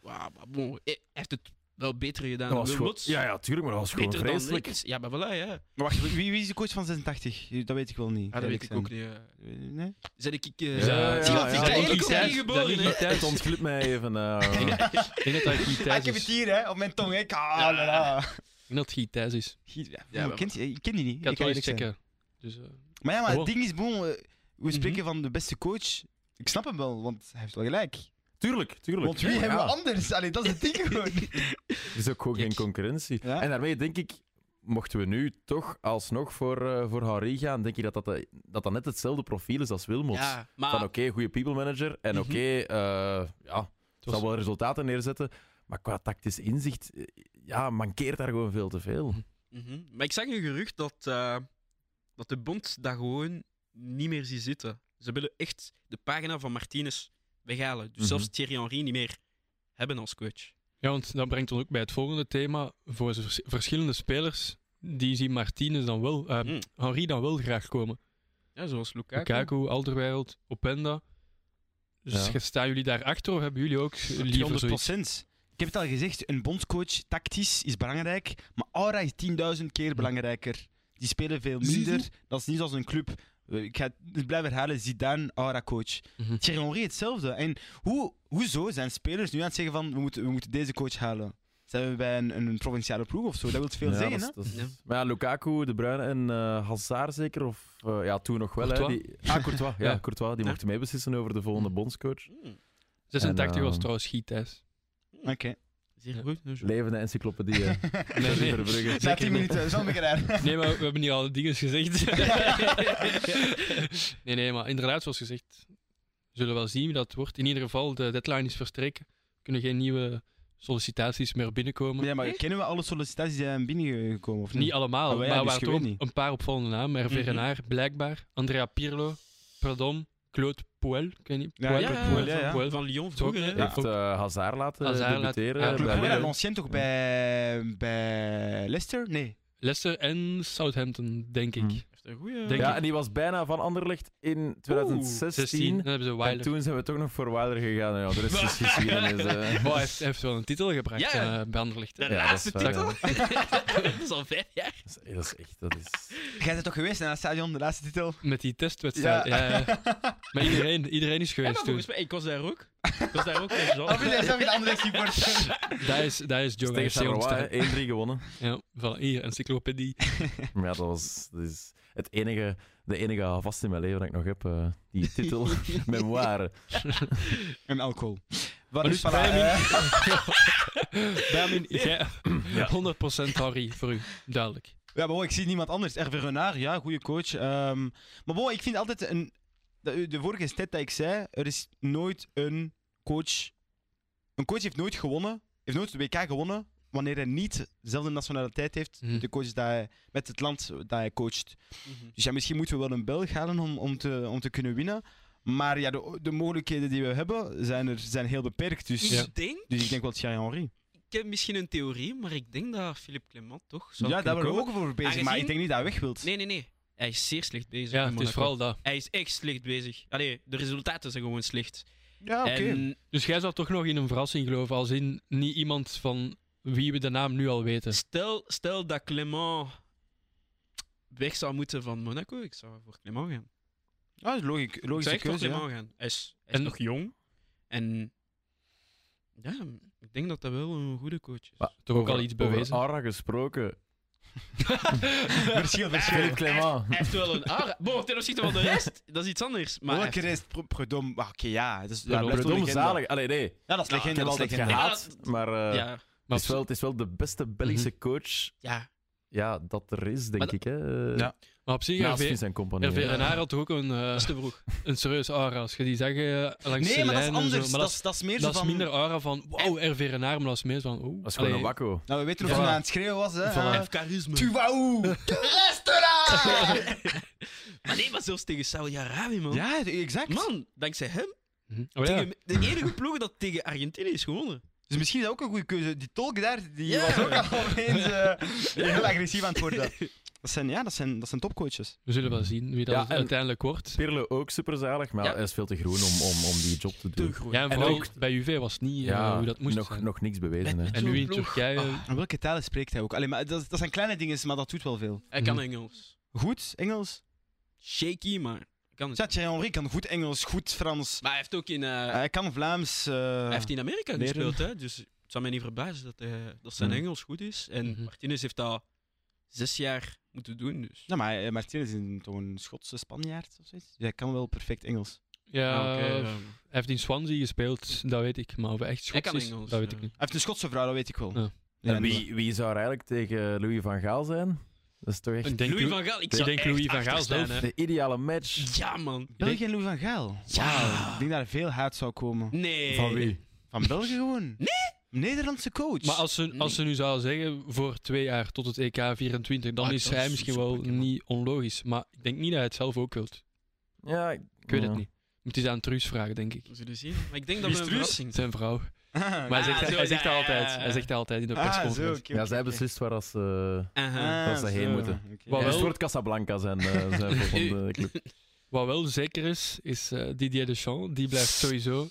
Speaker 3: Wauw, maar bon, hij hij heeft het wel beter gedaan
Speaker 4: dat
Speaker 3: dan
Speaker 4: was
Speaker 3: Wil
Speaker 4: gewoon-
Speaker 3: Mots.
Speaker 4: ja, ja, tuurlijk, maar dat was gewoon
Speaker 3: beter dan
Speaker 4: vreselijk.
Speaker 3: Lekens. Ja, maar voilà, ja.
Speaker 2: Maar wacht, wie, wie is de coach van 86? Dat weet ik wel niet.
Speaker 3: Ah, dat weet ik ook niet. ja.
Speaker 2: niet. Nee?
Speaker 3: Zijn ik... eh,
Speaker 1: Ja, ja,
Speaker 3: zie
Speaker 1: ja,
Speaker 3: wat
Speaker 1: ja.
Speaker 3: ik
Speaker 1: Ricky
Speaker 3: eigenlijk ook
Speaker 1: Thijs,
Speaker 3: niet geboren,
Speaker 1: Ricky
Speaker 3: hè.
Speaker 1: Thijs.
Speaker 4: Het ontglipt mij even. eh,
Speaker 1: Ik denk dat Guy
Speaker 2: Ah, ik
Speaker 1: Thijs
Speaker 2: heb
Speaker 1: is.
Speaker 2: het hier, hè, op mijn tong. Hè.
Speaker 3: Ja.
Speaker 2: Kalala.
Speaker 1: Ik denk dat Guy Thijs is.
Speaker 2: Hier, ja,
Speaker 3: Ja,
Speaker 2: ik, ken, die- ik ken die niet.
Speaker 1: Ik ga het
Speaker 2: kan
Speaker 1: wel
Speaker 2: eerlijk
Speaker 1: eens
Speaker 2: zijn.
Speaker 1: checken. Dus, eh,
Speaker 2: Maar ja, maar
Speaker 1: Oh. Mhm.
Speaker 2: het ding is, bon, eh, we spreken van de beste coach. Ik snap hem wel, want hij heeft wel gelijk.
Speaker 4: Tuurlijk, tuurlijk.
Speaker 2: Want wie
Speaker 4: Ja.
Speaker 2: hebben we anders? Allee, dat is het ding gewoon.
Speaker 4: Er is ook gewoon geen concurrentie.
Speaker 2: Ja.
Speaker 4: En daarmee denk ik, mochten we nu toch alsnog voor, eh voor Harry gaan, denk ik dat dat, de- dat dat net hetzelfde profiel is als Wilmots.
Speaker 3: Ja,
Speaker 4: Van
Speaker 3: maar...
Speaker 4: oké, goede people manager en
Speaker 3: Mhm.
Speaker 4: oké, eh, ja, zal wel resultaten neerzetten. Maar qua tactisch inzicht, eh, ja, mankeert daar gewoon veel te veel.
Speaker 3: Mhm. Maar ik zag een gerucht dat, eh, dat de bond daar gewoon niet meer ziet zitten. Ze willen echt de pagina van Martinez weghalen. Dus
Speaker 4: Mhm.
Speaker 3: zelfs Thierry Henry niet meer hebben als coach.
Speaker 1: Ja, want dat brengt ons ook bij het volgende thema. Voor vers- verschillende spelers, die zien Martinez dan wel, eh,
Speaker 3: Mm.
Speaker 1: Henri dan wel graag komen.
Speaker 3: Ja, zoals Lukaku.
Speaker 1: Lukaku, Alderweireld, Openda. Dus
Speaker 4: Ja.
Speaker 1: staan jullie daarachter of hebben jullie ook liever zoiets?
Speaker 2: 100%. Ik heb het al gezegd, een bondscoach tactisch is belangrijk, maar aura is 10.000 keer belangrijker. Die spelen veel
Speaker 1: Mhm. Zie je?
Speaker 2: minder, dat is niet zoals een club. Eh, Ik ga het blijven herhalen, Zidane, aura coach.
Speaker 1: Mhm.
Speaker 2: Thierry Henry hetzelfde. En hoe, hoezo zijn spelers nu aan het zeggen van, we moeten, we moeten deze coach halen? Zijn we bij een, een provinciale ploeg of zo? Dat wil veel
Speaker 4: Ja,
Speaker 2: zeggen,
Speaker 4: dat
Speaker 2: hè?
Speaker 4: is- dat is-
Speaker 3: Ja.
Speaker 4: Maar ja, Lukaku, De Bruyne en eh Hazard zeker, of eh, ja, toen nog wel. Hè,
Speaker 1: Courtois.
Speaker 4: die, ah, Courtois, ja,
Speaker 1: Ja.
Speaker 4: Courtois, die
Speaker 3: Ja.
Speaker 4: mocht meebeslissen over de volgende bondscoach.
Speaker 3: Mm,
Speaker 1: 86 was
Speaker 4: En,
Speaker 1: trouwens Guy Thijs.
Speaker 2: Oké.
Speaker 3: Zeer goed. dus-
Speaker 4: Levende encyclopedie. hè.
Speaker 1: Nee,
Speaker 4: Sorry,
Speaker 1: nee.
Speaker 4: Verbrugge.
Speaker 2: Na
Speaker 1: Zeker niet.
Speaker 2: 10 minuten, zo'n beetje raar.
Speaker 1: Nee, maar we hebben niet alle dingen gezegd. nee, nee, maar inderdaad, zoals gezegd, we zullen wel zien wie dat wordt. In ieder geval, de deadline is verstreken. Er kunnen geen nieuwe sollicitaties meer binnenkomen.
Speaker 2: Ja, maar kennen we alle sollicitaties die zijn binnengekomen? Of
Speaker 1: Niet allemaal,
Speaker 2: Ah, wel
Speaker 1: maar
Speaker 2: ja,
Speaker 1: er
Speaker 2: dus
Speaker 1: waren
Speaker 2: je
Speaker 1: toch
Speaker 2: weet niet.
Speaker 1: een paar opvallende namen. Hervé
Speaker 3: Mhm.
Speaker 1: Renard, blijkbaar. Andrea Pirlo, Perdom, Claude Puel, ik weet niet.
Speaker 2: Ja,
Speaker 1: Puel,
Speaker 3: ja,
Speaker 2: Club
Speaker 3: ja,
Speaker 2: Brugge,
Speaker 1: Puel,
Speaker 2: ja, ja.
Speaker 1: Puel.
Speaker 3: Van Lyon vroeger. hè.
Speaker 1: Ja.
Speaker 4: heeft eh, Hazard laten
Speaker 1: Hazard laat-
Speaker 4: debuteren.
Speaker 1: ja, Club
Speaker 2: Club
Speaker 4: bij
Speaker 1: Brugge.
Speaker 2: Brugge,
Speaker 4: Lille.
Speaker 2: l'ancien toch bij, bij Leicester? Nee.
Speaker 1: Leicester en Southampton, denk ik.
Speaker 4: Mhm.
Speaker 3: Heeft een goeie...
Speaker 1: Denk
Speaker 4: Ja,
Speaker 1: ik.
Speaker 4: en die was bijna van Anderlecht in
Speaker 1: 16,
Speaker 4: 2016.
Speaker 1: dan hebben ze
Speaker 4: en
Speaker 1: Wilder.
Speaker 4: toen zijn we toch nog voor Wilder gegaan. Ja, de rest is geschiedenis. eh.
Speaker 1: Wow, hij heeft, hij heeft wel een titel gebracht
Speaker 3: Ja, ja.
Speaker 1: eh, bij Anderlecht.
Speaker 3: De
Speaker 4: dat is
Speaker 3: laatste
Speaker 4: waar.
Speaker 3: titel. dat is al vijf jaar.
Speaker 4: Dat is- Dat is echt... Dat is...
Speaker 2: Jij bent toch geweest naar het stadion, de laatste titel?
Speaker 1: Met die testwedstrijd. Ja. ja. maar iedereen, iedereen is
Speaker 3: Ja,
Speaker 1: geweest
Speaker 3: maar
Speaker 1: toen.
Speaker 3: volgens mij, ik was daar ook. Ik was daar ook. met Jean.
Speaker 2: Of is hij zelf in de andere supporter?
Speaker 1: Dat is, dat is
Speaker 4: dat
Speaker 1: Joe FC
Speaker 4: is tegen Charleroi,
Speaker 1: ontstaan.
Speaker 4: hè. 1-3 gewonnen.
Speaker 1: Ja, voilà, hier, encyclopedie.
Speaker 4: Maar ja, dat, was, dat is het enige, de enige vast in mijn leven dat ik nog heb. eh, die titel, memoire.
Speaker 2: En alcohol. Wat
Speaker 1: Maar
Speaker 2: is
Speaker 1: dus Benjamin, Benjamin jij, 100% Harry voor u, duidelijk.
Speaker 2: Ja, maar bon, ik zie niemand anders. Hervé Renard, ja, goede coach. Ehm, maar bon, ik vind altijd een. De, de vorige stat dat ik zei, er is nooit een coach. Een coach heeft nooit gewonnen, heeft nooit de WK gewonnen, wanneer hij niet dezelfde nationaliteit heeft.
Speaker 1: Mhm.
Speaker 2: De coach dat hij, met het land dat hij coacht.
Speaker 3: Mhm.
Speaker 2: Dus ja, misschien moeten we wel een Belg halen om, om, te, om te kunnen winnen. Maar ja, de, de mogelijkheden die we hebben zijn, er, zijn heel beperkt. Dus,
Speaker 3: Ik denk...
Speaker 2: dus ik denk wel Thierry Henry.
Speaker 3: Ik heb misschien een theorie, maar ik denk dat Philippe Clement toch zou
Speaker 2: Ja, daar
Speaker 3: kunnen
Speaker 2: waren we
Speaker 3: komen.
Speaker 2: ook voor bezig, maar ik
Speaker 3: Aangezien-
Speaker 2: denk niet dat hij weg wilt.
Speaker 3: Nee, nee, nee. Hij is zeer slecht bezig.
Speaker 1: Ja, het
Speaker 3: in
Speaker 1: is
Speaker 3: Monaco.
Speaker 1: vooral dat.
Speaker 3: Hij is echt slecht bezig. Allee, de resultaten zijn gewoon slecht.
Speaker 2: Ja, Ah, oké.
Speaker 3: En
Speaker 1: Dus jij zou toch nog in een verrassing geloven, als in niet iemand van wie we de naam nu al weten.
Speaker 3: stel, stel dat Clement weg zou moeten van Monaco, ik zou voor Clement gaan.
Speaker 2: Ja, dat Ah, is logisch,
Speaker 3: Ik zou
Speaker 2: logische
Speaker 3: echt voor
Speaker 2: keuze. ja.
Speaker 3: Clement gaan. Hij is, hij is
Speaker 1: En-
Speaker 3: nog jong. En ja, ik denk dat dat wel een goede coach is.
Speaker 4: Maar-
Speaker 1: Toch ook al iets bewezen.
Speaker 4: Over Ara gesproken.
Speaker 2: Verschil, verschil.
Speaker 4: Philippe Clement.
Speaker 3: Hij heeft wel een aard. Bon, ten opzichte van de rest, dat is iets anders. Maar
Speaker 2: Maar
Speaker 3: hij
Speaker 2: welke rest? Pro- Predom. Ah, Oké, ja. Dat is, ja,
Speaker 1: Predom.
Speaker 2: blijft wel
Speaker 4: Verdomme
Speaker 2: legende.
Speaker 4: zalig. Allee, nee. Ik
Speaker 2: Ja, dat is
Speaker 3: Ja,
Speaker 2: legende.
Speaker 4: heb
Speaker 2: dat is
Speaker 4: altijd
Speaker 2: legende.
Speaker 4: gehaat, maar eh,
Speaker 3: ja,
Speaker 1: Maar
Speaker 4: het, is wel, het is wel de beste Belgische
Speaker 1: Mhm.
Speaker 4: coach
Speaker 3: ja.
Speaker 4: ja, dat er is, denk
Speaker 3: Maar
Speaker 4: ik. Hè. Eh,
Speaker 2: Ja.
Speaker 1: Maar op zich,
Speaker 4: Naast
Speaker 1: RV
Speaker 4: Vincent Company.
Speaker 1: RV
Speaker 4: hè.
Speaker 1: Renard had toch ook een, eh,
Speaker 3: dat is te vroeg.
Speaker 1: een serieuze aura. Als je die zegt eh, langs
Speaker 2: Nee,
Speaker 1: de
Speaker 2: maar dat is
Speaker 1: lijn en zo,
Speaker 2: anders.
Speaker 1: maar
Speaker 2: Dat is, dat is meer
Speaker 1: dat
Speaker 2: zo
Speaker 1: is
Speaker 2: van...
Speaker 1: minder aura van wow, RV Renard, maar dat is meer van oh.
Speaker 4: Dat is gewoon
Speaker 1: allee,
Speaker 4: een wakko.
Speaker 2: Nou, we weten of
Speaker 1: Ja.
Speaker 2: hij aan het schreeuwen was, hè.
Speaker 4: Voilà.
Speaker 2: Eh,
Speaker 3: Hij heeft charisme.
Speaker 2: Tuwauw! Restaurant!
Speaker 3: Maar nee, maar zelfs tegen Saudi-Arabië, man.
Speaker 2: Ja, exact.
Speaker 3: Man, dankzij hem.
Speaker 1: mhm. Oh, ja.
Speaker 3: Tegen de enige ploeg dat tegen Argentinië is gewonnen.
Speaker 2: Dus misschien is dat ook een goede keuze. Die tolk daar, die
Speaker 3: Ja.
Speaker 2: was ook al opeens eh, heel agressief aan het worden. Dat zijn, ja, dat zijn, dat zijn topcoaches.
Speaker 1: We zullen wel zien wie dat
Speaker 4: Ja,
Speaker 1: het
Speaker 4: en-
Speaker 1: uiteindelijk wordt.
Speaker 4: Pirlo ook superzalig, maar
Speaker 3: Ja.
Speaker 4: hij is veel te groen om, om, om die job te doen.
Speaker 3: groot.
Speaker 1: Ja, en
Speaker 4: En
Speaker 1: vooral
Speaker 4: ook-
Speaker 1: bij UV was het niet eh, hoe dat moest
Speaker 4: nog,
Speaker 1: zijn.
Speaker 4: nog niks bewezen. Hè.
Speaker 3: Met-
Speaker 1: en nu in
Speaker 3: Zo'n ploeg.
Speaker 1: Turkije.
Speaker 3: Ah.
Speaker 2: En welke talen spreekt hij ook? Allee, maar dat, dat zijn kleine dingen, maar dat doet wel veel.
Speaker 3: Hij kan Engels.
Speaker 2: Goed Engels?
Speaker 3: Shaky, maar hij kan het.
Speaker 2: Tja, Henri kan goed Engels, goed Frans.
Speaker 3: Maar hij heeft ook in, eh,
Speaker 2: Hij kan Vlaams. eh,
Speaker 3: hij heeft in Amerika
Speaker 4: leren.
Speaker 3: gespeeld, hè. Dus het zou mij niet verbazen dat, hij, dat zijn
Speaker 4: Mhm.
Speaker 3: Engels goed is. En
Speaker 1: Mhm.
Speaker 3: Martinez heeft dat zes jaar moeten doen, dus...
Speaker 2: Ja, maar eh, Martinez is een, toch een Schotse Spanjaard of zoiets. Dus hij kan wel perfect Engels.
Speaker 1: Ja,
Speaker 3: Ah, oké,
Speaker 1: hij
Speaker 3: ja.
Speaker 1: heeft in Swansea gespeeld, dat weet ik. Maar of hij echt
Speaker 3: Hij
Speaker 1: Schots
Speaker 3: kan
Speaker 1: is,
Speaker 3: Engels,
Speaker 1: dat weet
Speaker 3: ja.
Speaker 1: ik niet.
Speaker 2: Hij heeft een Schotse vrouw, dat weet ik wel.
Speaker 1: Ja.
Speaker 2: Ja,
Speaker 4: En wie, wie zou er eigenlijk tegen Louis van Gaal zijn? Dat is toch echt
Speaker 1: Ik denk,
Speaker 3: Louis
Speaker 1: Louis
Speaker 3: van Gaal, ik
Speaker 1: ik
Speaker 3: zou
Speaker 1: denk
Speaker 3: echt
Speaker 1: Louis van
Speaker 3: achter
Speaker 1: Gaal
Speaker 3: staan,
Speaker 1: zelf.
Speaker 3: hè.
Speaker 4: de ideale match.
Speaker 3: Ja, man.
Speaker 2: België en Louis van Gaal.
Speaker 3: Ja.
Speaker 2: Ik denk dat er veel haat zou komen.
Speaker 3: Nee.
Speaker 2: Van België gewoon. Nee! Nederlandse coach.
Speaker 1: Eh, Maar als ze, als ze nu zou zeggen voor twee jaar tot het EK 24, dan
Speaker 3: Ah,
Speaker 1: is
Speaker 3: dat
Speaker 1: hij
Speaker 3: is
Speaker 1: misschien
Speaker 3: zo
Speaker 1: wel
Speaker 3: pakken, man.
Speaker 1: niet onlogisch. Maar ik denk niet dat hij het zelf ook wilt.
Speaker 4: Ja, ik,
Speaker 1: Ik weet
Speaker 3: Ah.
Speaker 4: ja.
Speaker 1: het niet. Moet hij aan Truus vragen, denk ik.
Speaker 3: We zullen zien. Maar ik denk
Speaker 2: Wie
Speaker 3: dat we een
Speaker 2: is Truus?
Speaker 3: verrassing
Speaker 1: Zijn vrouw.
Speaker 2: Ah,
Speaker 1: Maar hij
Speaker 3: Ah,
Speaker 1: zegt,
Speaker 3: zo,
Speaker 1: hij zegt
Speaker 3: ja,
Speaker 1: dat
Speaker 3: ja,
Speaker 1: altijd.
Speaker 3: ja, ja.
Speaker 1: Hij zegt dat altijd in de
Speaker 2: ah, zo,
Speaker 1: persconferentie.
Speaker 2: oké,
Speaker 4: Ja,
Speaker 2: oké,
Speaker 4: zij
Speaker 2: oké.
Speaker 4: beslist waar als, ze
Speaker 3: Aha.
Speaker 2: Ah,
Speaker 4: waar ze heen
Speaker 2: zo,
Speaker 4: moeten.
Speaker 2: oké.
Speaker 1: Wat
Speaker 4: Ja, een
Speaker 1: wel-
Speaker 4: soort Casablanca zijn, eh, zijn volgende club.
Speaker 1: Wat wel zeker is, is eh, Didier Deschamps. Die blijft sowieso.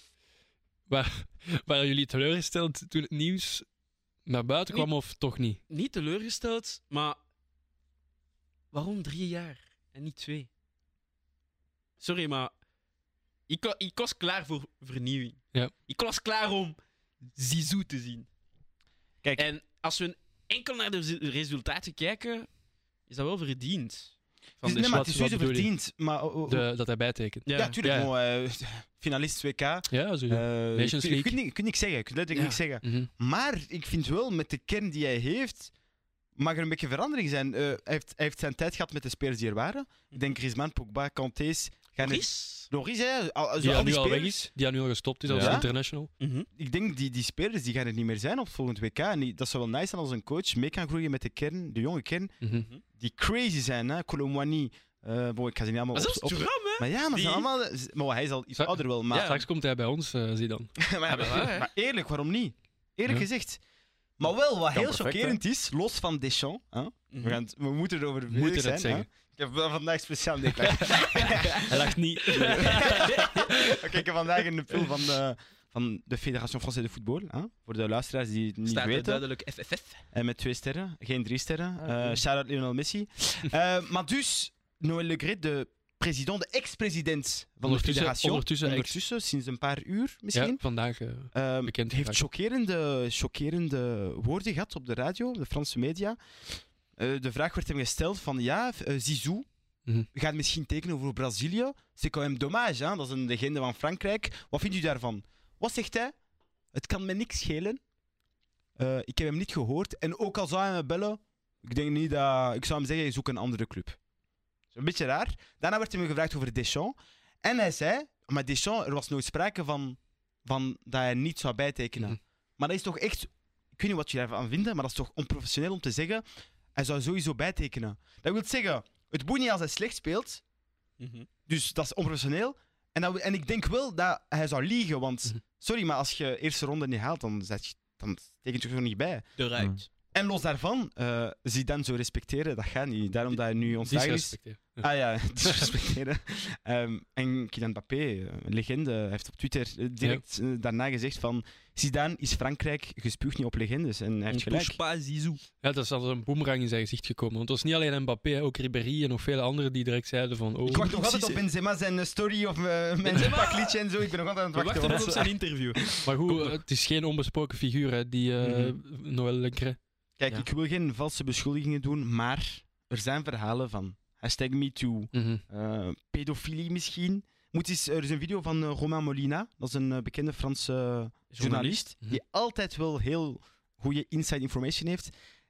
Speaker 1: Waar, waren jullie teleurgesteld toen het nieuws naar buiten kwam, of toch niet?
Speaker 3: Niet teleurgesteld, maar waarom drie jaar en niet twee? Sorry, maar ik, wa- ik was klaar voor vernieuwing.
Speaker 1: Ja.
Speaker 3: Ik was klaar om Zizou te zien.
Speaker 2: Kijk.
Speaker 3: En als we enkel naar de z- resultaten kijken, is dat wel verdiend.
Speaker 2: Het is-
Speaker 1: de
Speaker 2: nee, maar
Speaker 1: Schwat-
Speaker 2: het is
Speaker 1: wat
Speaker 2: sowieso
Speaker 1: bedoel je?
Speaker 2: verdiend. Maar, oh, oh, oh.
Speaker 1: De, dat hij bijtekent.
Speaker 2: ja, tuurlijk.
Speaker 1: ja.
Speaker 2: gewoon, eh, finalist WK. eh,
Speaker 1: Ja, zo.
Speaker 2: je kunt-
Speaker 1: League.
Speaker 2: Je kunt, niet- je kunt niks zeggen. Je kunt letterlijk niks zeggen.
Speaker 1: Mhm.
Speaker 2: Maar ik vind wel, met de kern die hij heeft, mag er een beetje verandering zijn. Eh, hij, heeft, hij heeft zijn tijd gehad met de spelers die er waren. Ik denk Griezmann, Pogba, Kantees. Gaan er-
Speaker 3: Chris?
Speaker 2: Loris, hè? Al, al- zo
Speaker 1: Die
Speaker 2: al
Speaker 1: al nu
Speaker 2: die
Speaker 1: al weg
Speaker 2: spelers.
Speaker 1: is, die al nu al gestopt is als
Speaker 4: Ja.
Speaker 1: international.
Speaker 3: Mhm.
Speaker 2: Ik denk die, die spelers die gaan er niet meer zijn op het volgend WK. En die- dat zou wel nice zijn als een coach mee kan groeien met de kern, de jonge kern,
Speaker 1: Mhm.
Speaker 2: die crazy zijn. hè. Colomwani, eh, bon, ik ga ze niet allemaal
Speaker 3: Maar zelfs
Speaker 2: op- op-
Speaker 3: Thuram, hè?
Speaker 2: Maar ja, maar, ze
Speaker 3: Die-
Speaker 2: zijn allemaal, maar hij is al iets
Speaker 1: Zou-
Speaker 2: ouder wel. Maar,
Speaker 3: Ja.
Speaker 1: Straks komt hij bij ons, eh, zie dan.
Speaker 2: maar,
Speaker 3: Ja, maar waar, hè?
Speaker 2: maar eerlijk, waarom niet? Eerlijk
Speaker 1: Ja.
Speaker 2: gezegd. Maar wel, wat heel
Speaker 4: perfect,
Speaker 2: chockerend is, los van Deschamps, hè?
Speaker 3: Mhm.
Speaker 2: We, gaan het- we moeten erover
Speaker 1: Moeten
Speaker 2: bezig
Speaker 1: het
Speaker 2: zijn.
Speaker 1: zeggen.
Speaker 2: hè. Ik heb wel vandaag speciaal dit. Oké,
Speaker 1: Hij lacht niet.
Speaker 2: ik heb vandaag een pil van de, van de Fédération Française de Football. Hè? Voor de luisteraars die het niet
Speaker 3: Staat er
Speaker 2: weten.
Speaker 3: duidelijk FFF.
Speaker 2: En met twee sterren, geen drie sterren.
Speaker 4: Ah,
Speaker 2: Eh,
Speaker 4: oké.
Speaker 2: Shout-out Lionel Messi. Eh, maar dus, Noël Le Gret, de president, de ex-president van de
Speaker 1: Ondertussen-
Speaker 2: federatie.
Speaker 1: ondertussen ex.
Speaker 2: ondertussen, sinds een paar uur
Speaker 1: Ja,
Speaker 2: misschien.
Speaker 1: vandaag eh,
Speaker 2: Ehm,
Speaker 1: bekend.
Speaker 2: Hij
Speaker 1: gemaakt.
Speaker 2: heeft chockerende, chockerende woorden gehad op de radio, op de Franse media. Eh, de vraag werd hem gesteld van, ja, eh, Zizou
Speaker 1: Mhm.
Speaker 2: gaat misschien tekenen voor Brazilië. C'est quand même dommage, hè? dat is een legende van Frankrijk. Wat vindt u daarvan? Wat zegt hij? Het kan me niks schelen. Eh, ik heb hem niet gehoord. En ook al zou hij me bellen, ik denk niet dat... Ik zou hem zeggen, zoek een andere club. Dat is een beetje raar. Daarna werd hem gevraagd over Deschamps. En hij zei, maar Deschamps, er was nooit sprake van, van dat hij niet zou bijtekenen.
Speaker 1: Mhm.
Speaker 2: Maar dat is toch echt... Ik weet niet wat je daarvan vindt, maar dat is toch onprofessioneel om te zeggen... Hij zou sowieso bijtekenen. Dat wil zeggen, het boeit niet als hij slecht speelt,
Speaker 3: Mhm.
Speaker 2: dus dat is onprofessioneel. En, dat, en ik denk wel dat hij zou liegen, want
Speaker 1: Mhm.
Speaker 2: sorry, maar als je eerste ronde niet haalt, dan zet je, dan tekent je er niet bij.
Speaker 3: Eruit.
Speaker 2: En los daarvan, eh Zidane zo respecteren, dat gaat niet. Daarom dat hij nu ontslagen is.
Speaker 1: Disrespecteer.
Speaker 2: Ah ja, disrespecteren. Ehm, en Kylian Mbappé, een legende, heeft op Twitter eh, direct eh, daarna gezegd van Zidane is Frankrijk, gespuugd niet op legendes. En hij heeft
Speaker 3: On
Speaker 2: gelijk.
Speaker 3: touche pas Zizou.
Speaker 1: Ja, dat is als een boemerang in zijn gezicht gekomen. Want het was niet alleen Mbappé, hè, ook Ribéry en nog vele anderen die direct zeiden van... Oh,
Speaker 2: Ik wacht nog altijd
Speaker 3: precies,
Speaker 2: op
Speaker 3: hè.
Speaker 2: Benzema zijn eh, story of eh, mijn pakliedje en zo. Ik ben nog altijd aan
Speaker 3: We
Speaker 2: het
Speaker 3: wachten
Speaker 2: wachten.
Speaker 3: nog op
Speaker 2: want-
Speaker 3: zijn interview.
Speaker 1: Maar goed, eh, het is geen onbesproken figuur, hè, die eh Noël Lencre.
Speaker 2: Kijk,
Speaker 3: Ja.
Speaker 2: ik wil geen valse beschuldigingen doen, maar er zijn verhalen van hashtag MeToo,
Speaker 1: Mhm.
Speaker 2: eh, pedofilie misschien. Moet eens, er is een video van eh, Romain Molina, dat is een eh, bekende Franse journalist,
Speaker 1: Mhm.
Speaker 2: die altijd wel heel goede inside information heeft.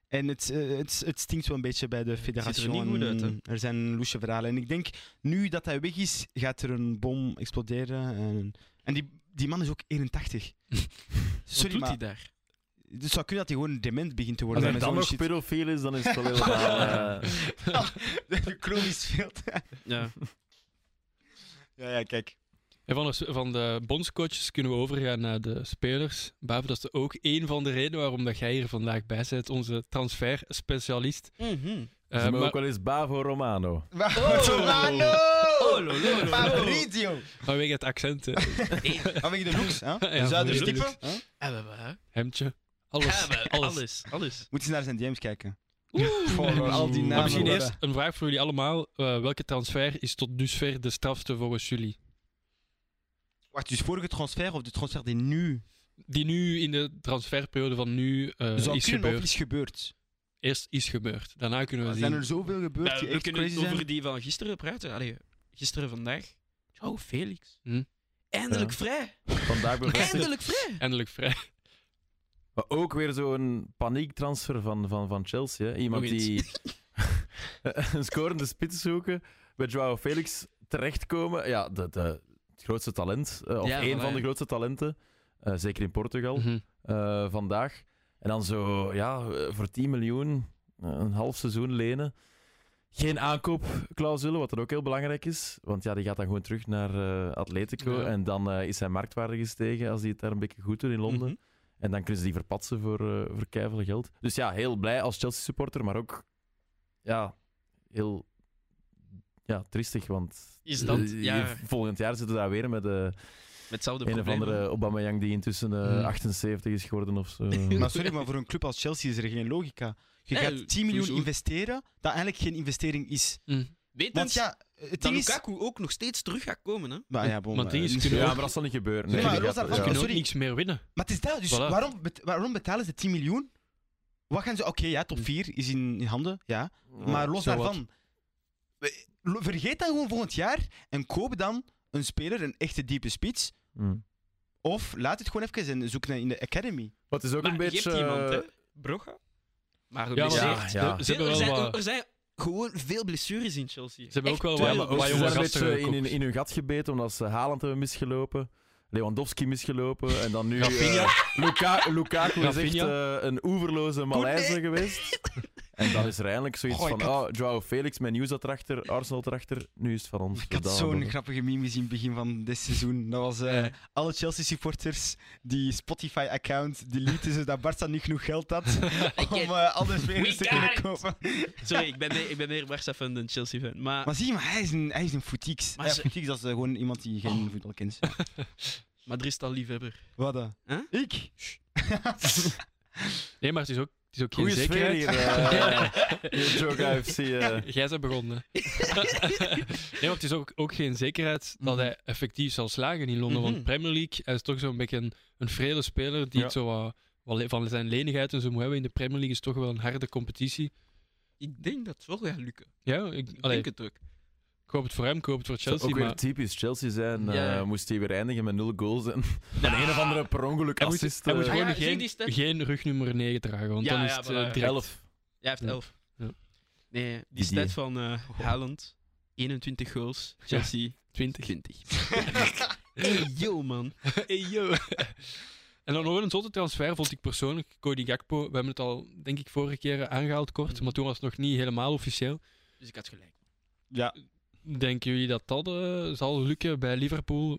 Speaker 2: En het, eh, het, het stinkt wel een beetje bij de
Speaker 3: ziet er
Speaker 2: federatie.
Speaker 3: niet goed uit, hè?
Speaker 2: Er zijn loesje verhalen. En ik denk, nu dat hij weg is, gaat er een bom exploderen. En, en die, die man is ook 81.
Speaker 3: Wat
Speaker 2: Sorry,
Speaker 3: doet
Speaker 2: maar
Speaker 3: hij daar?
Speaker 2: het zou kunnen dat hij gewoon dement begint te
Speaker 4: Als
Speaker 2: worden.
Speaker 4: hij
Speaker 2: met
Speaker 4: dan
Speaker 2: zo'n
Speaker 4: nog
Speaker 2: shit.
Speaker 4: pedofiel is, dan is het wel helemaal... eh,
Speaker 2: Chronisch veel.
Speaker 3: Ja.
Speaker 2: Ja, ja, kijk.
Speaker 1: En van de, van de bondscoaches kunnen we overgaan naar de spelers. Bavo, dat is ook één van de redenen waarom dat jij hier vandaag bij bent. Onze transferspecialist.
Speaker 3: Mhm.
Speaker 1: Eh,
Speaker 4: Ze mogen
Speaker 1: maar,
Speaker 4: ook wel eens Bavo Romano.
Speaker 2: Romano!
Speaker 3: Oh, lolo, lolo.
Speaker 2: Fabrizio!
Speaker 1: vanwege het accent, hè.
Speaker 2: Vanwege de looks, hè?
Speaker 1: Ja,
Speaker 2: De
Speaker 1: vanwege de
Speaker 2: Zuiderstippen. Huh?
Speaker 3: Hebben we, hè?
Speaker 1: hemdje, alles.
Speaker 3: Hebben we.
Speaker 1: alles.
Speaker 3: Alles. Alles.
Speaker 2: Moet eens naar zijn DM's kijken.
Speaker 1: Oeh.
Speaker 2: Voor al die
Speaker 1: Maar
Speaker 2: namen.
Speaker 1: misschien
Speaker 2: worden.
Speaker 1: eerst een vraag voor jullie allemaal. Eh, welke transfer is tot dusver de strafste volgens jullie?
Speaker 2: Wacht, dus vorige transfer of de transfer die nu
Speaker 1: Die nu in de transferperiode van nu eh,
Speaker 2: zou
Speaker 1: is
Speaker 2: kunnen
Speaker 1: gebeurd.
Speaker 2: of is gebeurd?
Speaker 1: Eerst is gebeurd. Daarna kunnen we
Speaker 2: Zijn
Speaker 1: zien.
Speaker 2: er zoveel gebeurd
Speaker 3: Nou,
Speaker 2: die
Speaker 3: we
Speaker 2: echt
Speaker 3: kunnen
Speaker 2: crazy
Speaker 3: over
Speaker 2: zijn?
Speaker 3: die van gisteren praten. Allee, gisteren vandaag. Oh, Felix.
Speaker 1: Hm.
Speaker 3: Eindelijk
Speaker 4: Ja.
Speaker 3: vrij.
Speaker 4: Vandaag bevestigd.
Speaker 3: Eindelijk vrij.
Speaker 1: Eindelijk vrij.
Speaker 4: Maar ook weer zo'n paniektransfer van, van, van Chelsea. hè. Iemand
Speaker 3: Nog iets.
Speaker 4: die een scorende spits zoeken, bij Joao Felix terechtkomen. Ja, de, de, het grootste talent, eh, of
Speaker 3: Ja,
Speaker 4: één
Speaker 3: voilà,
Speaker 4: van de
Speaker 3: ja.
Speaker 4: grootste talenten, eh, zeker in Portugal,
Speaker 1: Mhm.
Speaker 4: eh, vandaag. En dan zo, ja, eh, voor 10 miljoen, eh, een half seizoen lenen. Geen aankoopclausule, wat er ook heel belangrijk is. Want ja, die gaat dan gewoon terug naar eh, Atletico.
Speaker 1: Ja.
Speaker 4: En dan eh, is zijn marktwaarde gestegen als hij het daar een beetje goed doet in Londen.
Speaker 3: Mhm.
Speaker 4: En dan kunnen ze die verpatsen voor, eh voor keivele geld. Dus ja, heel blij als Chelsea-supporter, maar ook ja, heel ja, triestig. Want
Speaker 3: Is dat?
Speaker 4: eh,
Speaker 3: Ja,
Speaker 4: volgend jaar zitten we daar weer met de
Speaker 3: met hetzelfde
Speaker 4: een of
Speaker 3: probleem.
Speaker 4: andere Aubameyang die intussen eh,
Speaker 1: Hmm.
Speaker 4: 78 is geworden of zo.
Speaker 2: Maar sorry, maar voor een club als Chelsea is er geen logica. Je
Speaker 3: Nee,
Speaker 2: gaat 10 miljoen
Speaker 3: sowieso.
Speaker 2: investeren, dat eigenlijk geen investering is.
Speaker 1: Mhm.
Speaker 2: Want
Speaker 3: Weet want
Speaker 2: ja, het
Speaker 3: dat
Speaker 2: ding is...
Speaker 3: Lukaku ook nog steeds terug gaat komen, hè?
Speaker 2: Maar ja, bon,
Speaker 1: Want het ding is,
Speaker 2: eh,
Speaker 1: ze kunnen
Speaker 4: ja,
Speaker 1: ook-
Speaker 4: maar dat zal niet gebeuren. Nee,
Speaker 2: Ja, maar
Speaker 4: die
Speaker 2: Rosa,
Speaker 4: gaat-
Speaker 1: ze
Speaker 2: ja.
Speaker 1: kunnen ook
Speaker 2: Sorry.
Speaker 1: niks meer winnen.
Speaker 2: Maar het is dat, dus
Speaker 1: Voilà.
Speaker 2: waarom, bet- waarom betalen ze 10 miljoen? Wat gaan ze... Oké, ja, top 4 is in, in handen, ja. Maar los
Speaker 1: zowat.
Speaker 2: daarvan, we- lo- vergeet dan gewoon volgend jaar en koop dan een speler, een echte diepe spits.
Speaker 4: Hmm.
Speaker 2: Of laat het gewoon even en zoek naar in de academy.
Speaker 4: Maar het is ook
Speaker 3: maar
Speaker 4: een beetje...
Speaker 3: je hebt iemand,
Speaker 4: eh,
Speaker 3: hè? Brogga.
Speaker 1: Ja,
Speaker 3: Maar
Speaker 1: maar
Speaker 3: geblesseerd.
Speaker 4: ja, ja.
Speaker 1: ze- ze hebben
Speaker 3: er,
Speaker 1: wel
Speaker 3: zijn,
Speaker 1: wat-
Speaker 3: er zijn gewoon veel blessures in Chelsea.
Speaker 1: Ze hebben
Speaker 3: Echt
Speaker 1: ook wel
Speaker 3: te
Speaker 1: wat-
Speaker 4: Ja,
Speaker 3: veel
Speaker 4: maar ook
Speaker 1: wat
Speaker 4: ze
Speaker 1: jonge
Speaker 3: blessures.
Speaker 4: zijn een
Speaker 1: gasten
Speaker 4: beetje in,
Speaker 1: gekocht.
Speaker 4: in, in hun gat gebeten, omdat ze Haaland hebben misgelopen, Lewandowski misgelopen en dan nu
Speaker 1: Rafinha.
Speaker 4: eh, Luka- Lukaku is echt
Speaker 1: Rafinha.
Speaker 4: eh, een oeverloze Maleiser geweest. En dan is er eindelijk zoiets
Speaker 2: Goh, ik
Speaker 4: van,
Speaker 2: had-
Speaker 4: oh, Joao Felix, mijn nieuws zat erachter, Arsenal erachter, nu is het van ons.
Speaker 2: Ik had
Speaker 4: Gedaan,
Speaker 2: zo'n
Speaker 4: worden.
Speaker 2: grappige meme gezien begin van dit seizoen. Dat was eh,
Speaker 1: Ja.
Speaker 2: alle Chelsea-supporters die Spotify-account deleten zodat Barca niet genoeg geld had om
Speaker 3: get-
Speaker 2: eh alle spelers
Speaker 3: We
Speaker 2: te kunnen
Speaker 3: got it.
Speaker 2: kopen.
Speaker 3: Sorry, ik ben meer, ik ben meer Barca-fan dan Chelsea-fan. Maar,
Speaker 2: Maar zie je, maar hij is een, hij is een foutieks.
Speaker 3: Maar
Speaker 2: Ja,
Speaker 3: ze- Oh.
Speaker 2: foutieks, dat is eh, gewoon iemand die geen voetbal kent.
Speaker 3: Madrid-liefhebber.
Speaker 2: Wat dan?
Speaker 3: Huh?
Speaker 2: Ik?
Speaker 1: Nee, maar het is ook, het is ook geen
Speaker 4: Goeie sfeer
Speaker 1: zekerheid.
Speaker 4: hier, eh, hier in Joga FC. eh.
Speaker 1: Jij bent begonnen. nee, maar het is ook, ook geen zekerheid dat hij effectief zal slagen in Londen.
Speaker 3: Mhm.
Speaker 1: Want Premier League, hij is toch zo'n beetje een, een vrede speler die
Speaker 4: Ja.
Speaker 1: het zo wat- wat le- van zijn lenigheid en zo moet hebben. In de Premier League is toch wel een harde competitie.
Speaker 3: Ik denk dat het wel gaat lukken.
Speaker 1: Ja, ik,
Speaker 3: Ik
Speaker 1: allee,
Speaker 3: denk het ook.
Speaker 1: ik hoop het voor hem, ik hoop het voor
Speaker 4: Zou
Speaker 1: Chelsea.
Speaker 4: ook weer
Speaker 1: Maar
Speaker 4: typisch Chelsea zijn, eh,
Speaker 3: Ja.
Speaker 4: moest hij weer eindigen met nul goals en en
Speaker 3: Nou,
Speaker 4: een of andere per ongeluk
Speaker 1: Hij moet-
Speaker 4: assist.
Speaker 1: hij moet
Speaker 4: eh,
Speaker 1: gewoon
Speaker 3: ja, zie
Speaker 1: geen,
Speaker 3: die stem?
Speaker 1: geen rug nummer 9 dragen, want
Speaker 3: Ja,
Speaker 1: dan is
Speaker 3: ja,
Speaker 1: het
Speaker 3: voilà.
Speaker 1: eh, direct...
Speaker 4: elf.
Speaker 3: Jij heeft
Speaker 1: Ja.
Speaker 3: 11.
Speaker 1: Ja.
Speaker 3: Nee, die,
Speaker 4: Didier.
Speaker 3: stat van eh Haaland. 21 goals. Chelsea
Speaker 1: 20.
Speaker 3: 20. hey, yo, man.
Speaker 1: En dan nog een zotte transfer vond ik persoonlijk Cody Gakpo. We hebben het al, denk ik, vorige keer aangehaald kort, maar toen was het nog niet helemaal officieel.
Speaker 3: Dus ik had gelijk.
Speaker 2: Ja.
Speaker 1: Denken jullie dat dat eh, zal lukken bij Liverpool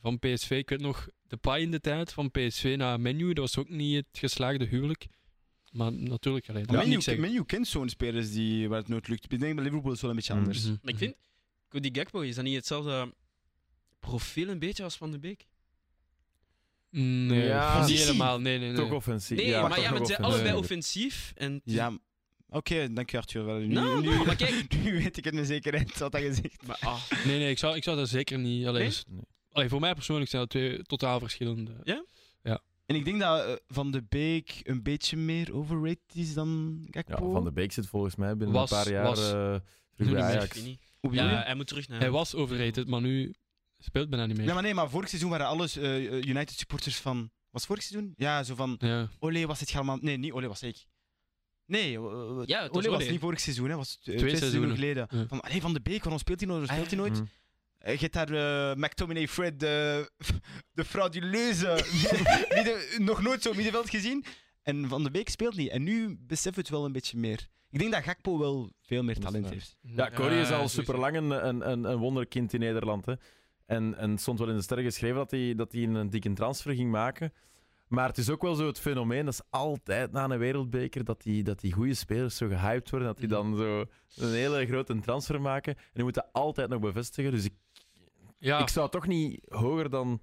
Speaker 1: van PSV? Ik weet nog, de paai in de tijd van PSV naar Menu, dat was ook niet het geslaagde huwelijk. Maar natuurlijk, alleen.
Speaker 2: Ja. Menu, Menu kent zo'n spelers die, waar het nooit lukt. Ik denk bij Liverpool is het wel een beetje
Speaker 4: Mm.
Speaker 2: anders.
Speaker 1: Mhm.
Speaker 3: Maar dus. ik vind, Cody Gakpo, is dat niet hetzelfde profiel een beetje als Van de Beek?
Speaker 1: Nee,
Speaker 4: Ja.
Speaker 1: niet
Speaker 2: Positie.
Speaker 1: helemaal. Nee, nee, nee.
Speaker 4: Toch offensief.
Speaker 3: Nee, maar
Speaker 4: toch
Speaker 3: ja, maar het
Speaker 4: nog
Speaker 3: zijn
Speaker 4: offensief.
Speaker 3: allebei offensief. En
Speaker 2: Ja, m- oké, dank je Arthur. Wel, Nu,
Speaker 3: Nou,
Speaker 2: nu,
Speaker 3: nou, maar kijk.
Speaker 2: nu weet ik het met zekerheid, wat dat gezegd.
Speaker 3: Maar, ah,
Speaker 1: Nee, nee, ik zou, ik zou dat zeker niet. Allee,
Speaker 3: Nee?
Speaker 1: dus- allee, voor mij persoonlijk zijn dat twee totaal verschillende.
Speaker 2: En ik denk dat eh, Van de Beek een beetje meer overrated is dan
Speaker 4: Ja,
Speaker 2: Gakpo.
Speaker 4: Van de Beek zit volgens mij binnen
Speaker 1: Was-
Speaker 4: een paar jaar
Speaker 1: was. Nu
Speaker 4: eh, terug bij
Speaker 1: niet meer.
Speaker 3: dat
Speaker 4: Ajax.
Speaker 3: vind ik niet.
Speaker 2: Hoe bedoel
Speaker 3: Ja,
Speaker 2: je?
Speaker 3: hij moet terug naar.
Speaker 1: Hij was overrated, maar nu speelt bijna niet meer.
Speaker 2: Ja, maar nee, maar vorig seizoen waren alles eh, United supporters van... Was het vorig seizoen? Ja, zo van...
Speaker 1: Ja.
Speaker 2: Olé was het helemaal... Nee, niet Olé was ik. Nee, eh, eh,
Speaker 3: Ja, het was
Speaker 2: Olé was
Speaker 3: Olé.
Speaker 2: niet vorig seizoen, hè. was het, eh, twee,
Speaker 1: seizoenen.
Speaker 2: seizoenen geleden.
Speaker 1: Ja.
Speaker 2: Van, allee, Van de Beek, waarom speelt hij nooit? Waarom speelt hij nooit?
Speaker 4: Mm.
Speaker 2: Eh, Je hebt daar eh, McTominay Fred, de, de frauduleuze, midden- nog nooit zo middenveld gezien. En Van de Beek speelt niet. En nu besef het wel een beetje meer. Ik denk dat Gakpo wel veel meer
Speaker 4: Dat is
Speaker 2: talent
Speaker 4: waar.
Speaker 2: heeft.
Speaker 4: Ja, Corey is al
Speaker 1: sowieso.
Speaker 4: super lang een, een, een, een wonderkind in Nederland. Hè. En, en stond wel in de sterren geschreven dat hij, dat hij een dikke transfer ging maken. Maar het is ook wel zo het fenomeen, dat is altijd na een wereldbeker, dat die, dat die goede spelers zo gehyped worden, dat die dan zo een hele grote transfer maken. En die moeten altijd nog bevestigen. Dus ik,
Speaker 1: Ja,
Speaker 4: ik zou toch niet hoger dan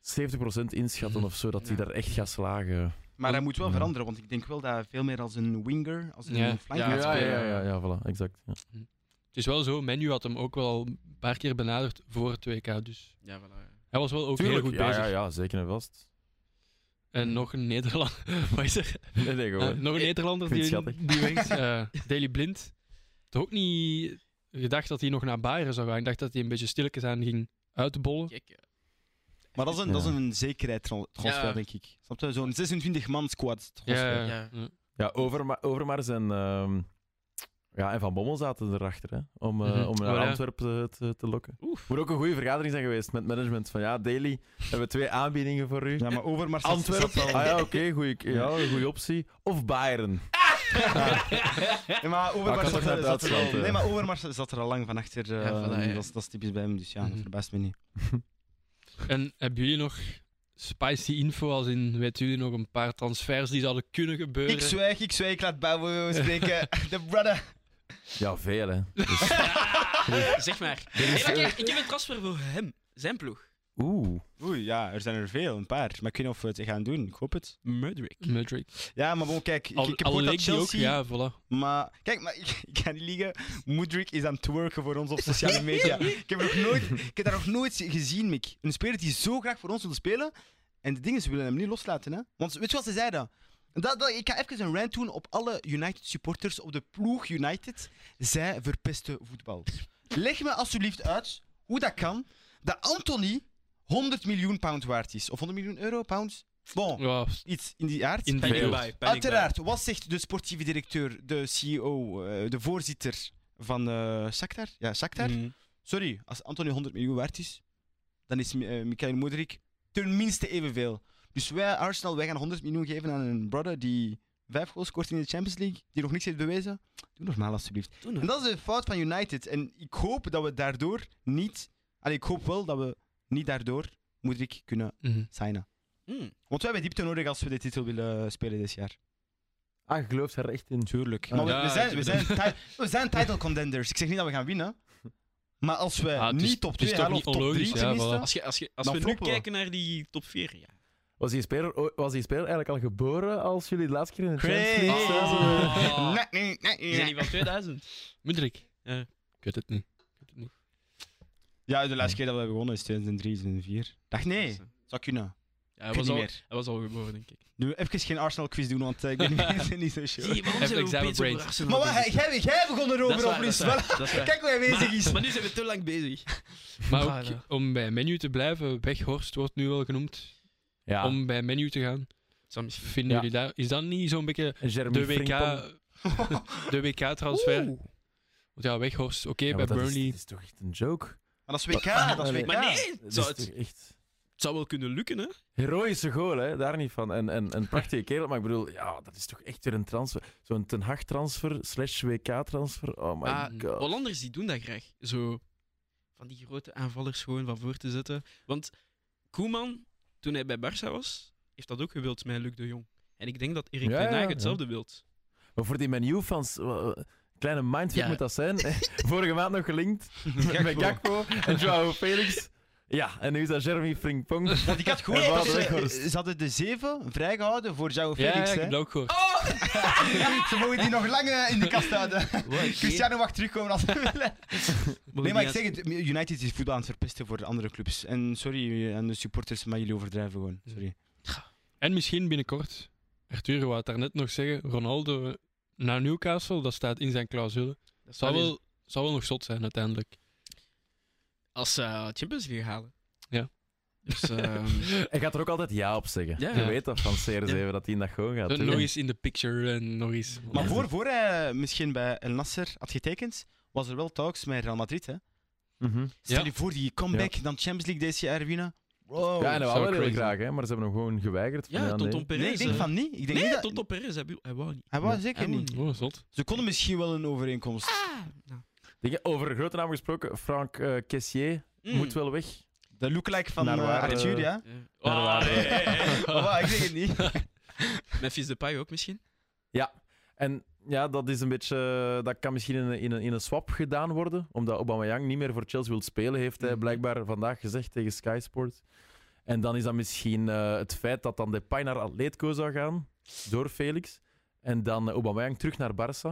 Speaker 4: 70% inschatten of zo, dat hij
Speaker 3: Ja.
Speaker 4: daar echt gaat slagen.
Speaker 2: Maar hij moet wel
Speaker 4: Ja.
Speaker 2: veranderen, want ik denk wel dat hij veel meer als een winger, als een
Speaker 1: Ja.
Speaker 2: flank
Speaker 1: Ja,
Speaker 2: gaat
Speaker 1: ja,
Speaker 2: spelen.
Speaker 1: ja, ja.
Speaker 4: voilà, exact. Ja.
Speaker 1: het is wel zo. Menu had hem ook wel een paar keer benaderd voor het WK. Dus
Speaker 3: Ja, voilà, ja.
Speaker 1: hij was wel ook
Speaker 4: Tuurlijk,
Speaker 1: heel goed
Speaker 4: ja,
Speaker 1: bezig.
Speaker 4: Ja, ja, zeker en vast.
Speaker 1: En nog een Nederlander. Wat is er?
Speaker 4: Nee, nee,
Speaker 1: Eh,
Speaker 4: gewoon.
Speaker 1: nog een
Speaker 3: Ik
Speaker 1: Nederlander
Speaker 4: vind
Speaker 1: die,
Speaker 4: het
Speaker 1: die weg is. eh, Daley Blind. Toch ook niet gedacht dat hij nog naar Bayern zou gaan. Ik dacht dat hij een beetje stilletjes aan ging uitbollen.
Speaker 3: Kijk, eh,
Speaker 2: Maar dat is een, dat is
Speaker 4: Ja.
Speaker 2: een zekerheid tra- transfer,
Speaker 3: Ja.
Speaker 2: denk ik. Snap je? Zo'n 26 man squad transfer.
Speaker 1: Ja,
Speaker 3: Ja.
Speaker 1: ja.
Speaker 4: Ja, Overma Overmars en, ehm, ja, en Van Bommel zaten erachter hè, om, eh,
Speaker 1: Mhm.
Speaker 4: om naar
Speaker 1: Oh, ja.
Speaker 4: Antwerpen te, te, te lokken. Moet ook een goede vergadering zijn geweest met management. Van ja, Daily, hebben we twee aanbiedingen voor u.
Speaker 2: Ja, maar Overmars zat- zat
Speaker 4: Antwerpen,
Speaker 2: wel-
Speaker 4: ah ja, oké, goeie, ja, een goede optie. Of Bayern.
Speaker 2: Nee, maar
Speaker 4: Ah,
Speaker 2: Overmars,
Speaker 4: ik had
Speaker 2: zat,
Speaker 4: ook naar
Speaker 2: er- zat er
Speaker 4: Duitsland,
Speaker 2: al,
Speaker 4: ja.
Speaker 2: nee, maar Overmars zat er al lang van achter. eh,
Speaker 3: Ja, voilà, ja.
Speaker 2: dat, is, dat is typisch bij hem, dus ja, dat
Speaker 1: Mhm.
Speaker 2: verbaast me niet.
Speaker 1: En hebben jullie nog spicy info? Als in, weet jullie nog een paar transfers die zouden kunnen gebeuren?
Speaker 2: Ik zwijg, ik zwijg, ik laat Babo spreken. De brother.
Speaker 4: Ja, veel hè.
Speaker 3: zeg maar. Hey, maar kijk, ik heb een transfer voor hem, zijn ploeg.
Speaker 4: Oeh.
Speaker 2: Oei, ja, er zijn er veel, een paar. Maar ik weet niet of we het gaan doen, ik hoop het.
Speaker 3: Mudrick.
Speaker 1: Mudrik.
Speaker 2: Ja, maar bon, kijk, ik,
Speaker 1: Al,
Speaker 2: ik heb
Speaker 1: al
Speaker 2: gehoord dat
Speaker 1: leek die ook,
Speaker 2: Chelsea...
Speaker 1: ja, voilà.
Speaker 2: Maar kijk, maar ik, ik ga niet liegen. Moedrik is aan het twerken voor ons op sociale media. ik, heb er nog nooit, ik heb dat nog nooit gezien, Mick. Een speler die zo graag voor ons wil spelen. En de dingen, ze willen hem niet loslaten. Hè? Want weet je wat ze zeiden? Dat, dat, ik ga even een rant doen op alle United supporters, op de ploeg United. Zij verpesten voetbal. Leg me alsjeblieft uit hoe dat kan dat Anthony 100 miljoen pound waard is. Of 100 miljoen euro, pounds. Bon,
Speaker 1: Ja,
Speaker 2: iets in die aard.
Speaker 1: in die
Speaker 4: Veel.
Speaker 1: beeld.
Speaker 3: Panic buy.
Speaker 2: Uiteraard, wat zegt de sportieve directeur, de CEO, eh, de voorzitter van eh Shakhtar? Ja, Shakhtar.
Speaker 3: Mm.
Speaker 2: Sorry, als Anthony 100 miljoen waard is, dan is eh Mikhail Modric tenminste evenveel. Dus wij, Arsenal, wij gaan 100 miljoen geven aan een brother die vijf goals scoort in de Champions League, die nog niks heeft bewezen. Doe normaal, alstublieft.
Speaker 3: Doe nou.
Speaker 2: En dat is de fout van United. En ik hoop dat we daardoor niet... Allee, ik hoop wel dat we niet daardoor Modric kunnen
Speaker 1: Mhm.
Speaker 2: signen.
Speaker 3: Mm.
Speaker 2: Want we hebben diepte nodig als we de titel willen spelen dit jaar.
Speaker 4: Ah, je gelooft er echt in. Ah.
Speaker 2: Tuurlijk. Maar we,
Speaker 1: Ja,
Speaker 2: we zijn, we,
Speaker 1: ik-
Speaker 2: zijn ti- we zijn title contenders. Ik zeg niet dat we gaan winnen. Maar als we
Speaker 1: Ah, het is-
Speaker 2: Eh, niet top
Speaker 1: het is
Speaker 2: 2
Speaker 1: toch
Speaker 2: halen of
Speaker 1: niet
Speaker 2: top 3
Speaker 1: onlogisch, ja,
Speaker 2: tenminste...
Speaker 1: voilà.
Speaker 3: Als, je, als, je, als
Speaker 2: Dan
Speaker 3: we nu
Speaker 2: floppen we.
Speaker 3: kijken naar die top 4, ja.
Speaker 4: Was die, speler, o- was die speler eigenlijk al geboren als jullie de laatste keer in de Champions
Speaker 2: Crazy.
Speaker 4: League zaten?
Speaker 3: Oh.
Speaker 2: Nee, nee, nee, nee.
Speaker 3: Die zijn die van 2000.
Speaker 1: Mudrik.
Speaker 3: Ja.
Speaker 1: Ik weet het niet. Ik weet het niet.
Speaker 2: Ja, de laatste keer dat we hebben gewonnen is 2003, 2004. Dag nee.
Speaker 3: Dus, eh,
Speaker 2: Zou kunnen.
Speaker 3: Ja, hij,
Speaker 2: Kun
Speaker 3: was
Speaker 2: niet
Speaker 3: al,
Speaker 2: meer.
Speaker 3: hij was al geboren, denk ik.
Speaker 2: Nu even geen Arsenal quiz doen, want eh, ik ben niet- niet zo sure.
Speaker 3: Zie, waarom
Speaker 1: Even
Speaker 3: zijn
Speaker 1: examen
Speaker 3: we opeens over
Speaker 1: brains.
Speaker 3: Arsenal
Speaker 2: Maar wat,
Speaker 3: bezig?
Speaker 2: jij, jij begon
Speaker 3: Dat is
Speaker 2: erover
Speaker 3: waar,
Speaker 2: op
Speaker 3: dat is
Speaker 2: Lies.
Speaker 3: waar, dat is waar.
Speaker 2: Kijk hoe hij bezig is.
Speaker 3: Maar, maar nu zijn we te lang bezig.
Speaker 1: Maar
Speaker 3: Ja,
Speaker 1: ook
Speaker 3: ja.
Speaker 1: om bij menu te blijven, Weghorst wordt nu wel genoemd.
Speaker 4: Ja.
Speaker 1: Om bij menu te gaan.
Speaker 3: Sam is-
Speaker 1: Vinden
Speaker 4: Ja.
Speaker 1: jullie daar? Is dat niet zo'n beetje
Speaker 4: En Jeremy
Speaker 1: de WK,
Speaker 4: Frimpong.
Speaker 1: de WK-transfer? Want
Speaker 3: Oeh.
Speaker 1: ja, Weghorst, oké,
Speaker 4: Ja,
Speaker 1: bij
Speaker 4: maar dat is-
Speaker 1: Burnley.
Speaker 4: Dat is toch echt een joke?
Speaker 2: Maar dat is WK, dat is Oh
Speaker 4: Maar-
Speaker 2: WK.
Speaker 3: Maar nee,
Speaker 4: Dat
Speaker 3: het
Speaker 4: is
Speaker 3: zou, het,
Speaker 4: toch echt...
Speaker 3: het zou wel kunnen lukken, hè?
Speaker 4: Heroïsche goal, hè? daar niet van. En, en een prachtige kerel, maar ik bedoel, ja, dat is toch echt weer een transfer. Zo'n Ten Hag-transfer slash WK-transfer. Oh my
Speaker 3: Ah,
Speaker 4: god.
Speaker 3: Hollanders die doen dat graag. Zo van die grote aanvallers gewoon van voor te zetten. Want Koeman toen hij bij Barça was, heeft dat ook gewild met Luc de Jong. En ik denk dat Erik
Speaker 4: Ja,
Speaker 3: ten
Speaker 4: ja,
Speaker 3: Hag
Speaker 4: ja.
Speaker 3: hetzelfde wilt.
Speaker 4: Maar voor die menu fans, kleine mindfuck
Speaker 1: Ja.
Speaker 4: moet dat zijn. Eh, Vorige maand nog gelinkt met- met Gakpo en Joao Felix. Ja, en nu is dat Jeremy Frimpong.
Speaker 2: Want ik had gehoord
Speaker 4: Hey,
Speaker 2: dat
Speaker 4: wat een
Speaker 2: ze,
Speaker 4: record.
Speaker 2: ze hadden de zeven vrijgehouden voor Joao
Speaker 1: Ja, ja,
Speaker 2: Felix.
Speaker 1: ik
Speaker 2: hè?
Speaker 1: heb dat ook gehoord.
Speaker 2: Ze mogen die nog lang eh, in de kast houden. Cristiano mag terugkomen als hij wil. Nee, maar ik zeg het, United is voetbal aan het verpesten voor de andere clubs. En sorry aan de supporters, maar jullie overdrijven gewoon. Sorry.
Speaker 1: En misschien binnenkort, Arturo wou het daarnet nog zeggen, Ronaldo naar Newcastle, dat staat in zijn clausule.
Speaker 3: Dat
Speaker 1: Zou wel, zou wel nog zot zijn uiteindelijk.
Speaker 3: Als ze eh, Champions League halen.
Speaker 1: Ja.
Speaker 3: Dus, ehm,
Speaker 4: Hij gaat er ook altijd ja op zeggen.
Speaker 3: Ja.
Speaker 4: Je weet dat van CR7 dat hij in dat gewoon gaat
Speaker 1: Zo
Speaker 4: doen.
Speaker 1: nog eens in de picture en nog eens.
Speaker 2: Maar voor, voor hij misschien bij El Nasser had getekend, was er wel talks met Real Madrid. Hè?
Speaker 4: Mhm.
Speaker 2: Stel
Speaker 1: Ja.
Speaker 2: je voor die comeback, dan Champions League deze jaar winnen. Wow.
Speaker 4: Ja, en dat
Speaker 1: zou
Speaker 4: wou wel heel
Speaker 1: crazy.
Speaker 4: graag, hè, maar ze hebben hem gewoon geweigerd. Van,
Speaker 3: ja, Tonton
Speaker 4: nee.
Speaker 3: Perez.
Speaker 2: nee, ik denk
Speaker 3: eh,
Speaker 2: van niet. Ik denk
Speaker 3: nee,
Speaker 2: niet dat...
Speaker 3: Tonton Perez, hij wil- hij wou niet.
Speaker 2: Hij wou
Speaker 3: Hij
Speaker 2: zeker
Speaker 3: wou
Speaker 2: niet.
Speaker 1: Oh, zot.
Speaker 2: Ze konden misschien wel een overeenkomst.
Speaker 4: Denk je, Over grote naam gesproken, Frank eh Kessier
Speaker 2: Hmm.
Speaker 3: Mm.
Speaker 4: moet wel weg.
Speaker 2: De lookalike van
Speaker 4: Naar
Speaker 2: eh,
Speaker 4: waar, eh,
Speaker 2: Arthur, ja.
Speaker 3: Ja.
Speaker 4: Daar
Speaker 3: Ah,
Speaker 4: waren we.
Speaker 3: nee, nee, nee.
Speaker 2: Oh, wauw, ik denk het niet.
Speaker 3: Memphis Depay ook misschien.
Speaker 4: En ja, dat is een beetje. eh, Dat kan misschien in een, in een, in een swap gedaan worden. Omdat Aubameyang niet meer voor Chelsea wil spelen, heeft hij
Speaker 2: Mm.
Speaker 3: Mhm.
Speaker 4: blijkbaar vandaag gezegd tegen Sky Sports. En dan is dat misschien eh, het feit dat dan Depay naar Atletico zou gaan door Felix. En dan eh, Aubameyang terug naar Barça.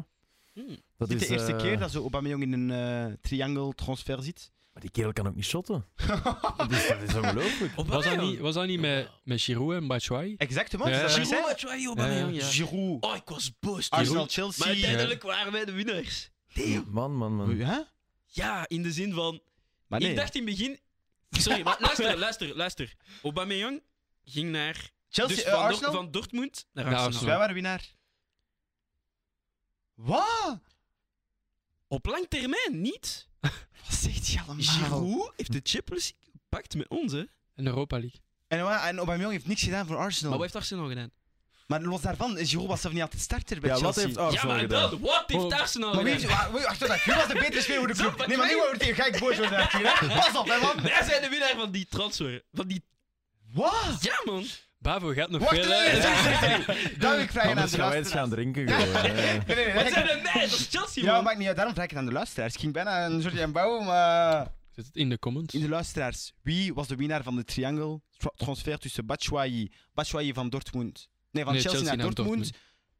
Speaker 3: Hmm.
Speaker 4: Dat
Speaker 2: Het is de eerste
Speaker 4: eh,
Speaker 2: keer dat ze Aubameyang in een eh, triangle transfer ziet.
Speaker 4: Maar die kerel kan ook niet shotten. dat is, dat is ongelooflijk.
Speaker 1: Was dat niet, was dat niet met, met Giroud en Batshuayi?
Speaker 2: Exactement,
Speaker 1: Ja,
Speaker 2: c'est ça que je
Speaker 1: Giroud,
Speaker 2: disais.
Speaker 1: Aubameyang,
Speaker 3: ja.
Speaker 2: Giroud,
Speaker 3: Oh, ik was boos. toen.
Speaker 2: Arsenal, Chelsea.
Speaker 3: Maar uiteindelijk waren wij de winnaars. Damn.
Speaker 4: Man, man, man.
Speaker 2: Hè?
Speaker 3: Ja, in de zin van...
Speaker 2: Maar nee,
Speaker 3: Ik dacht in het begin... Sorry, maar luister, luister, luister. Aubameyang ging naar...
Speaker 2: Chelsea,
Speaker 3: dus
Speaker 2: eh,
Speaker 3: van, Dor-
Speaker 2: Arsenal,
Speaker 3: van Dortmund
Speaker 1: Naar
Speaker 3: naar
Speaker 2: dus
Speaker 3: Arsenal.
Speaker 1: Arsenal.
Speaker 2: wij waren winnaar. Wat?
Speaker 3: Op lang termijn niet.
Speaker 2: Wat zegt hij allemaal?
Speaker 3: Giroud heeft de Champions League gepakt met ons, hè.
Speaker 1: En Europa League.
Speaker 2: En, wa- en Aubameyang heeft niks gedaan voor Arsenal.
Speaker 3: Maar
Speaker 2: Maar,
Speaker 3: wat heeft Arsenal gedaan?
Speaker 2: los daarvan, is Giroud was zelf niet altijd starter bij
Speaker 4: Ja, wat
Speaker 2: Chelsea.
Speaker 4: heeft Arsenal
Speaker 3: ja, maar
Speaker 4: gedaan?
Speaker 3: dat, wat heeft
Speaker 1: Oh,
Speaker 3: Arsenal
Speaker 2: Oh, Maar wie
Speaker 3: gedaan?
Speaker 2: heeft... wa- wa- Wacht, wacht, wie was de betere speler voor de
Speaker 3: Zo,
Speaker 2: club?
Speaker 3: maar
Speaker 2: Nee, maar nu
Speaker 3: wij-
Speaker 2: wordt hij gelijk boos worden natuurlijk, hè. Pas op, hè, man.
Speaker 3: Wij zijn de winnaar van die transfer. Van die...
Speaker 2: Wat?
Speaker 3: Ja, man.
Speaker 1: Bavo gaat nog
Speaker 2: Wacht,
Speaker 1: veel.
Speaker 2: nee,
Speaker 1: hè?
Speaker 2: nee,
Speaker 3: eh,
Speaker 2: sorry, sorry, sorry. Dan wil ik vragen aan
Speaker 4: Anders
Speaker 2: de
Speaker 4: gaan wij
Speaker 2: luisteraars.
Speaker 4: eens gaan drinken. Gewoon, hè.
Speaker 2: Nee, nee, nee.
Speaker 3: Wat
Speaker 2: dat
Speaker 3: zijn
Speaker 2: ik-
Speaker 3: er mij? Dat is Chelsea,
Speaker 2: Ja,
Speaker 3: man.
Speaker 2: maakt niet uit. Daarom vraag ik het aan de luisteraars. Ik ging bijna een soort van bouwen, maar...
Speaker 1: Zit het in de comments?
Speaker 2: In de luisteraars, wie was de winnaar van de triangle tra- transfer tussen Batshuayi, Batshuayi van Dortmund, nee van
Speaker 1: Nee,
Speaker 2: Chelsea, naar Dortmund,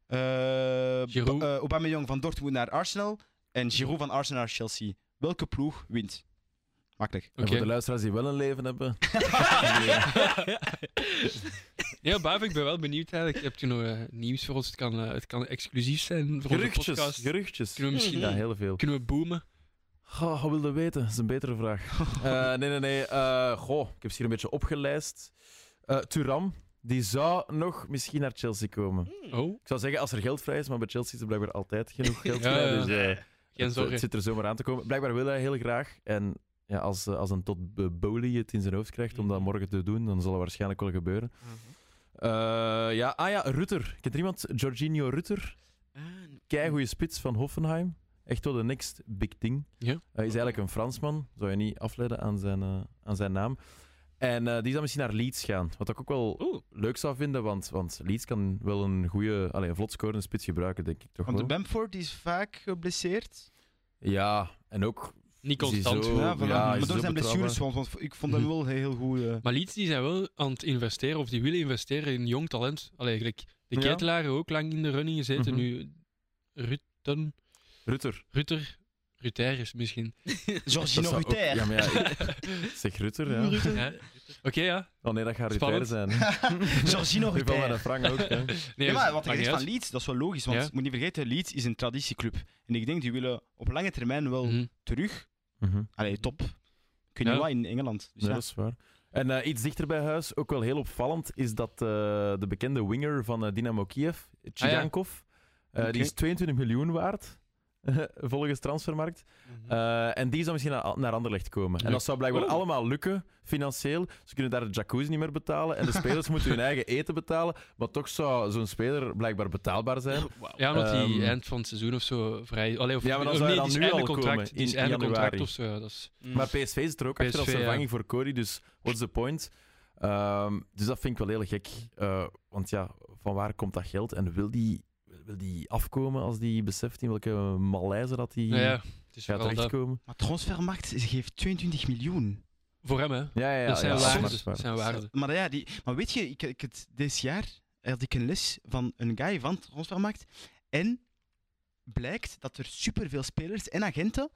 Speaker 2: eh,
Speaker 1: Giroud.
Speaker 2: Ba- eh, Aubameyang van Dortmund naar Arsenal en Giroud van Arsenal naar Chelsea. Welke ploeg wint? Makkelijk.
Speaker 4: En
Speaker 1: Oké.
Speaker 4: voor de luisteraars die wel een leven hebben.
Speaker 1: Ja, Bavo, ik ben wel benieuwd eigenlijk. Heb je nog eh, nieuws voor ons? Het kan, eh, het kan exclusief zijn voor onze
Speaker 4: Geruchtjes.
Speaker 1: podcast.
Speaker 4: Geruchtjes.
Speaker 1: Kunnen we misschien...
Speaker 4: Ja, heel veel.
Speaker 1: Kunnen we boomen?
Speaker 4: Oh, wat wilde weten? Dat is een betere vraag. Eh, nee, nee, nee. Eh, goh, ik heb ze hier een beetje opgelijst. Eh Turam, die zou nog misschien naar Chelsea komen.
Speaker 1: Oh,
Speaker 4: Ik zou zeggen als er geld vrij is, maar bij Chelsea is er blijkbaar altijd genoeg geld
Speaker 1: Ja,
Speaker 4: vrij.
Speaker 1: ja.
Speaker 4: Dus, eh,
Speaker 1: geen
Speaker 4: het,
Speaker 1: zorgen.
Speaker 4: het zit er zomaar aan te komen. Blijkbaar wil hij heel graag. En ja, als, eh, als een tot eh, Bowley het in zijn hoofd krijgt om dat
Speaker 1: Mhm.
Speaker 4: morgen te doen, dan zal het waarschijnlijk wel gebeuren. Eh, ja, ah ja, Rutter. Kent er iemand? Jorginho Rutter?
Speaker 3: Ah,
Speaker 4: keigoede spits van Hoffenheim. Echt wel de next big thing.
Speaker 1: Ja.
Speaker 4: Hij is eigenlijk een Fransman, zou je niet afleiden aan zijn, eh, aan zijn naam. En eh, die zou misschien naar Leeds gaan. Wat ik ook wel
Speaker 3: Oeh.
Speaker 4: leuk zou vinden, want, want Leeds kan wel een goede, alleen een vlot scorende spits gebruiken, denk ik toch
Speaker 2: Want de
Speaker 4: wel.
Speaker 2: Bamford is vaak geblesseerd.
Speaker 4: Ja, en ook...
Speaker 1: Niet
Speaker 4: Ziezo.
Speaker 1: constant.
Speaker 4: Oh,
Speaker 2: ja, voilà.
Speaker 4: ja,
Speaker 2: maar
Speaker 4: is
Speaker 2: door
Speaker 4: zo
Speaker 2: zijn
Speaker 4: betrouwbaar.
Speaker 2: blessures, want, want ik vond hem
Speaker 1: Mhm.
Speaker 2: wel heel goed. eh.
Speaker 1: Maar Leeds die zijn wel aan het investeren, of die willen investeren in jong talent. Allee, gelijk, de
Speaker 4: Ja.
Speaker 1: ketelaren ook lang in de running gezeten.
Speaker 4: Mhm.
Speaker 1: Nu Rutten,
Speaker 4: Rutter.
Speaker 1: Rutter, Rutter is misschien.
Speaker 2: Jorginho
Speaker 4: Dat zou ook-
Speaker 2: Ruter.
Speaker 4: Ja, maar ja, ik- zeg Rutter, ja.
Speaker 1: Ja. Oké, ja.
Speaker 4: Oh nee, dat gaat Rutter
Speaker 1: Spannend.
Speaker 4: zijn.
Speaker 2: Jorginho
Speaker 4: Die van
Speaker 2: Ruter.
Speaker 4: mijn Frank ook, hè.
Speaker 1: Nee,
Speaker 2: ja, maar
Speaker 1: dat
Speaker 2: wat ik
Speaker 1: maakt
Speaker 2: zeg
Speaker 1: niet
Speaker 2: van
Speaker 1: uit.
Speaker 2: Leeds, dat is wel logisch. Want
Speaker 1: Ja.
Speaker 2: moet niet vergeten, Leeds is een traditieclub. En ik denk, die willen op lange termijn wel
Speaker 1: Mhm.
Speaker 2: terug.
Speaker 4: Mhm.
Speaker 2: Allee, top. Kun je
Speaker 1: Ja.
Speaker 2: wel in Engeland. Dus
Speaker 4: Ja,
Speaker 2: ja.
Speaker 4: dat is waar. En eh, iets dichter bij huis, ook wel heel opvallend, is dat eh, de bekende winger van eh, Dynamo Kiev, Chigankov, eh,
Speaker 2: Ah, Oké.
Speaker 4: die is 22 miljoen waard, volgens Transfermarkt.
Speaker 2: Hm.
Speaker 4: Eh, en die zou misschien naar, naar Anderlecht komen.
Speaker 1: Ja.
Speaker 4: En dat zou blijkbaar
Speaker 3: Oh.
Speaker 4: allemaal lukken, financieel. Ze kunnen daar de jacuzzi niet meer betalen en de spelers moeten hun eigen eten betalen. Maar toch zou zo'n speler blijkbaar betaalbaar zijn.
Speaker 3: Oh, wauw.
Speaker 1: Ja, omdat die
Speaker 4: Ehm.
Speaker 1: eind van het seizoen of zo vrij... Allee, of,
Speaker 4: Ja, maar dan
Speaker 1: of
Speaker 4: zou
Speaker 1: nee,
Speaker 4: je dan
Speaker 1: die is
Speaker 4: nu al
Speaker 1: einde contract,
Speaker 4: komen,
Speaker 1: die is
Speaker 4: in
Speaker 1: einde
Speaker 4: januari.
Speaker 1: contract of zo. Dat is,
Speaker 3: Mm.
Speaker 4: Maar PSV zit er ook achter als
Speaker 1: PSV, ja.
Speaker 4: vervanging voor Cody, dus what's the point? Eh, Ehm, dus dat vind ik wel heel gek. Eh, want ja, van waar komt dat geld en wil die, wil die afkomen als die beseft in welke maleize dat die
Speaker 1: Ja, Nou ja, het is
Speaker 4: gaat
Speaker 1: vooral dat.
Speaker 4: terechtkomen?
Speaker 2: Maar Transfermarkt geeft 22 miljoen.
Speaker 1: Voor hem, hè?
Speaker 4: Ja, ja, ja.
Speaker 1: dat zijn
Speaker 4: ja, dat is
Speaker 1: waarden.
Speaker 4: waar,
Speaker 2: soms-
Speaker 4: dat is
Speaker 1: Dat
Speaker 4: waar.
Speaker 1: zijn waarden.
Speaker 2: Maar, ja, die, maar weet je, ik, ik het, dit jaar had ik een les van een guy van Transfermarkt. En blijkt dat er superveel spelers en agenten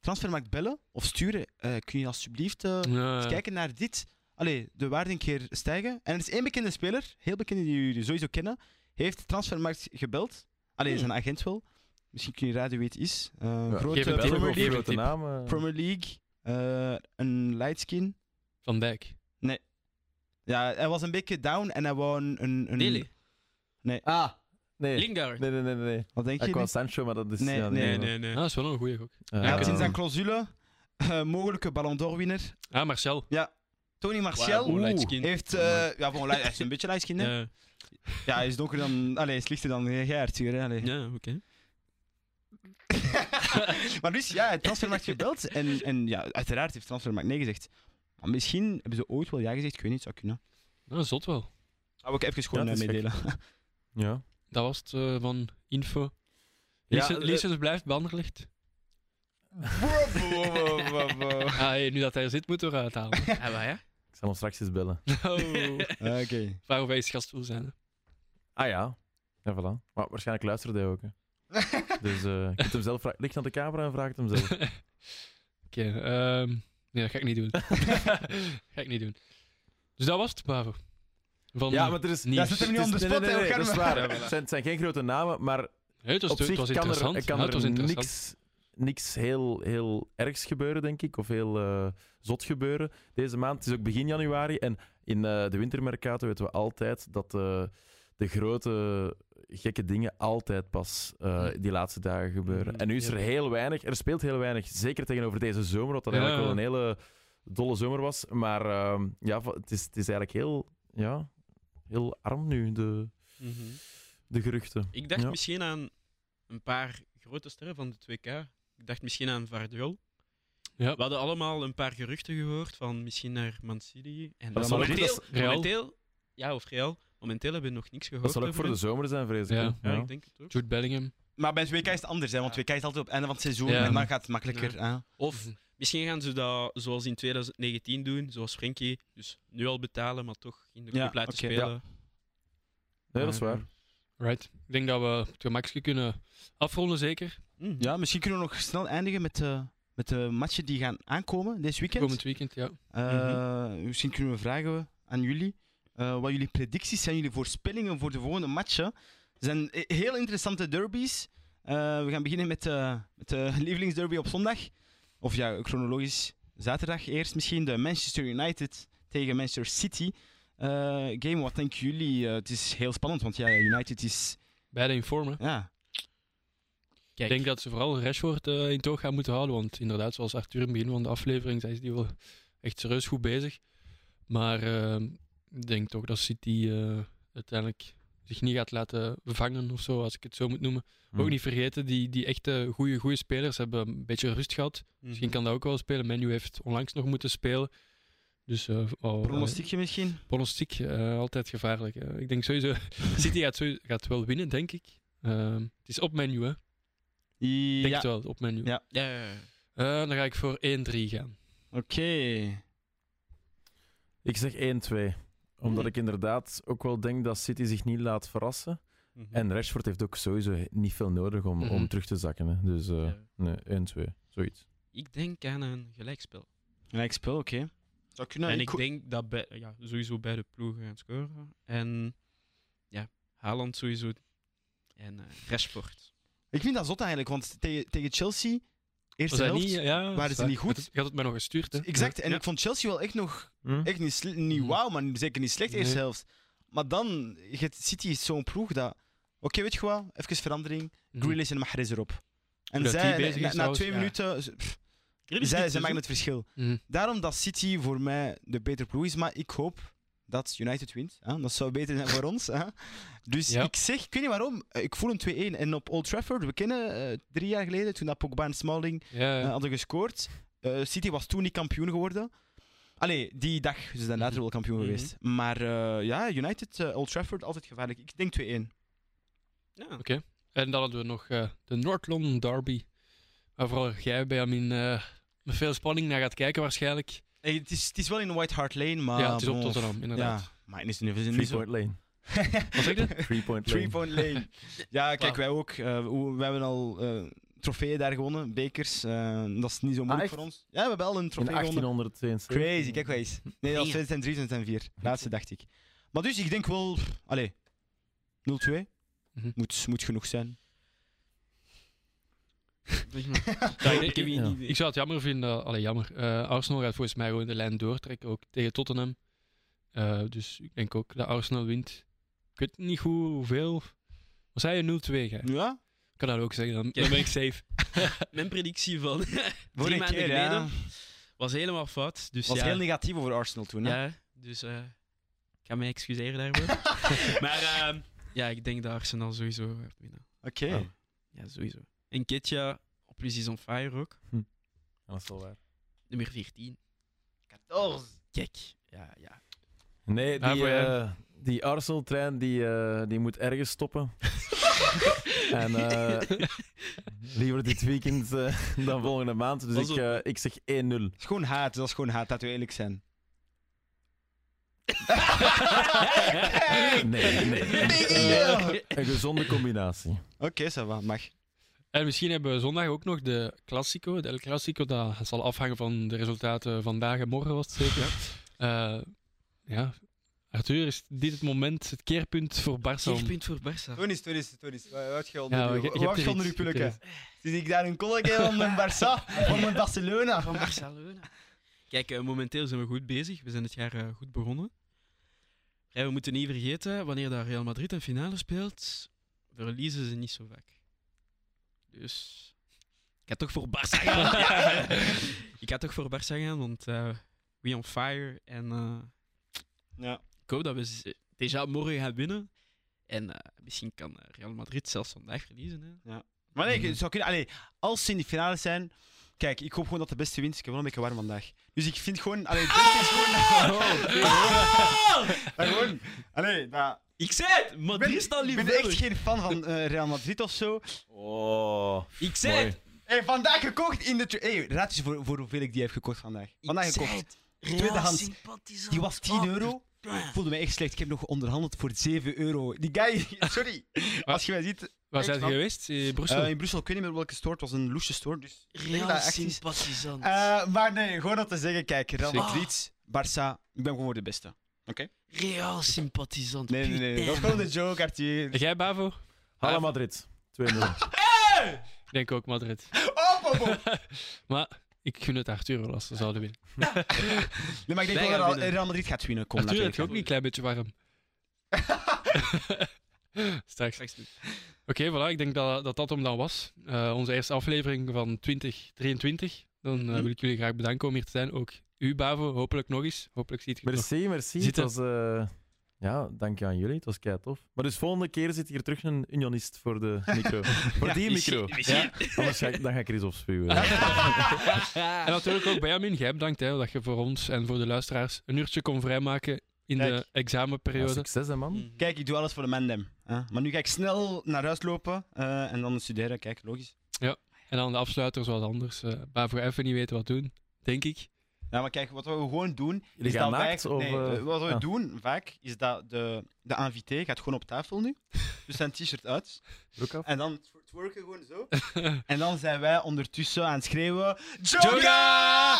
Speaker 2: Transfermarkt bellen of sturen. Eh, kun je alsjeblieft eh,
Speaker 1: Ja,
Speaker 2: eens kijken naar dit. Allee, de waarde een keer stijgen. En er is één bekende speler, heel bekende die jullie sowieso kennen, heeft Transfermarkt gebeld.
Speaker 3: Hmm.
Speaker 2: Allee, zijn agent wel. Misschien kun je raden wie het is. Eh, grote
Speaker 1: geef het wel,
Speaker 2: Premier
Speaker 1: of-
Speaker 2: League,
Speaker 1: League.
Speaker 4: grote naam. eh.
Speaker 2: Premier League eh, een lightskin.
Speaker 1: Van Dijk.
Speaker 2: Ja, hij was een beetje down en hij wou een... een, een
Speaker 3: Dele.
Speaker 4: Ah, nee.
Speaker 3: Lingard.
Speaker 4: Nee, nee, nee, nee. nee.
Speaker 2: Wat denk je?
Speaker 4: Ik wou
Speaker 2: niet?
Speaker 4: Sancho, maar dat is...
Speaker 2: Nee,
Speaker 4: ja,
Speaker 3: Nee,
Speaker 2: nee,
Speaker 3: nee, nee.
Speaker 1: Ah, dat is wel een goede gok.
Speaker 4: Eh,
Speaker 2: Hij had in zijn
Speaker 4: eh,
Speaker 2: clausule eh, mogelijke Ballon d'Or winnaar.
Speaker 1: Ah, Marcel.
Speaker 2: Tony Martial
Speaker 3: Wow,
Speaker 4: Oeh.
Speaker 3: lightskin.
Speaker 2: heeft... eh,
Speaker 3: Amai.
Speaker 2: ja, bon, li- hij is een beetje lightskin, hè?
Speaker 3: Ja,
Speaker 2: Ja, hij is donker dan... Allee, hij is lichter dan jij, Arthur. Hè? Allee.
Speaker 3: ja, oké.
Speaker 2: maar dus, ja, Transfermarkt gebeld. En, en ja, uiteraard heeft Transfermarkt nee gezegd. Maar misschien hebben ze ooit wel ja gezegd. Ik weet niet, zou kunnen.
Speaker 1: Nou, zot wel.
Speaker 2: Hou ik even gewoon
Speaker 4: Ja,
Speaker 2: eh,
Speaker 4: het is
Speaker 2: meedelen.
Speaker 4: Ja.
Speaker 1: Dat was het eh, van info.
Speaker 4: Ja, eh,
Speaker 1: Leases
Speaker 4: de-
Speaker 1: Leases blijft bij Anderlecht. Ah, hey, nu dat hij er zit, moeten we eruit halen.
Speaker 3: Ah, waar, ja?
Speaker 4: Ik zal hem straks eens bellen.
Speaker 1: Oh.
Speaker 2: Ah, Oké.
Speaker 1: Vraag of hij eens gast wil zijn. hè.
Speaker 4: Ah ja. Ja, voilà. Maar waarschijnlijk luisterde hij ook. Hè. Dus eh ik heb hem zelf... vra- Ligt aan de camera en vraagt hem zelf.
Speaker 1: Oké, ehm, nee, dat ga ik niet doen. ga ik niet doen. Dus dat was het, Bavo. Van,
Speaker 4: Ja, maar er is...
Speaker 1: Nieuws. Ja, zet
Speaker 2: hem niet
Speaker 4: Het
Speaker 2: on
Speaker 4: is-
Speaker 2: the
Speaker 4: nee,
Speaker 2: spot,
Speaker 4: nee,
Speaker 2: hè,
Speaker 4: nee,
Speaker 2: we gaan
Speaker 4: dat is
Speaker 2: maar-
Speaker 4: waar. Het zijn, het zijn geen grote namen, maar
Speaker 1: Nee, het was,
Speaker 4: op
Speaker 1: Dus het
Speaker 4: zich
Speaker 1: was
Speaker 4: kan
Speaker 1: interessant.
Speaker 4: er, kan
Speaker 1: Ja,
Speaker 4: er
Speaker 1: het was interessant.
Speaker 4: niks, niks heel, heel ergs gebeuren, denk ik. Of heel eh, zot gebeuren deze maand. Het is ook begin januari. En in eh, de wintermercato weten we altijd dat eh, de grote gekke dingen altijd pas eh, die laatste dagen gebeuren.
Speaker 1: Mhm,
Speaker 4: En nu is
Speaker 1: ja.
Speaker 4: er heel weinig. Er speelt heel weinig. Zeker tegenover deze zomer, wat dat
Speaker 1: Ja.
Speaker 4: eigenlijk wel een hele dolle zomer was. Maar ehm, ja, va- het is, het is eigenlijk heel, ja, heel arm nu, de, de geruchten.
Speaker 3: Mhm. Ik dacht
Speaker 4: Ja.
Speaker 3: misschien aan een paar grote sterren van de 2K. Ik dacht misschien aan Vardiol.
Speaker 1: Ja.
Speaker 3: We hadden allemaal een paar geruchten gehoord van misschien naar Man City. En
Speaker 4: Dat
Speaker 1: zal ook-
Speaker 3: momenteel,
Speaker 1: dat is- Real.
Speaker 3: momenteel- ja, of Real. Momenteel hebben we nog niks gehoord.
Speaker 4: Dat zal ook voor de zomer zijn, vrees ik.
Speaker 1: Ja.
Speaker 4: hè?
Speaker 3: Ja, ik denk het ook.
Speaker 1: Jude Bellingham.
Speaker 2: Maar bij het WK is het anders, hè, want WK is altijd op het einde van het seizoen.
Speaker 1: Ja.
Speaker 2: En dan gaat het makkelijker. hè.
Speaker 3: Of misschien gaan ze dat zoals in 2019 doen, zoals Frenkie. Dus nu al betalen, maar toch in de
Speaker 2: Ja,
Speaker 3: club laten
Speaker 2: oké.
Speaker 3: spelen.
Speaker 4: Nee, dat is
Speaker 3: Maar,
Speaker 4: waar.
Speaker 3: eh,
Speaker 1: Right. Ik denk dat we het gemakje kunnen afronden, zeker.
Speaker 3: mm.
Speaker 2: Ja, misschien kunnen we nog snel eindigen met, eh, met de matchen die gaan aankomen dit weekend.
Speaker 1: Komend weekend, ja.
Speaker 2: Eh, Misschien kunnen we vragen aan jullie eh, wat jullie predicties zijn, jullie voorspellingen voor de volgende matchen. Er zijn eh, heel interessante derbies. Eh, we gaan beginnen met, eh, met de lievelingsderby op zondag. Of ja, chronologisch zaterdag eerst misschien. De Manchester United tegen Manchester City. Eh, game, wat denken jullie? Eh, het is heel spannend, want ja, United is...
Speaker 1: Beide informen.
Speaker 2: Ja,
Speaker 1: Ik denk dat ze vooral Rashford eh, in toog gaan moeten houden. Want inderdaad, zoals Arthur in het begin van de aflevering zei, is die wel echt serieus goed bezig. Maar eh, ik denk toch dat City eh, uiteindelijk zich niet gaat laten vangen of zo, als ik het zo moet noemen.
Speaker 4: Mm-hmm.
Speaker 2: Hmm.
Speaker 1: Ook niet vergeten, die, die echte goede, goede spelers hebben een beetje rust gehad. Misschien
Speaker 2: Hmm.
Speaker 1: kan dat ook wel spelen. Menu heeft onlangs nog moeten spelen. Dus eh oh,
Speaker 2: pronostiekje misschien?
Speaker 1: eh, pronostiek, eh, altijd gevaarlijk. hè. ik denk sowieso, City gaat, sowieso- gaat wel winnen, denk ik. Ehm, het is op menu, hè? Ik denk het
Speaker 2: Ja, oké.
Speaker 1: wel, op menu.
Speaker 2: Ja.
Speaker 3: Ja, ja, ja.
Speaker 1: Eh, dan ga ik voor 1-3 gaan.
Speaker 4: Ik zeg 1-2. Omdat
Speaker 3: Hmm.
Speaker 4: ik inderdaad ook wel denk dat City zich niet laat verrassen.
Speaker 3: Mhm.
Speaker 4: En Rashford heeft ook sowieso he- niet veel nodig om,
Speaker 1: Mhm.
Speaker 4: om terug te zakken. Hè. Dus eh,
Speaker 3: Ja.
Speaker 4: nee, 1-2. Zoiets.
Speaker 3: Ik denk aan een gelijkspel.
Speaker 2: Gelijk spel, oké. Zou kunnen.
Speaker 3: en
Speaker 2: ik
Speaker 3: ik
Speaker 2: ho-
Speaker 3: denk dat bij, ja, sowieso beide ploegen gaan scoren. En ja, Haaland sowieso. En eh Rashford.
Speaker 2: Ik vind dat zot eigenlijk, want tegen, tegen Chelsea,
Speaker 1: Was
Speaker 2: eerste
Speaker 1: hij
Speaker 2: helft.
Speaker 1: niet, ja,
Speaker 2: waren ze niet goed?
Speaker 1: Je had het mij nog gestuurd, hè?
Speaker 2: Exact, en
Speaker 3: Ja.
Speaker 2: ik vond Chelsea wel echt nog,
Speaker 4: Hm?
Speaker 2: echt niet, sle- niet
Speaker 1: Mhm.
Speaker 2: wauw, maar zeker niet slecht eerste
Speaker 1: Nee.
Speaker 2: helft. Maar dan, je- City is zo'n ploeg dat, oké weet je wat, even verandering,
Speaker 1: Mhm.
Speaker 2: Grealish en Mahrez erop. En
Speaker 1: Hoe dat die
Speaker 2: zij,
Speaker 1: bezig is
Speaker 2: na, na
Speaker 1: trouwens,
Speaker 2: twee
Speaker 1: ja.
Speaker 2: minuten, z- pff, zij, zij maken het verschil.
Speaker 1: Mhm.
Speaker 2: Daarom dat City voor mij de betere ploeg is, maar ik hoop dat United wint. Hè? Dat zou beter zijn voor ons. Hè? Dus
Speaker 1: Ja.
Speaker 2: ik zeg, ik weet niet waarom, eh, ik voel een 2-1. En op Old Trafford, we kennen eh, drie jaar geleden, toen dat Pogba en Smalling
Speaker 1: Ja,
Speaker 2: eh, hadden gescoord. eh, City was toen niet kampioen geworden. Allee, die dag. Ze zijn later wel kampioen
Speaker 3: Mhm.
Speaker 2: geweest. Maar eh, ja, United, eh, Old Trafford, altijd gevaarlijk. Ik denk 2-1.
Speaker 3: Ja.
Speaker 1: En dan hadden we nog eh, de North London Derby. Waar vooral jij, Benjamin, eh, met veel spanning naar gaat kijken waarschijnlijk.
Speaker 2: Hey, het, is, het is wel in White Hart Lane, maar...
Speaker 1: ja, het is op
Speaker 2: bon,
Speaker 1: Tottenham, inderdaad.
Speaker 2: Ja, maar het is nu is niet
Speaker 4: Three
Speaker 2: zo...
Speaker 4: point lane.
Speaker 1: Wat zeg je?
Speaker 4: Three point lane.
Speaker 2: Three Point Lane. ja, kijk, wij ook. Eh, hoe- we hebben al eh trofeeën daar gewonnen, bekers. eh, dat is niet zo moeilijk
Speaker 4: Ah, echt?
Speaker 2: voor ons. Ja, we hebben al een
Speaker 4: In
Speaker 2: trofee gewonnen.
Speaker 4: 1872.
Speaker 2: Crazy, kijk wel eens. Nee, dat was
Speaker 3: Ja.
Speaker 2: 2003, 2004. Laatste dacht ik. Maar dus, ik denk wel... pff, Allee, 0-2.
Speaker 1: Mhm.
Speaker 2: Moet, moet genoeg zijn.
Speaker 1: Ja, ik, ik-
Speaker 3: heb
Speaker 1: ik-
Speaker 3: geen
Speaker 4: Ja.
Speaker 3: idee.
Speaker 1: ik zou het jammer vinden. eh, allee, jammer. Eh, Arsenal gaat volgens mij gewoon de lijn doortrekken, ook tegen Tottenham. Eh, dus ik denk ook dat Arsenal wint. Ik weet niet goed hoeveel. Wat zei je? 0-2, gij?
Speaker 2: Ja?
Speaker 1: Ik kan dat ook zeggen, dan, dan ben ik safe.
Speaker 3: Mijn predictie van
Speaker 2: Vorige
Speaker 3: maanden
Speaker 2: keer, ja.
Speaker 3: geleden. was helemaal fout. Dus
Speaker 2: was
Speaker 3: ja,
Speaker 2: heel negatief over Arsenal toen. Hè?
Speaker 3: ja, dus eh, ik ga me excuseren daarvoor. maar ehm, ja, ik denk dat Arsenal sowieso gaat winnen.
Speaker 2: Oké.
Speaker 4: Oh.
Speaker 3: Ja, sowieso. En Ketja, op plus is on fire ook.
Speaker 4: Dat is wel waar.
Speaker 3: Nummer 14. Kijk. Ja, ja.
Speaker 4: Nee,
Speaker 1: Ja,
Speaker 4: die,
Speaker 1: voor jou.
Speaker 4: eh, die Arsenal-trein die, eh, die moet ergens stoppen. en eh, liever dit weekend eh, dan volgende maand. Dus
Speaker 3: Was
Speaker 4: ik, eh, ik zeg 1-0.
Speaker 2: Dat is gewoon haat, dat is gewoon haat, dat we eerlijk zijn.
Speaker 4: Nee, nee.
Speaker 2: Ja. Oké,
Speaker 4: Een gezonde combinatie.
Speaker 2: ça va, mag.
Speaker 1: En misschien hebben we zondag ook nog de Classico. De El Classico, dat zal afhangen van de resultaten vandaag en morgen, was het zeker. Eh, ja. Arthur, is dit het moment, het keerpunt voor Barça? om-
Speaker 3: punt voor Barça.
Speaker 2: Toen is, toen is, toen is. Wat je
Speaker 1: Ja, je- je hebt er
Speaker 2: onder je
Speaker 1: iets, je hebt er
Speaker 2: pulken? Zie ik daar een collega van mijn Barça, van mijn Barcelona?
Speaker 3: Van Barcelona. Kijk, eh, momenteel zijn we goed bezig. We zijn het jaar eh, goed begonnen. Ja, we moeten niet vergeten, wanneer dat Real Madrid een finale speelt, verliezen ze niet zo vaak. Dus ik ga toch voor Barça gaan. Ja. ik ga toch voor Barça gaan, want eh, we on fire. En eh,
Speaker 2: Ja.
Speaker 3: ik hoop dat we z- déjà morgen gaan winnen. En eh, misschien kan eh, Real Madrid zelfs vandaag verliezen. Hè.
Speaker 2: Maar nee, het zou kunnen. Allee, als ze in de finale zijn. Kijk, ik hoop gewoon dat de beste wint. Ik heb wel een beetje warm vandaag. Dus ik vind gewoon. Allee, het beste is gewoon. Maar gewoon. Allee, Oh, dat-
Speaker 3: Ik zei het!
Speaker 2: ik
Speaker 3: Madrid
Speaker 2: ben,
Speaker 3: is al
Speaker 2: ik ben echt geen fan van eh, Real Madrid of zo.
Speaker 4: Oh,
Speaker 3: Ik zei het!
Speaker 2: Hey, vandaag gekocht in de. tra- Hey, raad eens voor, voor hoeveel ik die heb gekocht vandaag. Vandaag gekocht. Tweedehands. Die was 10 euro. Ik voelde mij echt slecht. Ik heb nog onderhandeld voor 7 euro. Die guy, sorry. Als je mij ziet,
Speaker 1: Waar
Speaker 2: Ik
Speaker 1: zijn je
Speaker 2: snap.
Speaker 1: geweest? In Brussel?
Speaker 2: eh, in Brussel, ik weet niet meer welke store, het was een loesje store. Dus Real dat echt is.
Speaker 3: sympathisant.
Speaker 2: Eh, maar nee, gewoon om te zeggen, kijk, Real
Speaker 1: Zeker.
Speaker 2: Madrid, Barça, ik ben gewoon voor de beste.
Speaker 3: Real sympathisant.
Speaker 2: Nee, nee, nee, dat is gewoon de joke, Arthur.
Speaker 1: En jij, Bavo?
Speaker 4: Hala Madrid. 2-0.
Speaker 1: Ik denk ook Madrid.
Speaker 2: Oh, oh, oh.
Speaker 1: Maar ik gun het Arthur wel als ze zouden winnen.
Speaker 2: Nee, maar ik denk
Speaker 3: Wij
Speaker 2: wel
Speaker 3: gaan
Speaker 2: dat Real-
Speaker 3: winnen.
Speaker 2: Real Madrid gaat winnen, kom
Speaker 1: Arthur, het
Speaker 2: natuurlijk.
Speaker 1: is ook niet een klein beetje warm. Straks. Oké, voilà. Ik denk dat dat, dat hem dan was. Eh, onze eerste aflevering van 2023. Dan eh, wil ik jullie graag bedanken om hier te zijn. Ook u, Bavo, hopelijk nog eens. Hopelijk ziet je het nog.
Speaker 4: Merci, merci. Het
Speaker 1: Zitten.
Speaker 4: was, eh, ja, dank aan jullie. Het was kei tof. Maar dus volgende keer zit hier terug een unionist voor de micro. voor die micro.
Speaker 1: Ja.
Speaker 4: Anders ga ik, dan ga ik Chris opspuwen.
Speaker 1: En natuurlijk ook Benjamin, jij bedankt hè, dat je voor ons en voor de luisteraars een uurtje kon vrijmaken in
Speaker 2: Kijk.
Speaker 1: de examenperiode.
Speaker 4: succes, hè, man.
Speaker 2: Kijk, ik doe alles voor de mandem. hè. Maar nu ga ik snel naar huis lopen eh, en dan studeren, kijk, logisch.
Speaker 1: En dan de afsluiter zoals anders. eh Bavo even niet weten wat doen, denk ik.
Speaker 2: Ja, maar kijk, wat we gewoon doen...
Speaker 4: Jullie
Speaker 2: is
Speaker 4: gaan
Speaker 2: dat
Speaker 4: naakt,
Speaker 2: wij-
Speaker 4: of,
Speaker 2: nee,
Speaker 4: eh,
Speaker 2: eh, wat we
Speaker 4: ah.
Speaker 2: doen vaak, is dat de, de invité gaat gewoon op tafel nu. Dus zijn t-shirt uit.
Speaker 4: Broek af.
Speaker 2: En dan tw- twerken gewoon zo. en dan zijn wij ondertussen aan het schreeuwen... Joga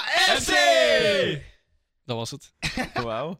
Speaker 1: Dat was het.
Speaker 4: Wauw.